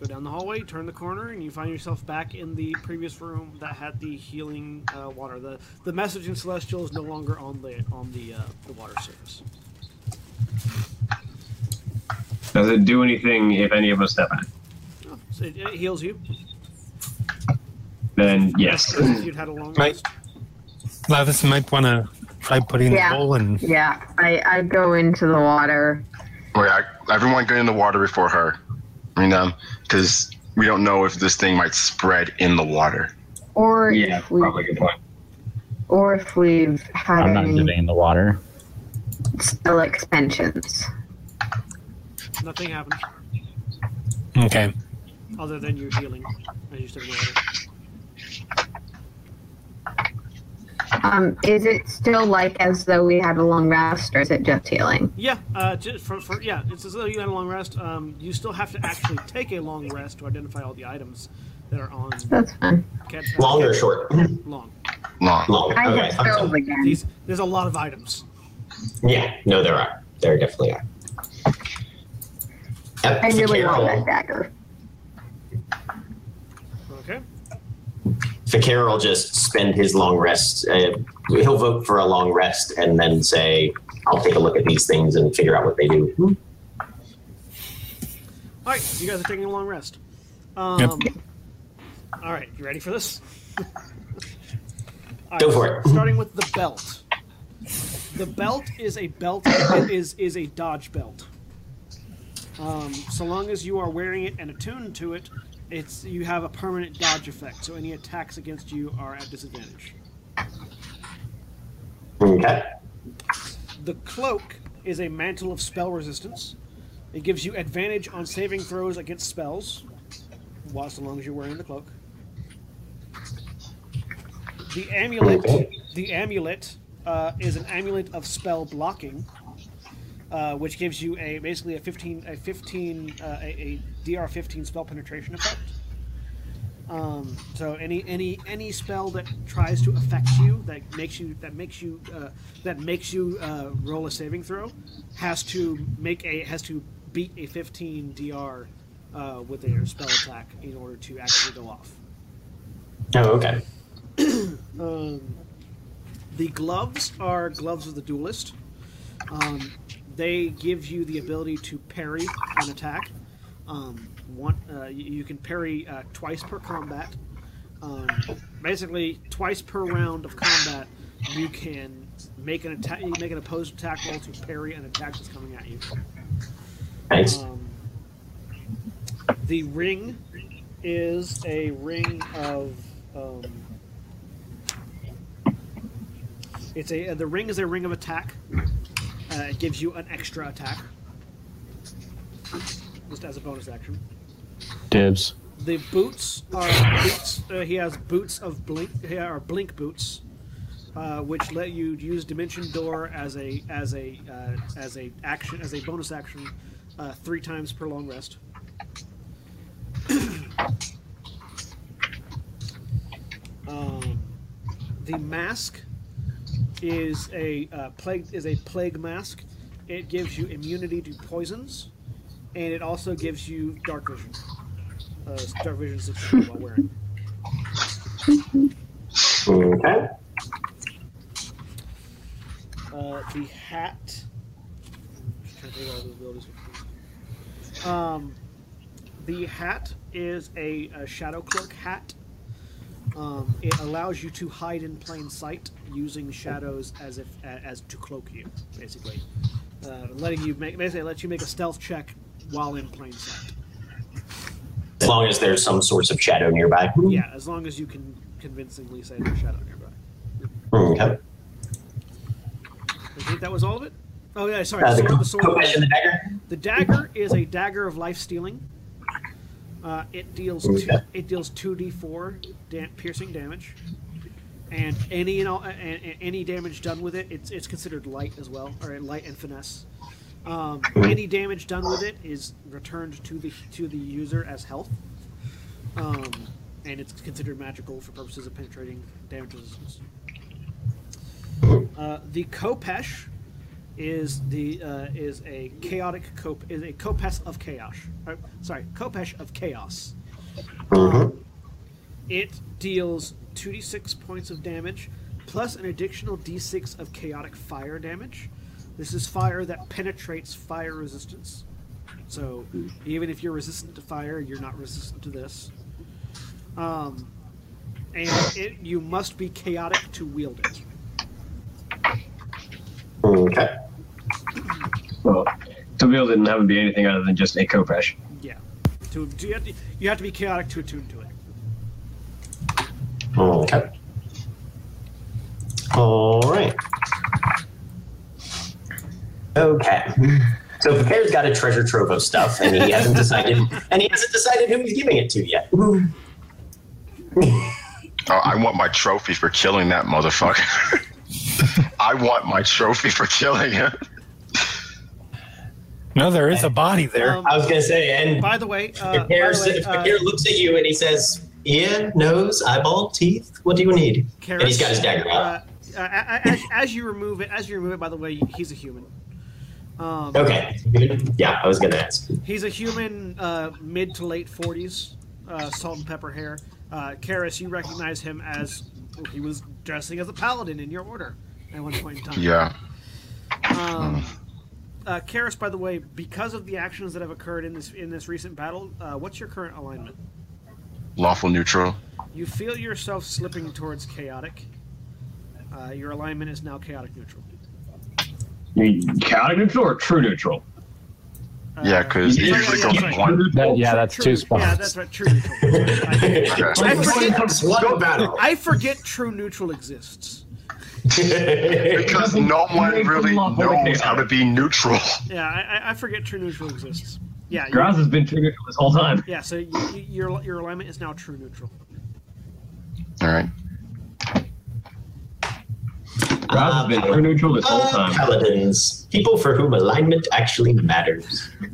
Go down the hallway, turn the corner, and you find yourself back in the previous room that had the healing uh, water. the The message in celestial is no longer on the on the uh, the water surface.
Does it do anything if any of us step on it?
Oh, so it, it heals you.
Then yes.
If You'd had a long
Might,
rest.
Lavis might want to try putting
Yeah.
the bowl in.
Yeah, I, I go into the water.
Wait, I, everyone get in the water before her. I mean, because we don't know if this thing might spread in the water.
Or
Yeah,
if we,
probably a good point.
or if we've had
I'm not
any
getting in the water.
spell expansions.
Nothing happened.
Okay.
other than your healing. I used to ignore it.
Um, is it still like as though we had a long rest, or is it just healing?
Yeah, uh, ju- for, for, yeah, it's as though you had a long rest. Um, you still have to actually take a long rest to identify all the items that are on.
That's fine.
Cat,
Long or short?
Long.
Long.
Long.
I
Okay.
have
I'm
spells
sorry.
again.
These, there's a lot of items.
Yeah. No, there are. There definitely are. Yep,
I
so
really want
Carol-
that dagger.
Okay.
Fakir will just spend his long rest. Uh, he'll vote for a long rest and then say, I'll take a look at these things and figure out what they do.
All right, so you guys are taking a long rest. Um, All right, you ready for this? All
Go
right,
for it.
Starting with the belt. The belt is a belt it is is a dodge belt. Um, so long as you are wearing it and attuned to it, it's you have a permanent dodge effect. So any attacks against you are at disadvantage.
Okay.
The cloak is a mantle of spell resistance. It gives you advantage on saving throws against spells, while so long as you're wearing the cloak. The amulet,
Okay.
the amulet uh, is an amulet of spell blocking, uh, which gives you a basically a 15, a 15, uh, a, a DR 15 spell penetration effect. Um, so any any any spell that tries to affect you that makes you that makes you uh, that makes you uh, roll a saving throw has to make a has to beat a 15 DR uh, with their spell attack in order to actually go off.
Oh, okay.
The gloves are gloves of the duelist. Um, they give you the ability to parry an attack. Um, one, uh, y- you can parry uh, twice per combat. Um, basically, twice per round of combat, you can make an attack. You can make an opposed attack roll to parry an attack that's coming at you.
Thanks.
Um, the ring is a ring of. Um, it's a the ring is a ring of attack. Uh, it gives you an extra attack, just as a bonus action.
Dibs.
The boots are boots. Uh, he has boots of blink. He are blink boots, uh, which let you use Dimension Door as a as a uh, as a action as a bonus action uh, three times per long rest. um, the mask is a uh, plague is a plague mask. It gives you immunity to poisons, and it also gives you dark vision uh, Star Vision 16 while wearing.
Okay.
Uh, the hat. Just trying to think of all the abilities. Um, the hat is a, a shadow cloak hat. Um, it allows you to hide in plain sight using shadows as if a- as to cloak you, basically, uh, letting you make basically it lets you make a stealth check while in plain sight.
As long as there's some source of shadow nearby.
Yeah, as long as you can convincingly say there's a shadow nearby.
Okay.
I think that was all of it. Oh yeah, sorry.
Uh, the
sword-
co-
the sword-
co- and the dagger.
The dagger is a dagger of life stealing. Uh, it deals two,
Okay.
it deals two d four da- piercing damage, and any and all, a- a- any damage done with it, it's it's considered light as well, or light and finesse. Um, any damage done with it is returned to the to the user as health, um, and it's considered magical for purposes of penetrating damage resistance. Uh, the Kopesh is the uh, is a chaotic cop is a Kopesh of chaos. or, sorry, Kopesh of chaos. Um, it deals two d six points of damage plus an additional d six of chaotic fire damage. This is fire that penetrates fire resistance. So even if you're resistant to fire, you're not resistant to this. Um, and it, you must be chaotic to wield it.
Okay.
Well, Tobiel didn't have it be anything other than just a Kopesh.
Yeah. To, do you, have to, you have to be chaotic to attune to it.
Okay. All right. Okay. So Prepare's got a treasure trove of stuff, and he hasn't decided, and he hasn't decided who he's giving it to yet.
Oh, I want my trophy for killing that motherfucker. I want my trophy for killing him.
No, there is a body there.
Um,
I was gonna say, and
by the way, uh, by
Prepare,
the way, uh,
Prepare looks at you and he says, "Ear, nose, eyeball, teeth. What do you need?" and he's got his dagger out.
Uh, uh, as, as you remove it, as you remove it, by the way, he's a human. Um,
okay. Yeah, I was gonna ask.
He's a human, uh, mid to late forties, uh, salt and pepper hair. Uh, Karis, you recognize him as oh, he was dressing as a paladin in your order at one point in time.
Yeah.
Um, uh, Karis, by the way, because of the actions that have occurred in this in this recent battle, uh, what's your current alignment?
Lawful neutral.
You feel yourself slipping towards chaotic. Uh, your alignment is now chaotic neutral.
Chaotic neutral or true neutral?
Uh,
Yeah, because it
yeah,
usually
yeah,
goes
that's right.
one.
oh,
That, yeah, that's
True-
two
Yeah,
spots.
that's right. True neutral. I-
Okay.
I forget,
One battle.
I forget true neutral exists.
Because no one
Make them
really
lawful
knows how
chaotic.
to be neutral.
Yeah, I, I- I forget true neutral exists. Yeah, you,
Grouse has been true neutral this whole time.
yeah. So you, you, your your alignment is now true neutral.
All right.
Grouse has been true neutral this whole
Uh,
time.
paladins, people for whom alignment actually matters.
Oh,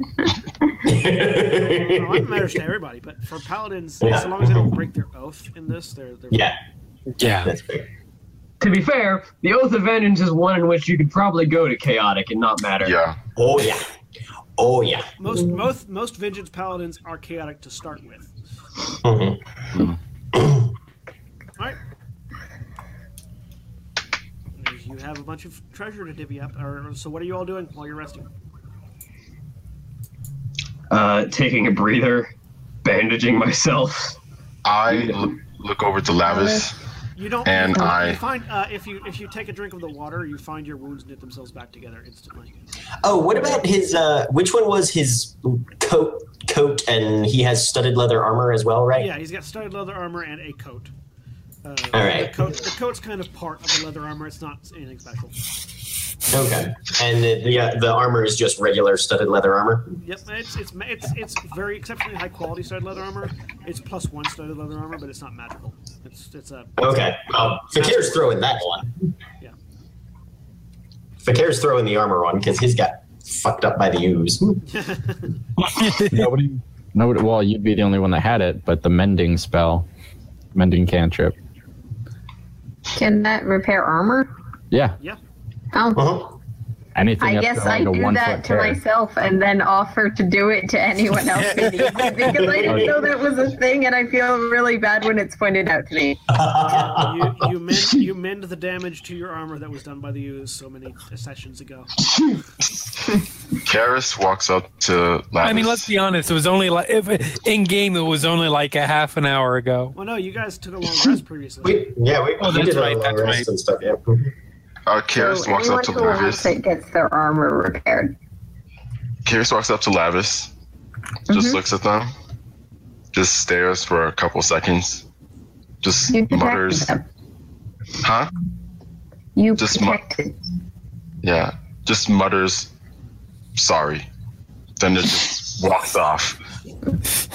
Well, alignment matters to everybody, but for paladins,
Yeah.
so long as they don't break their oath in this, they're, they're
yeah,
Yeah.
that's fair.
To be fair, the Oath of Vengeance is one in which you could probably go to chaotic and not matter.
Yeah.
Oh yeah, oh yeah.
Most most most vengeance paladins are chaotic to start with.
Mhm.
Mm-hmm.
All right. You have a bunch of treasure to divvy up. Or, so what are you all doing while you're resting?
Uh, taking a breather, bandaging myself.
I l- look over to Lavis.
You don't.
And
you,
I-
you find uh, if you if you take a drink of the water, you find your wounds knit themselves back together instantly.
Oh, what about his? Uh, which one was his coat? Coat, and he has studded leather armor as well, right?
Yeah, he's got studded leather armor and a coat. Uh,
All right.
The, coat, the coat's kind of part of the leather armor. It's not anything special.
Okay. And the the, uh, the armor is just regular studded leather armor.
Yep, it's it's ma- it's it's very exceptionally high quality studded leather armor. It's plus one studded leather armor, but it's not magical. It's it's a
Okay. Well, Fakir's throwing that one.
Yeah.
Fakir's throwing the armor on because his got fucked up by the ooze.
Nobody, nobody. Well, you'd be the only one that had it, but the mending spell, mending cantrip.
Can that repair armor?
Yeah,
yeah.
Oh,
Uh-huh.
anything.
I
up
guess
to, like,
I
a
do
one
that
foot
to
tear.
myself and then offer to do it to anyone else who needs it because I didn't know that was a thing and I feel really bad when it's pointed out to me.
You you mend you mend the damage to your armor that was done by the use so many sessions ago.
Karis walks up to Lavis.
I mean, let's be honest. It was only like if, in game. It was only like a half an hour ago.
Well, no, you guys took a long rest previously.
We, yeah, we,
Oh,
we
that's
did
right,
a long
that's
rest
right.
and stuff. Yeah.
Uh, Karis
So
walks up
anyone
to
who wants
Lavis.
it gets their armor repaired.
Karis walks up to Lavis. Just looks at them. Just stares for a couple seconds. Just
You protected
mutters,
them.
huh?
You
Just mu-
protected.
Yeah. Just mutters, sorry. Then it just walks off. It's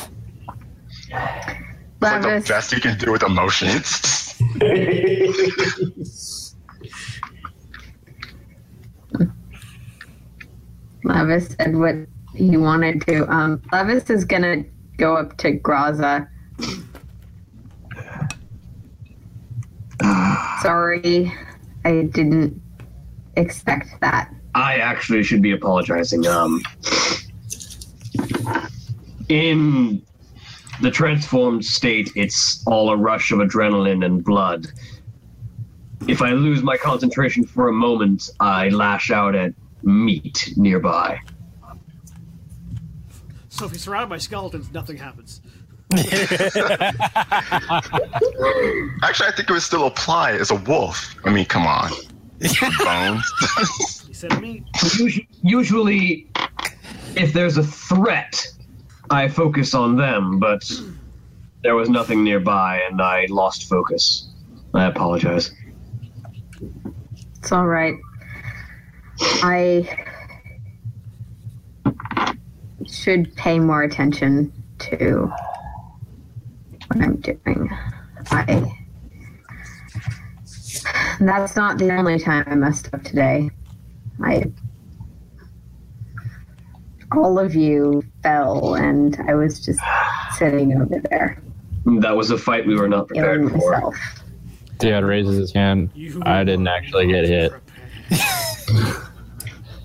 like the
Lavis,
best you can do with emotions.
Lavis said what he wanted to. Um, Lavis is gonna go up to Graza. Sorry, I didn't expect that.
I actually should be apologizing. Um, in the transformed state, it's all a rush of adrenaline and blood. If I lose my concentration for a moment, I lash out at meat nearby.
So if you're surrounded by skeletons, nothing happens.
Actually, I think it would still apply as a wolf. I mean, come on. Bones.
He said to me,
Usu- Usually, if there's a threat, I focus on them, but there was nothing nearby and I lost focus. I apologize.
It's all right. I should pay more attention to what I'm doing. I. That's not the only time I messed up today. I. All of you fell, and I was just sitting over there
That was a fight we were not
healing
prepared for.
myself.
Dad raises his hand.
You
I didn't actually get hit.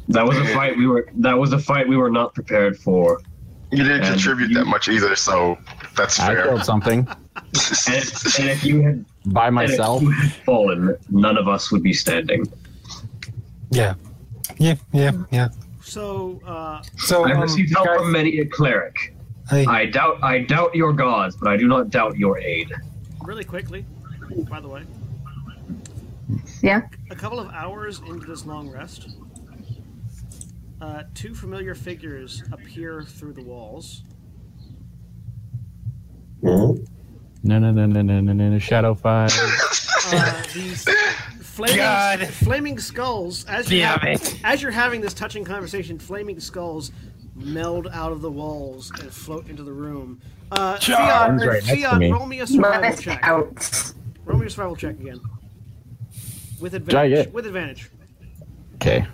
That was a fight we were. That was a fight we were not prepared for.
You didn't
And
contribute
you-
that much either, so that's
I
fair.
killed something
And if, and if you had
by
and if
myself.
you had fallen, none of us would be standing.
Yeah. Yeah, yeah, yeah.
So, uh,
So
I
um,
received help from many a cleric.
I-
I doubt. I doubt your gods, but I do not doubt your aid.
really quickly, by the way,
Yeah?
a couple of hours into this long rest, uh, two familiar figures appear through the walls.
Mhm.
No, no, no, no, no, no, no, no. Shadow five.
Uh, these flaming,
God.
flaming skulls. As you're,
Damn
ha-
it.
as you're having this touching conversation, flaming skulls meld out of the walls and float into the room. Uh, Theon,
One's
or
right next to
Theon,
me.
roll me a
Let
survival
us
check.
out.
Roll me a survival check again. With
I
advantage.
get?
With advantage.
Okay.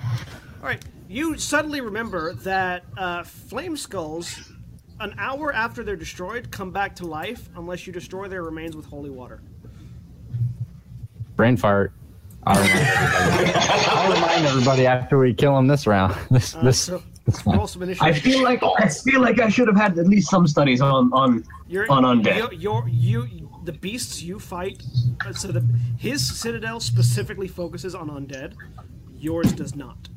All right. You suddenly remember that uh, flame skulls, an hour after they're destroyed, come back to life unless you destroy their remains with holy water.
Brain fart. I'll remind everybody, I'll remind everybody after we kill him this round. This,
Uh,
this,
so
this one.
roll some
I
initiative.
feel like I feel like I should have had at least some studies on on
You're,
on undead.
You're, you're, you, the beasts you fight. uh, So the, his citadel specifically focuses on undead. Yours does not.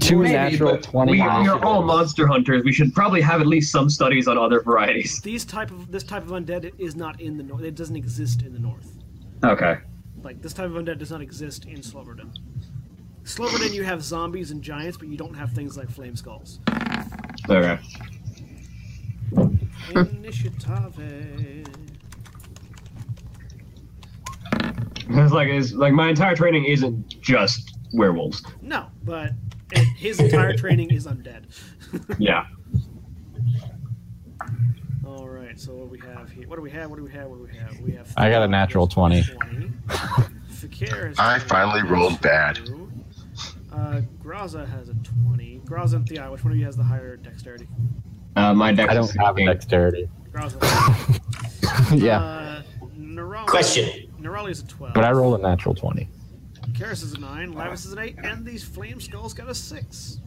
Two
Maybe,
natural
but
twenty.
We, we are all
initiatives.
monster hunters. We should probably have at least some studies on other varieties.
These type of this type of undead is not in the north. It doesn't exist in the north.
Okay.
Like this type of undead does not exist in Sloverden. Sloverden, you have zombies and giants, but you don't have things like flame skulls.
Okay.
Initiative.
It's like it's like my entire training isn't just werewolves.
No, but it, his entire training is undead.
Yeah.
All right, so what do we have here? What do we have? What do we have? What do we have? We have.
I got a natural 20.
20. Fakir is-
I finally rolled bad.
Uh, Graza has a twenty. Graza and Thea, which one of you has the higher dexterity?
Uh, my deck.
I don't have dexterity.
Graza.
yeah,
Uh, Nerali,
Question.
Nerali is a twelve.
but I rolled a natural twenty.
Karis is a nine. Lavis is an eight, and these flame skulls got a six.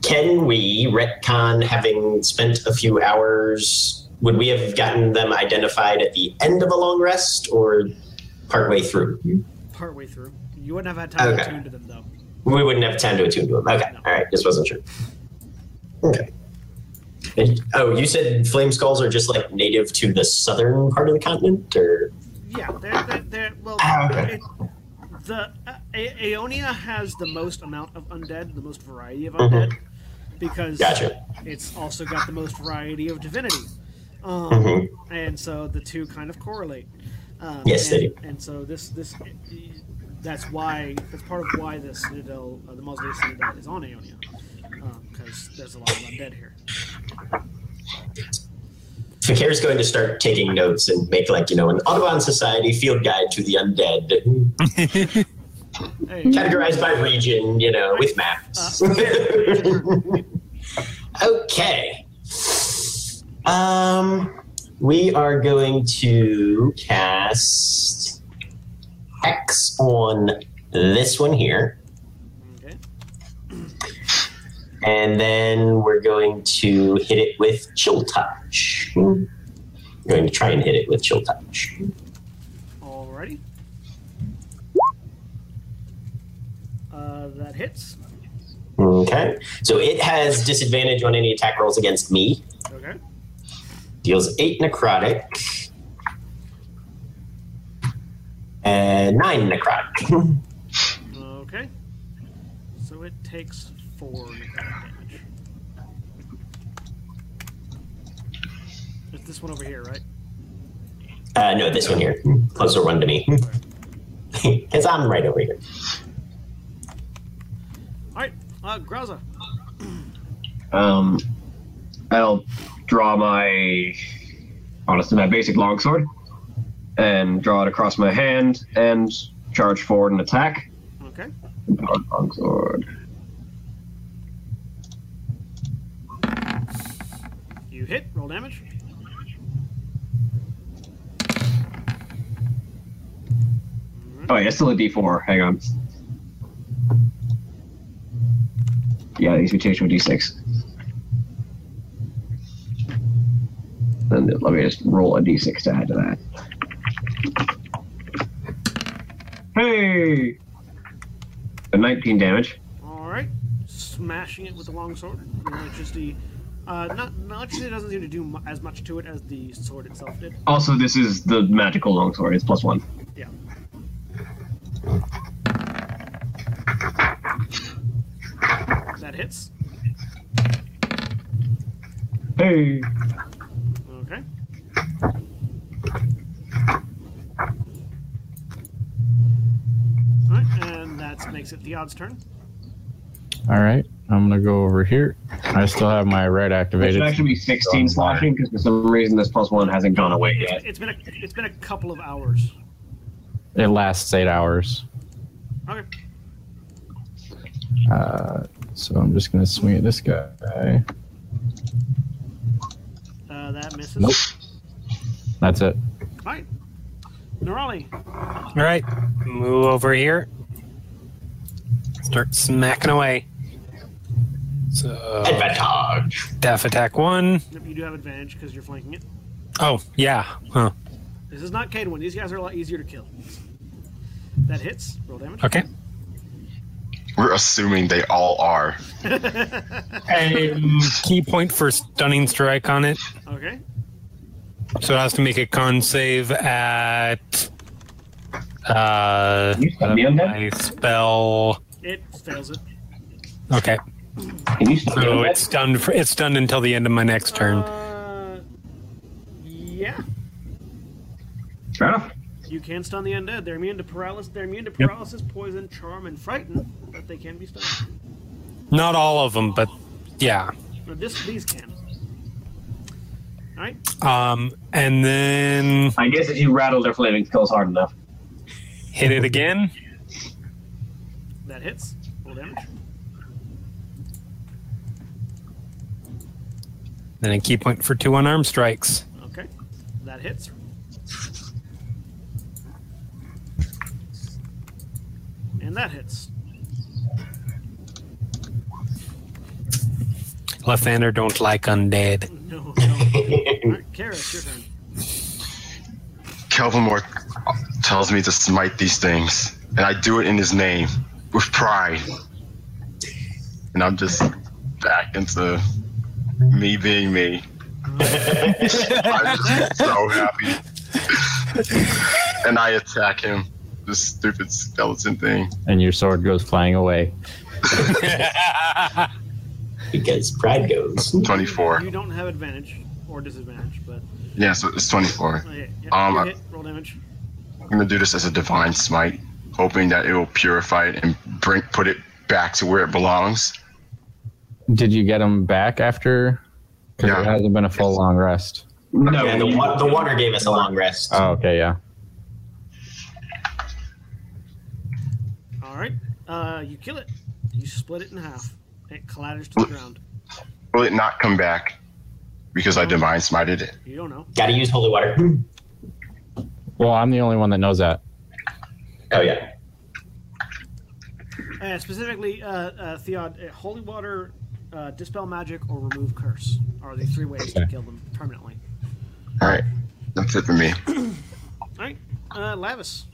Can we retcon having spent a few hours? Would we have gotten them identified at the end of a long rest or partway through?
Partway through, you wouldn't have had time
Okay.
to tune to them though.
We wouldn't have time to attune to them. Okay, all right, just wasn't sure. Okay. And- oh, you said flame skulls are just like native to the southern part of the continent, or
Yeah, they're, they're, they're well.
Ah, okay.
It, the uh, A- Aeonia has the most amount of undead, the most variety of undead, because
Mm-hmm. Gotcha.
it's also got the most variety of divinity, um,
Mhm.
and so the two kind of correlate. Um,
Yes,
and,
they do.
And so this this that's why that's part of why the citadel, uh, the mausoleum citadel, is on Aeonia, because there's a lot of undead here.
Fakir's going to start taking notes and make like you know an Audubon Society field guide to the undead,
Hey,
categorized by region, you know, with maps. okay. Um, we are going to cast X on this one here,
okay.
and then we're going to hit it with Chill Touch. We're going to try and hit it with Chill Touch.
Alrighty. Uh, that hits.
Okay. So it has disadvantage on any attack rolls against me.
Okay.
deals eight necrotic and nine necrotic.
Okay. So it takes four necrotic damage. It's this one over here, right?
Uh, no, this one here, closer one to me, because I'm right over here.
All right. Uh, Graza.
Um, I'll draw my honestly my basic longsword and draw it across my hand and charge forward and attack.
Okay.
Longsword.
You hit. Roll damage.
Oh, yeah, it's still a D4. Hang on. Yeah, these be changed to a D6. Then let me just roll a D6 to add to that. Hey! A 19 damage.
All right. Smashing it with the longsword. The electricity. Uh, not the electricity doesn't seem to do mu- as much to it as the sword itself did.
Also, this is the magical longsword. It's plus one.
Yeah. That hits.
Hey!
Okay. Alright, and that makes it the odds turn.
All right, I'm gonna go over here. I still have my red
It should
activated.
actually be 16 slashing because for some reason this plus one hasn't gone away
It's-
yet.
it's been a it's been a couple of hours.
It lasts eight hours,
Okay.
Uh, so I'm just gonna swing at this guy.
Uh, that misses.
Nope. That's it.
Alright. Nerali.
All right, move over here. Start smacking away. So
Advantage.
staff attack one.
Nope, You do have advantage because you're flanking it.
Oh yeah, huh?
This is not Cade one. These guys are a lot easier to kill. That hits. Roll damage.
Okay.
We're assuming they all are.
Um, key point for stunning strike on it.
Okay.
So it has to make a con save at. Uh,
Can you stun the undead?
my spell.
It fails it.
Okay,
Can you stun the
so
undead?
it's stunned. For, it's stunned until the end of my next turn.
Uh, yeah.
Fair enough.
You can stun the undead. They're immune to paralysis. They're immune to paralysis, poison, charm, and frighten, but they can be stunned.
Not all of them, but yeah.
But this, these can. All right.
Um, and then
I guess if you rattle their flaming skulls hard enough.
hit it again.
That hits. Roll damage.
Then a key point for two unarmed strikes.
Okay. That hits. And that hits.
Left-hander don't like undead.
No. no. All right, Karis, your turn.
Kelvinmore tells me to smite these things, and I do it in his name with pride. And I'm just back into me being me. I'm just so happy. and I attack him, this stupid skeleton thing.
And your sword goes flying away.
Because pride goes.
24.
You don't have advantage or disadvantage, but
Yeah, so it's 24.
oh, yeah, yeah,
Um,
you
I-
hit. Roll damage.
I'm gonna do this as a divine smite, hoping that it will purify it and bring put it back to where it belongs.
Did you get him back after? Because
Yeah.
it hasn't been a full long rest.
No,
Yeah, the, wa- the water gave us a long rest.
Oh, okay, yeah.
All right. Uh, you kill it. You split it in half. It clatters to the ground.
Will it not come back because I divine smited it?
You don't know.
Gotta use holy water.
Well, I'm the only one that knows that.
Oh yeah.
Uh, specifically, uh, uh, Theod, uh, holy water, uh, dispel magic, or remove curse are the three ways to
Okay.
kill them permanently.
All right, that's it for me.
All right, uh, Lavis.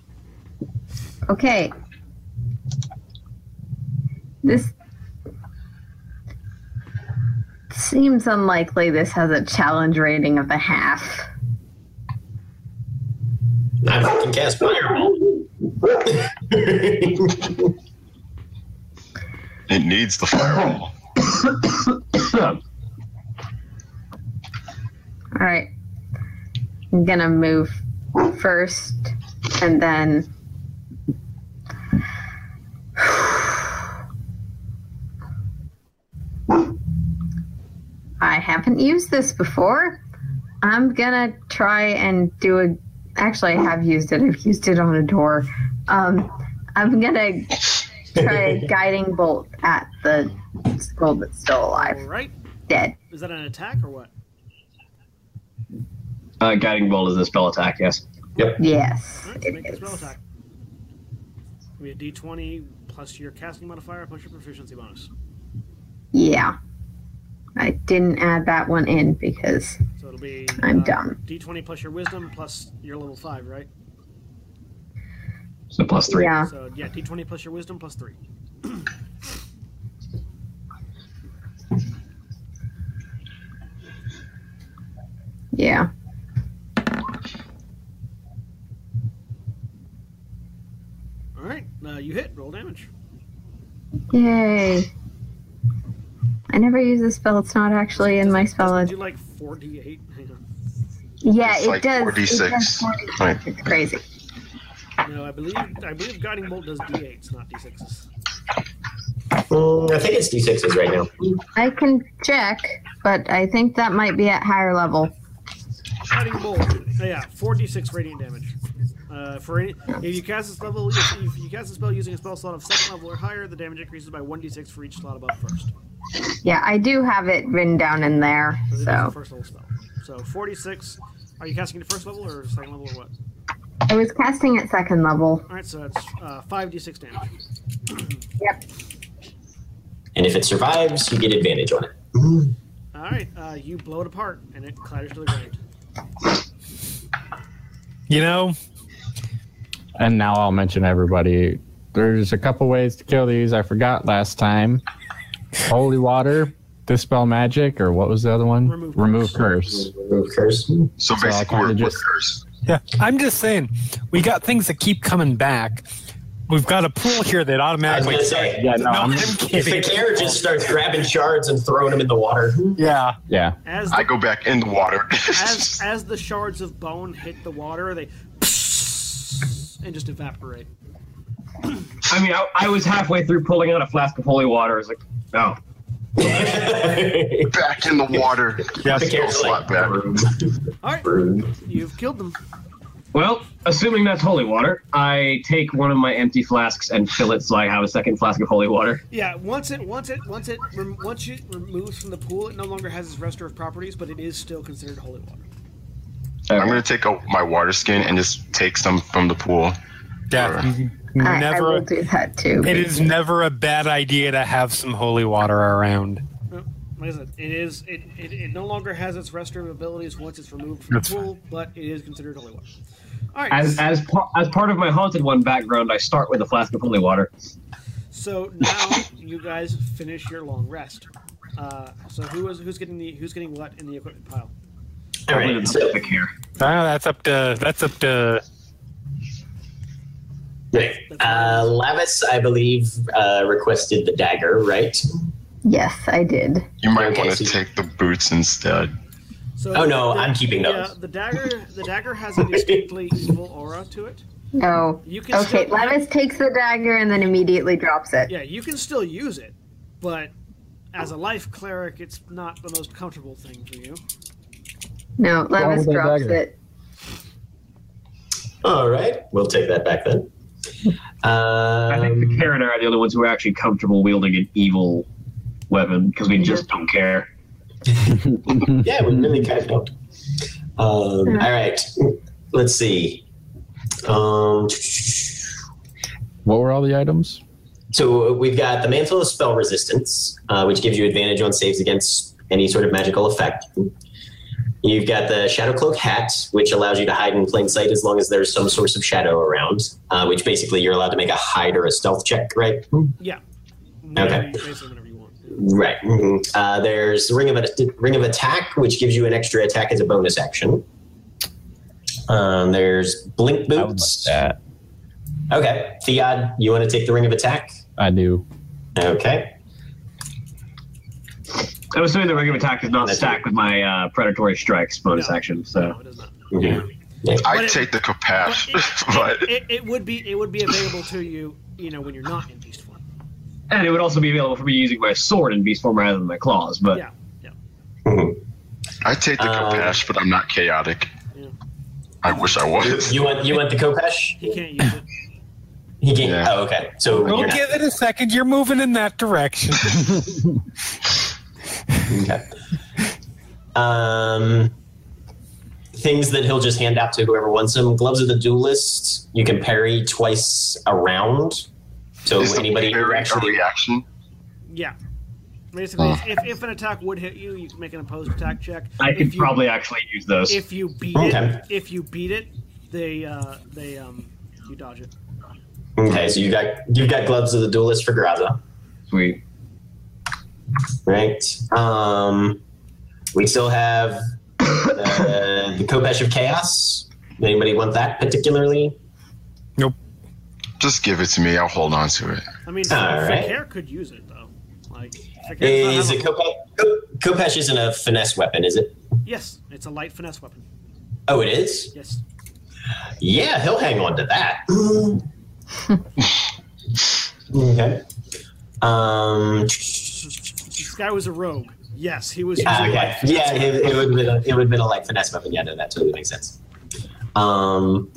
Okay. This seems unlikely this has a challenge rating of a half.
I fucking cast Mm, fireball.
It needs the fireball.
All right. I'm going to move first and then. haven't used this before. I'm gonna try and do a. Actually, I have used it. I've used it on a door. Um, I'm gonna try a guiding bolt at the skull that's still
All
alive,
right.
dead.
Is that an attack or what?
Uh, guiding bolt is a spell attack. Yes.
Yes,
All right,
it
make a spell
is.
attack. Give me a d20 plus your casting modifier plus your proficiency bonus.
Yeah, I didn't add that one in because
So it'll be.
I'm
uh,
dumb.
D20 plus your wisdom plus your level 5, right?
So plus three.
yeah,
So yeah, d20 plus your wisdom plus 3.
yeah.
All right. Uh, you hit. Roll damage.
Yay! I never use this spell. It's not actually in my spell.
Doesn't do
It-
like 4d8. Hang on.
Yeah,
It's
it
like
does.
4d6.
It does 4d6.
Right.
It's crazy.
No, I believe I believe guiding bolt does d8s, not d6s.
Mm, I think it's d6s right now.
I can check, but I think that might be at higher level.
Guiding bolt. Oh, yeah, 4d6 radiant damage. Uh, for any, if you cast this level, if, if you cast a spell using a spell slot of second level or higher, the damage increases by 1d6 for each slot above first.
Yeah, I do have it written down in there.
Because it is a
So
first level spell. So 46. Are you casting it first level or second level or what?
I was casting at second level.
All right, so that's uh, 5d6 damage.
Yep.
And if it survives, you get advantage on it.
All right, uh, you blow it apart and it clatters to the ground.
You know,
And now I'll mention everybody. There's a couple ways to kill these. I forgot last time. Holy water, dispel magic, or what was the other one?
Remove
curse.
Remove curse.
So
So I'll
basically,
kinda
we're, we're
just-
cursed.
Yeah, I'm just saying, we got things that keep coming back. We've got a pool here that
I was
automatically.
going to say,
Yeah, no,
No, I'm
I'm,
if the
kidding.
carrier just starts grabbing shards and throwing them in the water,
Uh, Yeah,
yeah.
As
I
the,
go back in the water.
as, as the shards of bone hit the water, they and just evaporate.
I mean, I, I was halfway through pulling out a flask of holy water. I was like, oh,
the
back in the water.
carrier's like,
slap back.
broom,
All right,
broom.
you've killed them.
Well, assuming that's holy water, I take one of my empty flasks and fill it so I have a second flask of holy water.
Yeah, once it once it once it rem- once it removes from the pool, it no longer has its restorative properties, but it is still considered holy water.
I'm gonna take a, my water skin and just take some from the pool.
yeah.
I, I
Never.
will do that too.
it is never a bad idea to have some holy water around.
Uh, Like I said, it is it, it, it no longer has its restorative abilities once it's removed from
That's
the pool, but it is considered holy water. All right,
As as pa- as part of my haunted one background, I start with a flask of holy water.
so now you guys finish your long rest. Uh, so who is who's getting the who's getting what in the equipment pile?
All
Probably
right,
doesn't
so,
pick here.
Ah, that's up to that's up to
uh, Lavis, I believe, uh, requested the dagger, right?
Yes, I did.
You might
Okay,
want
so
to
you-
take the boots instead.
So
Oh, no, I'm keeping
yeah,
those.
the dagger the dagger has a distinctly evil aura to it.
No.
You can
Oh, Okay,
still-
Levis takes the dagger and then immediately drops it.
Yeah, you can still use it, but as a life cleric, it's not the most comfortable thing for you.
No, Levis
with that
drops
dagger?
it.
All right, we'll take that back then.
I think the
Um,
Karen are the only ones who are actually comfortable wielding an evil weapon because we just don't care.
Um, yeah, we really kind of don't. Um, all right, let's see. Um,
What were all the items?
So we've got the Mantle of Spell Resistance, uh, which gives you advantage on saves against any sort of magical effect. You've got the Shadow Cloak Hat, which allows you to hide in plain sight as long as there's some source of shadow around, uh, which basically you're allowed to make a hide or a stealth check, right?
Yeah. Whenever
Okay.
you- basically whenever you want.
Right. mhm. Uh, there's Ring of, Ring of Attack, which gives you an extra attack as a bonus action. Um, there's Blink
I would like
Boots.
that.
Okay. Theod, you want to take the Ring of Attack?
I do.
Okay.
I'm assuming the regular attack is not
That's
stacked with my uh, predatory strikes bonus
No.
action, so
No, it is not.
Mhm. Yeah.
I
But it-
take the capash,
But it,
but
it, it would be it would be available to you, you know, when you're not in beast form.
and it would also be available for me using my sword in beast form rather than my claws. But
Yeah. Yeah.
Mhm.
I take the
Um,
Kopesh, but I'm not chaotic.
Yeah.
I wish I was.
You want you want the Kopesh?
He can't use it.
He can,
Yeah.
Oh, okay. So
We'll
you're not-
give it a second. You're moving in that direction.
Okay. Um, things that he'll just hand out to whoever wants them. Gloves of the Duelist. You can parry twice a round. So
Is the
anybody who
parry
actually
a reaction?
Yeah. Basically, if, if an attack would hit you, you can make an opposed attack check.
I
If
could
you-
probably actually use those.
If you beat
Okay.
it, if you beat it, they uh, they um, you dodge it.
okay, so you got you've got gloves of the Duelist for Graza.
Sweet.
right? Um, we still have uh, the Kopesh of Chaos. Anybody want that particularly?
Just give it to me. I'll hold on to it.
I mean,
All right.
Fakir could use it though. Like Fakir's not
Is
have
it
a-
Kopesh? Kopesh isn't a finesse weapon, is it?
Yes, it's a light finesse weapon.
Oh, it is.
Yes.
Yeah, he'll hang on to that. okay. Um,
This guy was a rogue. Yes, he was
Ah,
using
okay.
light finesse
Yeah, it, it would have been a, it would have been a light finesse weapon. Yeah, no, that totally makes sense. Um,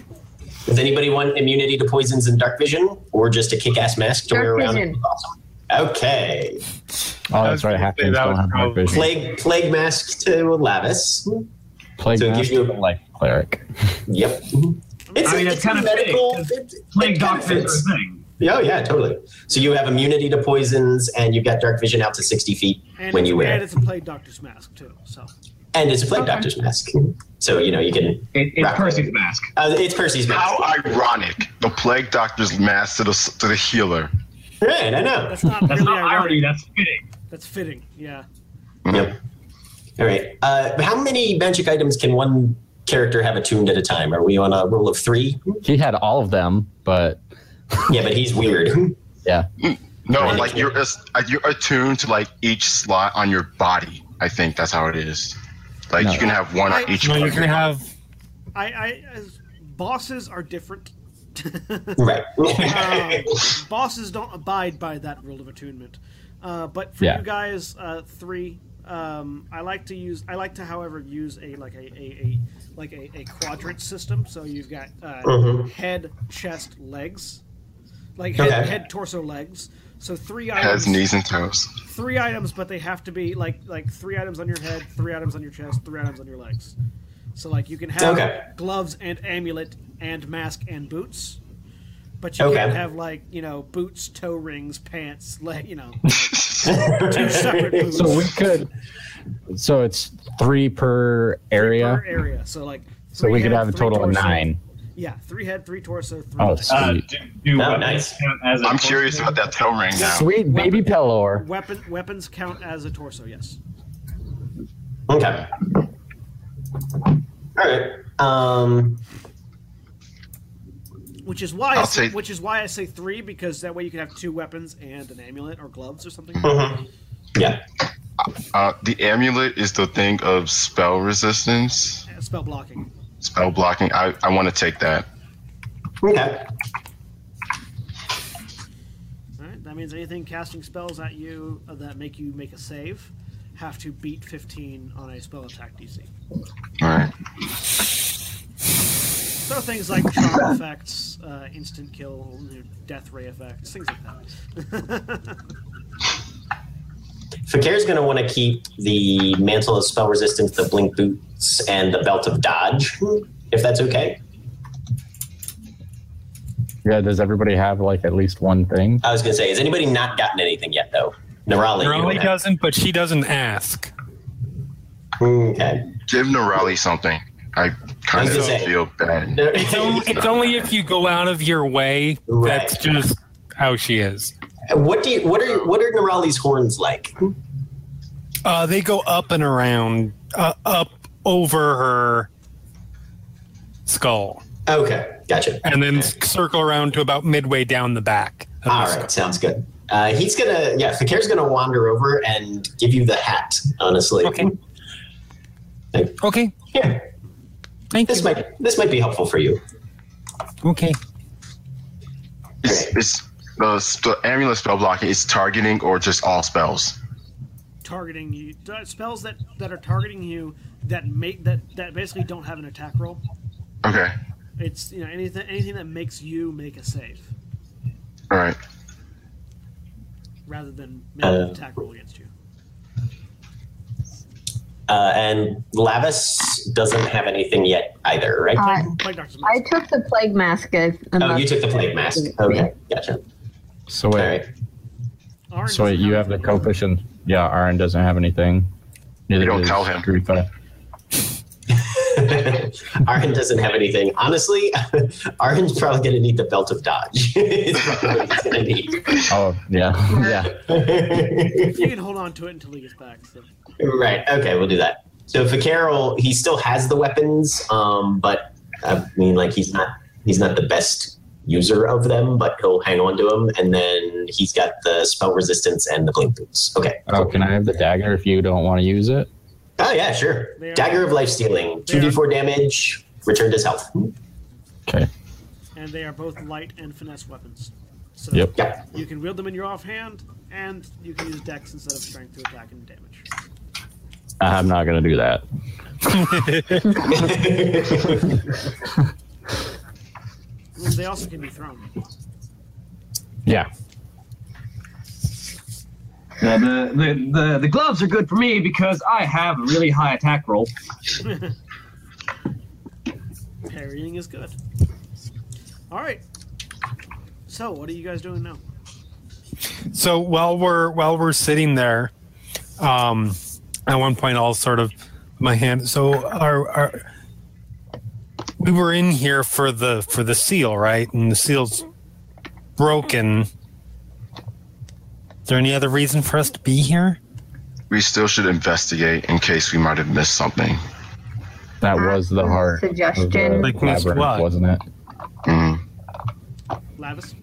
does anybody want immunity to poisons and dark vision, or just a kick-ass mask to
Dark
wear around?
vision.
Awesome. Okay,
Oh,
I
that's
was
right.
gonna
Half
say
things
that
don't
was
have dark
probably-
vision.
plague plague mask to Lavis.
Plague
so it gives
mask,
you-
but like cleric.
Yep. It's,
I mean,
it's,
it's kind of
medical.
fitting,
It,
Like
it
Doctor
benefits.
thing.
Yeah, Oh yeah, totally. So you have immunity to poisons, and you've got dark vision out to sixty feet
and
when
it's,
you wear
and
it,
it's a play doctor's mask too. So
and it's a plague
Okay.
doctor's mask. So you know you can.
It, it's
Right.
Percy's mask.
Uh, it's Percy's mask.
How ironic! The plague doctor's mask to the to the healer.
Right, I know.
that's not
That's
really
not
ironic.
irony. That's fitting.
That's fitting. Yeah.
Yep. All right. Uh, how many magic items can one character have attuned at a time? Are we on a rule of three?
He had all of them, but
yeah, but he's weird.
yeah.
No,
Right.
like you're as- uh, you're attuned to like each slot on your body. I think that's how it is. Like
No.
you can have one
I-
on each.
no, you
body.
can have.
I, I as bosses are different.
right.
Um, bosses don't abide by that rule of attunement. Uh, but for
Yeah.
you guys, uh, three. Um, I like to use. I like to, however, use a like a, a, a like a, a quadrant system. So you've got uh,
Mhm.
head, chest, legs, like head,
Okay.
head, torso, legs. So three items,
Heads, knees, and toes.
three items, but they have to be like like three items on your head, three items on your chest, three items on your legs. So like you can have
Okay.
gloves and amulet and mask and boots, but you
Okay.
can't have like you know boots, toe rings, pants, leg, you know, like, two separate boots
So we could. So it's three per area.
per area. So like
so
three
we could
head,
have a
three
total of
torso.
nine.
Yeah, three head, three torso, three.
Oh,
legs.
Uh,
sweet,
do, do
Oh,
weapons
nice.
count as a
I'm curious about that toe ring now.
sweet baby Pelor.
Weapon weapons count as a torso. Yes.
Okay. All right. Um,
Which is why I
I'll
say,
say-
which is why I say three because that way you can have two weapons and an amulet or gloves or something.
mhm. Yeah.
Uh, the amulet is the thing of spell resistance,
Uh, Spell blocking.
spell blocking. I, I want to take that.
Okay.
All right. That means anything casting spells at you that make you make a save have to beat 15 on a spell attack DC.
All right.
So things like charm effects, uh, instant kill, you know, death ray effects, things like that.
Fakir's going to want to keep the mantle of spell resistance, the blink boots, and the belt of dodge, if that's okay.
Yeah. Does everybody have like at least one thing?
I was going to say, has anybody not gotten anything yet, though? Nerali. you
Raleigh
don't have-
doesn't, but she doesn't ask.
Okay.
Give Norali something. I kind
I was
of
gonna say-
feel bad.
It's only, it's only if you go out of your way. That's just how she is.
what do you? What are? What are Nerali's horns like?
Uh, they go up and around, uh, up over her skull,
Okay, gotcha.
and then circle around to about midway down the back. of
All
the skull.
right, sounds good. Uh, he's gonna, yeah, Fakir's gonna wander over and give you the hat. Honestly,
Okay. Okay.
yeah,
Thank
this
you.
might this might be helpful for you.
Okay.
uh, It's, it's the, the amulet spell blocking is targeting or just all spells.
targeting you, t- spells that, that are targeting you that make that, that basically don't have an attack roll.
Okay.
It's you know anything anything that makes you make a save
All right.
rather than make an
Uh.
attack roll against you.
Uh, and Lavis doesn't have anything yet either, right?
Uh,
Plague Doctor's
I
Mask.
took the plague mask as.
oh, you took the plague mask. Okay, gotcha.
So
All
wait,
right.
Arn
so wait,
doesn't
you have the
anything.
coefficient. Yeah, Aaron doesn't have anything. Neither
You don't
does
tell him.
Grifa.
Arhan doesn't have anything. Honestly, Arhan's probably going to need the belt of dodge. It's probably what he's going to need.
Oh yeah, yeah.
You can hold on to it until he gets back. So.
Right. Okay, we'll do that. So for Carol, he still has the weapons, um, but I mean, like he's not he's not the best user of them, but he'll hang on to them, and then he's got the spell resistance and the blink boots. Okay.
Oh, can I have the dagger if you don't want to use it?
Oh yeah, sure.
They are-
Dagger of life stealing,
They are-
two d four damage, returned his health.
Okay.
and they are both light and finesse weapons. So
Yep.
Yep.
you can wield them in your offhand, and you can use dex instead of strength to attack and damage.
I'm not gonna do that.
They also can be thrown.
Yeah.
Now, the, the, the, the gloves are good for me because I have a really high attack roll.
Parrying is good. All right. So what are you guys doing now?
So while we're while we're sitting there, um, at one point I'll sort of my hand. So our, our we were in here for the for the seal, right? And the seal's broken. Is there any other reason for us to be here?
We still should investigate in case we might have missed something.
That was the heart. of
Suggestion.
Like most
labyrinth,
what?
wasn't it?
Mm.
Lavis,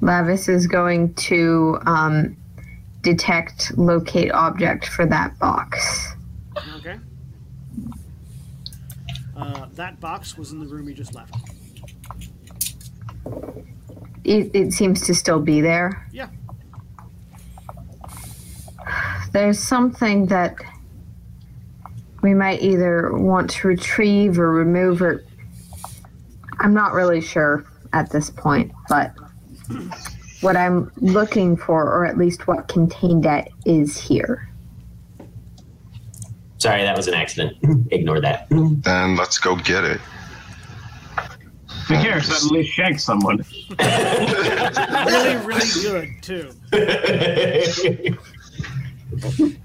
Lavis is going to um, detect locate object for that box.
okay. Uh, that box was in the room you just left.
It, it seems to still be there.
Yeah.
There's something that we might either want to retrieve or remove, or I'm not really sure at this point, but what I'm looking for, or at least what contained it, is here.
Sorry, that was an accident. Ignore that.
Then let's go get it.
The care suddenly shanks someone.
Really, really good too.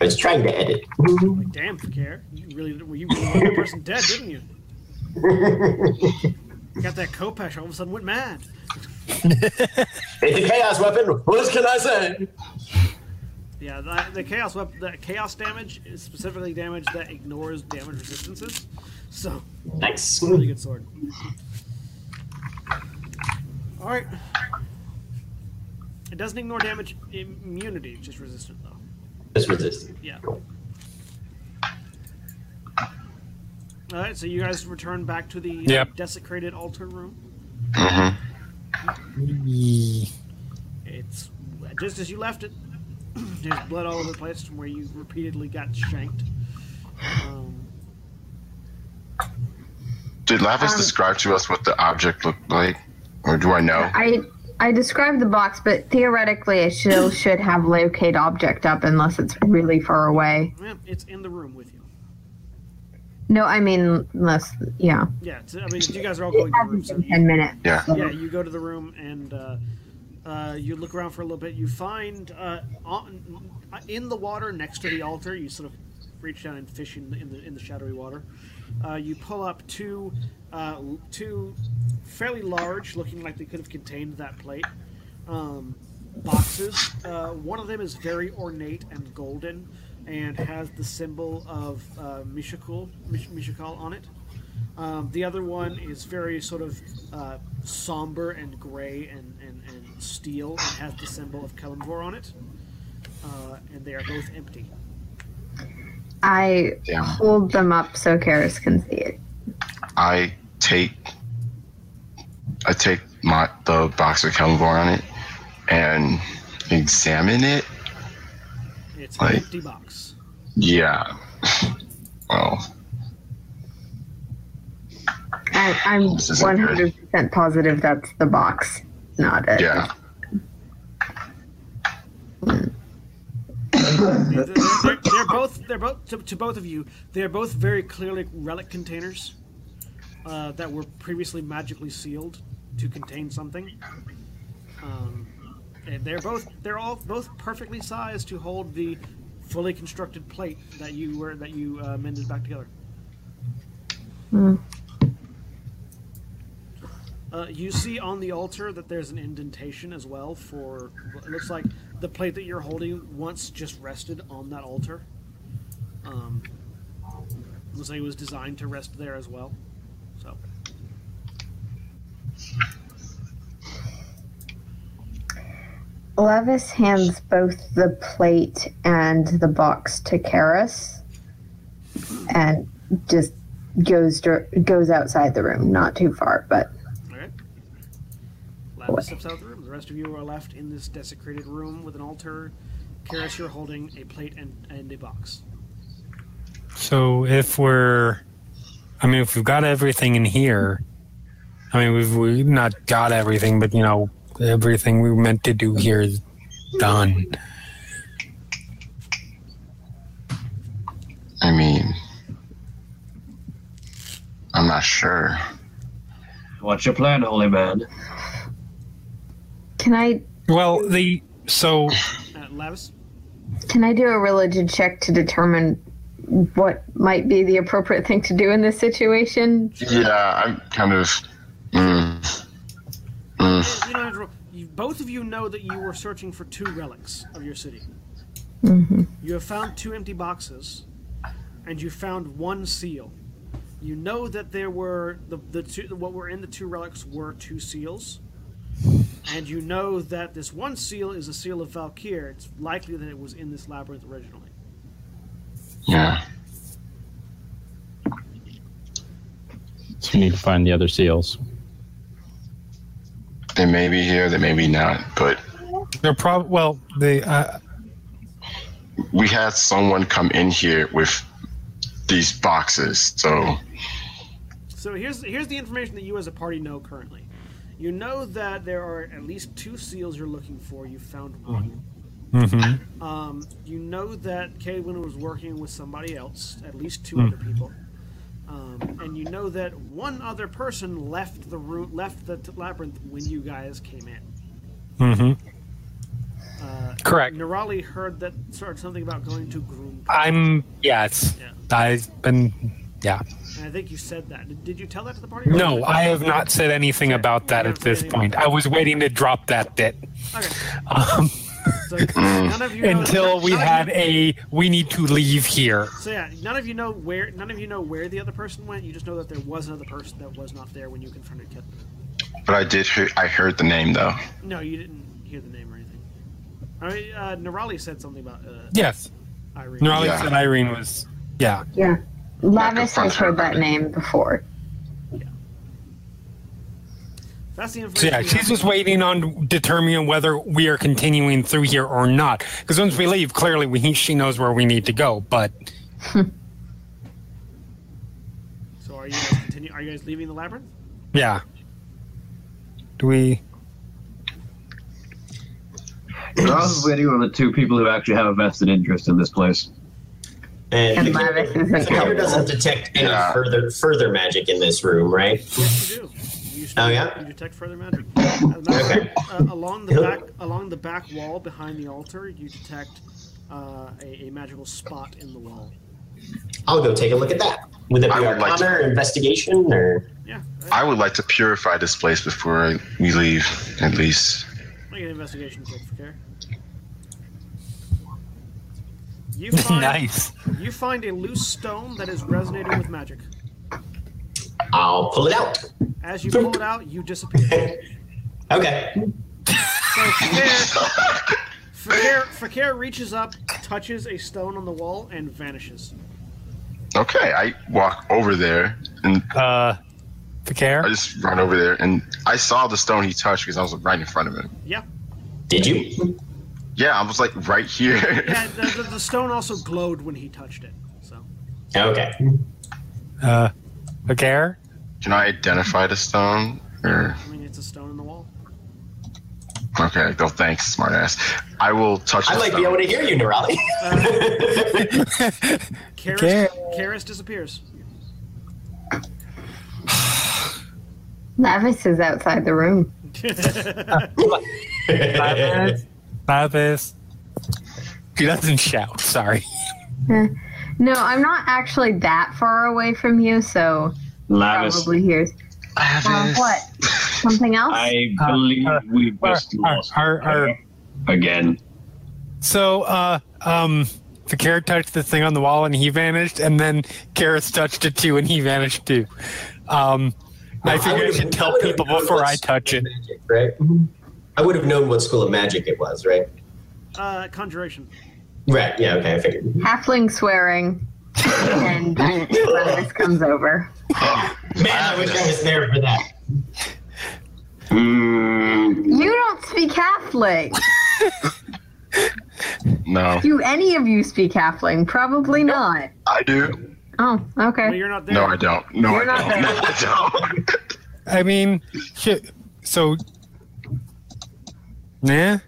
I was trying to edit.
Like damn, care. You really, well, you really wanted the person dead, didn't you? Got that Kopesh all of a sudden went mad.
It's a chaos weapon. What can I say?
Yeah, the, the chaos wep- the chaos damage is specifically damage that ignores damage resistances. So
Nice.
really good sword. All right. It doesn't ignore damage immunity, it's just resistant though.
Just resist.
Yeah. All right, so you guys return back to the uh,
Yep.
desecrated altar room.
Mm-hmm.
It's just as you left it. There's blood all over the place from where you repeatedly got shanked. Um,
Did Lavis
Um,
describe to us what the object looked like, or do I know?
I I described the box, but theoretically, it still should have locate object up unless it's really far away.
yeah, it's in the room with you.
No, I mean unless yeah,
Yeah, it's, I mean, you guys are all going to
it
the room.
hasn't
So
been
you,
ten minutes.
Yeah.
yeah, you go to the room and uh, uh, you look around for a little bit. You find uh, on, in the water next to the altar. You sort of reach down and fish in the in the, in the shadowy water. Uh, you pull up two uh, two fairly large, looking like they could have contained that plate. Um, boxes. Uh, one of them is very ornate and golden, and has the symbol of uh, Mishakul Mish- Mishakal on it. Um, the other one is very sort of uh, somber and gray and, and, and steel and has the symbol of Kalimvor on it. Uh, and they are both empty.
I
Damn.
hold them up so Karis can see it.
I take I take my the box with Kelvor on it and examine it.
It It's
Right.
an empty box.
Yeah. Well,
I, I'm
Oh, This isn't good.
100% positive that's the box, not it.
yeah.
They're, they're- they're both they're both to, to both of you. They're both very clearly relic containers uh, that were previously magically sealed to contain something. Um, and they're both they're all both perfectly sized to hold the fully constructed plate that you were that you uh, mended back together. Uh, you see on the altar that there's an indentation as well for it looks like the plate that you're holding once just rested on that altar. Um, looks like it was designed to rest there as well. So
Levis hands both the plate and the box to Karis and just goes dir- goes outside the room, not too far, but
all right. Lavis steps out of the room. The rest of you are left in this desecrated room with an altar. Karis, you're holding a plate and, and a box.
So if we're, I mean, if we've got everything in here, I mean, we've, we've not got everything, but you know, everything we meant to do here is done.
I mean, I'm not sure.
What's your plan, holy man?
can I
Well, the so
Uh, Lavis,
can I do a religion check to determine what might be the appropriate thing to do in this situation?
Yeah, I'm kind of. Mm, mm,
you don't have to, roll. you, both of you know that you were searching for two relics of your city. You have found two empty boxes, and you found one seal. You know that there were the, the two what were in the two relics were two seals, and you know that this one seal is a seal of Valkyr. It's likely that it was in this labyrinth originally.
yeah.
So we need to find the other seals.
They may be here, they may be not, but
they're prob well the uh,
we had someone come in here with these boxes, so
So here's here's the information that you as a party know currently. You know that there are at least two seals you're looking for. You found one.
mhm.
Um, you know that Cadwin was working with somebody else, at least two other people, um, and you know that one other person left the room, left the t- labyrinth when you guys came in.
correct.
Nirali heard that started something about going to Groom,
I'm yeah, it's
Yeah.
I've been yeah.
and I think you said that. Did, did you tell that to the party?
No, I have not said anything about that at this point. I was waiting to drop that bit
Okay. so none of you know-
until we
none of you-
had a we need to leave here.
So yeah, none of you know where none of you know where the other person went. You just know that there was another person that was not there when you confronted Cadwin.
but I did hear I heard the name though.
No, you didn't hear the name or anything. I mean, uh, Nirali said something about uh,
Yes,
Irene.
Nerali
Yeah.
said Irene was yeah.
Yeah. Lavis
confront
has heard
her.
that name before.
That's the
So
information.
yeah,
you
she's
have.
just waiting on determining whether we are continuing through here or not. Because once we leave, clearly we, she knows where we need to go. But
So are you guys continue? Are you guys leaving the labyrinth?
yeah, do we?
Ross is waiting on the two people who actually have a vested interest in this place.
And
And
the
Lavis
computer-
isn't
the computer
helpful.
doesn't detect any
Yeah.
further further magic in this room, right?
Yes, you do. You
Oh, yeah?
You detect further magic. As a matter of
Okay.
fact, uh, along the
Cool.
back, along the back wall behind the altar, you detect uh, a, a magical spot in the wall.
I'll go take a look at that. Would that
I
be
would like
Arcana or investigation or?
Yeah, uh,
I would like to purify this place before I- we leave, at least.
make an investigation check for care. You find
nice.
you find a loose stone that is resonating with magic.
I'll pull it out.
As you pull it out, you disappear.
Okay.
So Fakir, Fakir, Fakir reaches up, touches a stone on the wall, and vanishes.
Okay, I walk over there and
Uh, the care.
I just run over there and I saw the stone he touched because I was right in front of him.
Yeah.
Did you?
Yeah, I was like right here.
Yeah, the, the, the stone also glowed when he touched it. So
Okay.
Uh, okay.
Can I identify the stone? Or
I mean, it's a stone in the wall.
okay, go thanks, smartass. I will touch.
I
the
might
stone.
be able to hear you, Nerali.
Karis,
Okay.
Karis disappears.
Lavis is outside the room.
Lavis. He doesn't shout. Sorry.
No, I'm not actually that far away from you, so
Lavis.
probably hears. Uh,
Lavis.
what? Something else?
I believe
uh,
we just
our-
lost
our- our-
again.
So, uh, um, the carrot touched this thing on the wall and he vanished, and then Karis touched it too and he vanished too. Um, I figure I
would've-
should tell
would've
people
known
before
what
I
school
touch
of
it.
magic, right? Mm-hmm. I would have known what school of magic it was, right?
Uh, conjuration.
Right. Yeah. Okay. I figured.
Halfling swearing, and Lavis comes over.
Man, I wish I was there for that.
Mm,
You don't speak Halfling.
No,
Do any of you speak Halfling? Probably not.
I do.
Oh,
But
okay.
you're not there.
No, I don't. No,
You're
I don't.
not there.
No, I don't.
I mean, shit. So, yeah.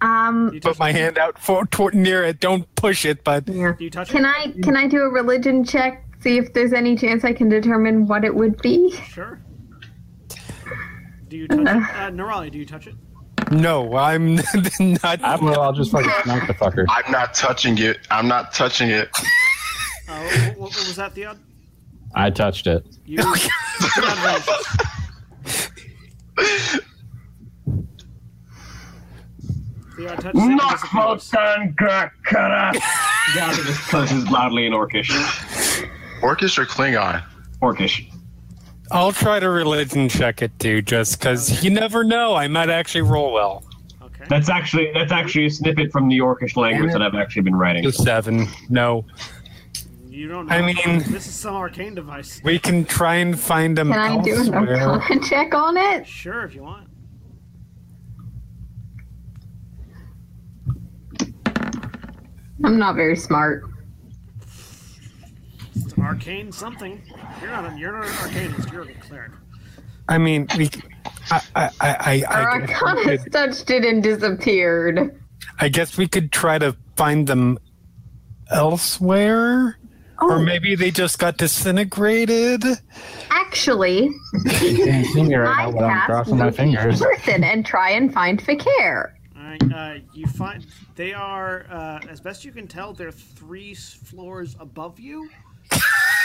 Um,
Do you touch
Put my
it?
hand out for toward near it. Don't push it, but
yeah.
Do you touch
Can
it?
I can I do a religion check? See if there's any chance I can determine what it would be.
Sure. Do you touch it? Uh, Nerali, do you touch it?
no, I'm not.
I will. I'll just fucking smack the fucker.
I'm not touching it. I'm not touching it.
Uh, what, what was that, Theod?
I touched it.
You, Theod vanishes. Theod touches it and disappears.
Lavis curses loudly in Orcish.
Orcish or Klingon?
Orcish.
I'll try to religion check it too, just because you never know. I might actually roll well.
Okay.
That's actually that's actually a snippet from the Orcish language that I've actually been writing.
Seven. No,
You don't know.
I mean-
this is some arcane device.
we can try and find them
Can I do an
elsewhere.
arcana check on it?
Sure, if you want.
I'm not very smart.
It's an arcane something. You're not. A, you're not an arcanist. You're a cleric.
I mean, we. I I I
Our
I, I, guess we
arcana
could,
touched it and disappeared.
I guess we could try to find them elsewhere, or
Oh.
maybe they just got disintegrated.
Actually,
Can't see me right now, but I'm
I
crossing my fingers.
person and try and find Fakir.
All right. Uh, you find they are, uh, as best you can tell, they're three s- floors above you,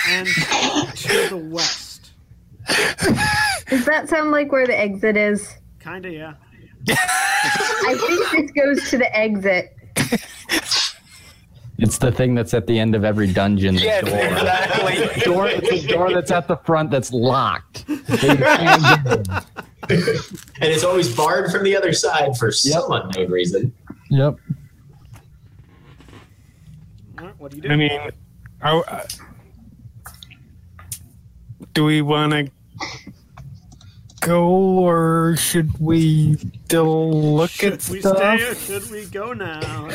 and to the west.
Does that sound like where the exit is?
Kinda, yeah.
I think this goes to the exit.
It's the thing that's at the end of every dungeon. Yeah,
exactly.
door. It's a door that's at the front that's locked. They can't get in.
And it's always barred from the other side for some unknown reason.
Yep.
All right, what do you do?
I mean, are, uh, do we want to go or should we still look
should
at
we
stuff?
stay or should we go now?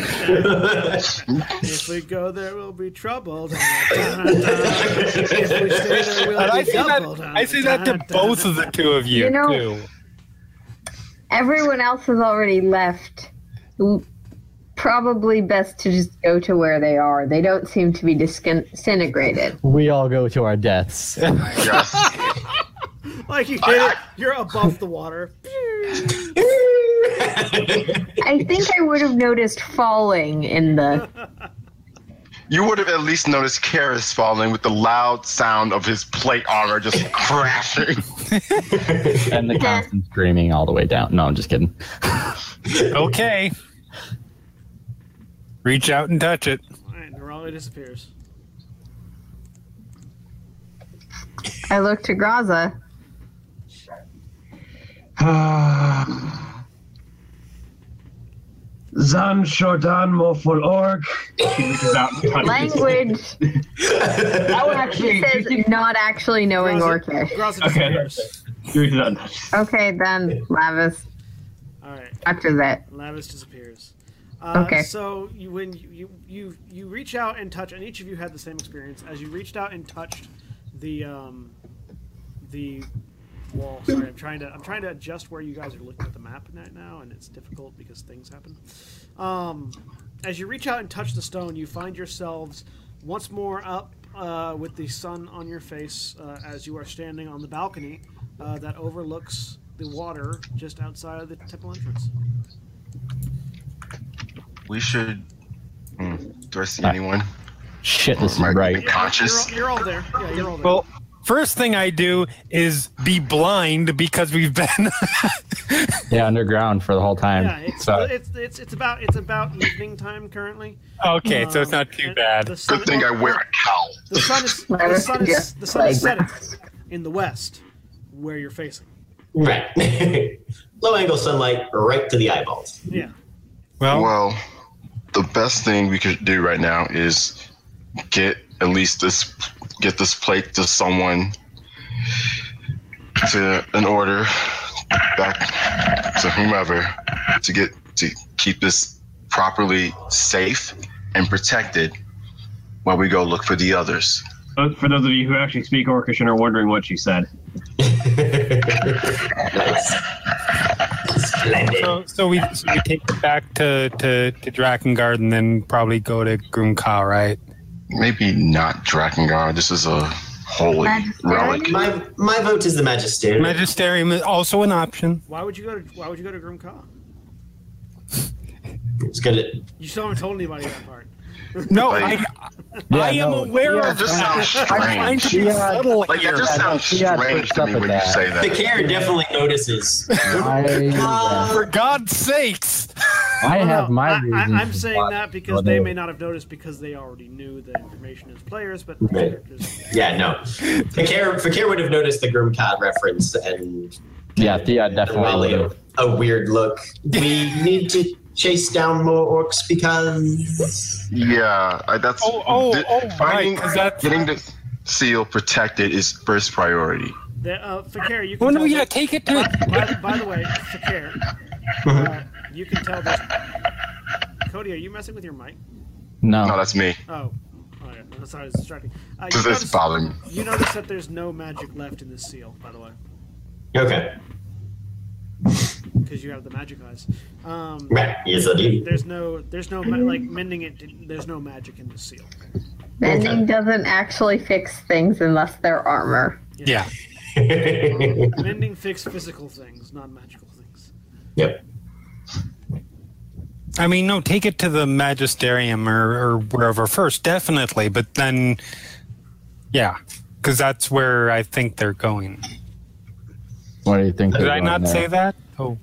if we go there, we'll be troubled. if we stay there, we'll
But
be
I say
doubled.
that I say that to both of the two of you,
You know-
too.
Everyone else has already left. L- Probably best to just go to where they are. They don't seem to be discon- disintegrated.
We all go to our deaths.
Yes.
Like you hit it, you're above the water.
I think I would have noticed falling in the.
you would have at least noticed Karis falling with the loud sound of his plate armor just crashing.
and the constant screaming all the way down. No, I'm just kidding.
Okay. Reach out and touch it.
All right, Nerali disappears.
I looked to Graza.
Zan Shodan Moful Org.
Language.
That would actually.
He says not actually knowing Orcish.
Graza
Okay.
disappears.
You're done.
Okay, then Lavis
All right,
after that.
Lavis disappears. Uh,
Okay.
So you, when you, you you you reach out and touch, and each of you had the same experience as you reached out and touched the um, the wall. Sorry, I'm trying to I'm trying to adjust where you guys are looking at the map right now, and it's difficult because things happen. Um, as you reach out and touch the stone, you find yourselves once more up uh, with the sun on your face uh, as you are standing on the balcony uh, that overlooks the water just outside of the temple entrance.
We should. Hmm, do I see anyone?
Shit, this is
Am I
right.
Conscious.
You're all, you're all there. Yeah, you're all there.
Well, first thing I do is be blind because we've been.
Yeah, underground for the whole time.
Yeah, it's,
so
it's, it's, it's about it's about evening time currently.
okay, so it's
Um,
not too
and
bad.
the sun-
Good thing I wear a cowl.
The sun is
Never
the sun is,
forget
the sun is setting
playground.
in the west, where you're facing.
Right. Low angle sunlight right to the eyeballs.
Yeah,
Well,
Well, the best thing we could do right now is get at least this get this plate to someone to an order back to whomever to get to keep this properly safe and protected while we go look for the others.
But For those of you who actually speak Orcish and are wondering what she said,
nice. Splendid.
so, so we so we take it back to to to Drakengard and then probably go to Grunka, right?
Maybe not Drakengard. This is a holy relic.
My my vote is the Magister.
Magisterium is also an option.
why would you go to why would you go to Grim Ka?
It's gonna
You still haven't told anybody that part.
No,
Like-
I I am
no,
aware
yeah,
of
That just sounds
I'm trying to
strange.
be
Yeah.
subtle
Like it
here.
just sounds
She got
strange
fixed
to
up
me
with
when you
that.
say
the
that.
care definitely notices. Uh,
I,
For God's sakes!
I have my
Uh, I,
reasons.
I, am saying
why-
that
why
because they
do
may
it.
not have noticed because they already knew the information as players, but the
Right.
characters.
Yeah, no. Fakir, Fakir would have noticed the Grimcod reference and
Yeah, Thea
Wally
definitely.
a,
would've.
a weird look. We need to chase down more orcs because
Yeah, I, that's
Oh, oh,
th-
oh, right,
finding
'cause that's-
getting the seal protected is first priority.
They, uh, Fakir, you can.
Well, no,
tell
yeah,
that-
take it to
by, by the way, Fakir, uh, you can tell this. Cody, are you messing with your mic?
No,
No,
that's me.
Oh, oh yeah. I'm sorry, it's distracting. Uh, you,
Does this
notice,
bother me?
you notice that there's no magic left in this seal, by the way,
Okay.
because you have the magic eyes. Um,
Right. Yes, I do.
there's no, there's no, ma- like mending it. didn't- There's no magic in this seal.
Bending doesn't actually fix things unless they're armor.
Yeah.
Mending fix physical things, not magical things.
yep.
I mean, no, take it to the magisterium or, or wherever first, definitely. But then, yeah, because that's where I think they're going.
what do you think?
Did I not say that? Oh,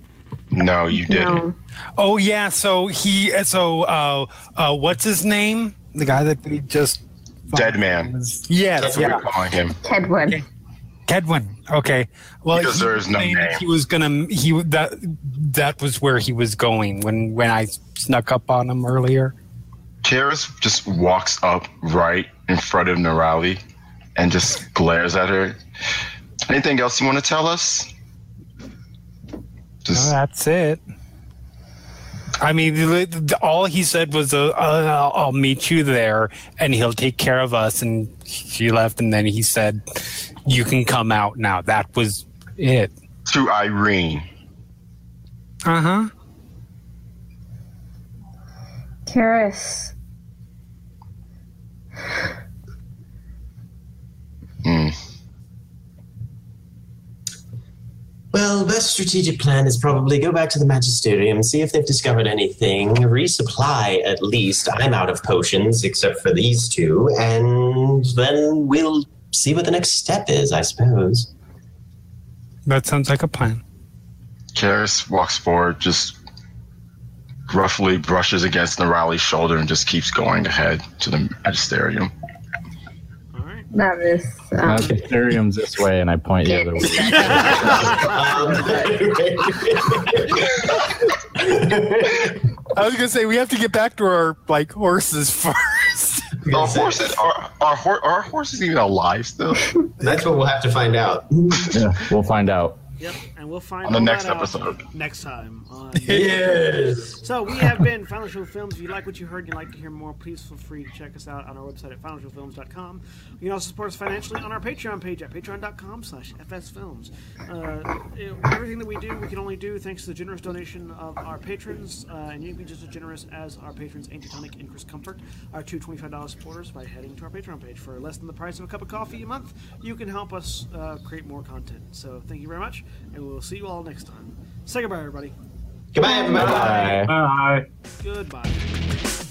No, you didn't.
No.
oh yeah. So he, so uh, uh, what's his name? The guy that we just
Dead man.
yes,
That's what
yeah,
we're calling him.
Tedwood.
Kedwin. Okay. Well,
He deserves no
claimed
name.
He was gonna. He that that was where he was going when when I snuck up on him earlier.
Karis just walks up right in front of Nerali and just glares at her. Anything else you want to tell us?
No,
Just
that's it. I mean, the- the- all he said was, uh, uh, "I'll meet you there, and he'll take care of us." And she left, and then he said, "You can come out now." That was it.
to Irene.
Uh huh.
Karis.
Hmm.
Well, best strategic plan is probably go back to the Magisterium, see if they've discovered anything, resupply at least. I'm out of potions except for these two, and then we'll see what the next step is, I suppose.
That sounds like a plan.
Karis walks forward, just roughly brushes against Nerali's shoulder and just keeps going ahead to the magisterium.
All right.
That is. Um,
Magisterium's this way, and I point the other way.
I was gonna say we have to get back to our like horses first.
Our horses are our, hor- our horses even alive still.
That's what we'll have to find out.
Yeah, we'll find out.
Yep. And and we'll find
On the
all
next
that out
episode.
next time. on-
Yes.
so we have been Final Show Films. If you like what you heard and you'd like to hear more, please feel free to check us out on our website at finalshowfilms.com. You can also support us financially on our Patreon page at patreon.com slash fsfilms. Uh, you know, everything that we do, we can only do thanks to the generous donation of our patrons, uh, and you can be just as generous as our patrons Angie Tonic and Chris Comfort, our two $25 supporters, by heading to our Patreon page. For less than the price of a cup of coffee a month, you can help us uh, create more content. So thank you very much, and we'll see you all next time. Say goodbye, everybody.
Goodbye, everybody.
Bye.
Goodbye.
Bye.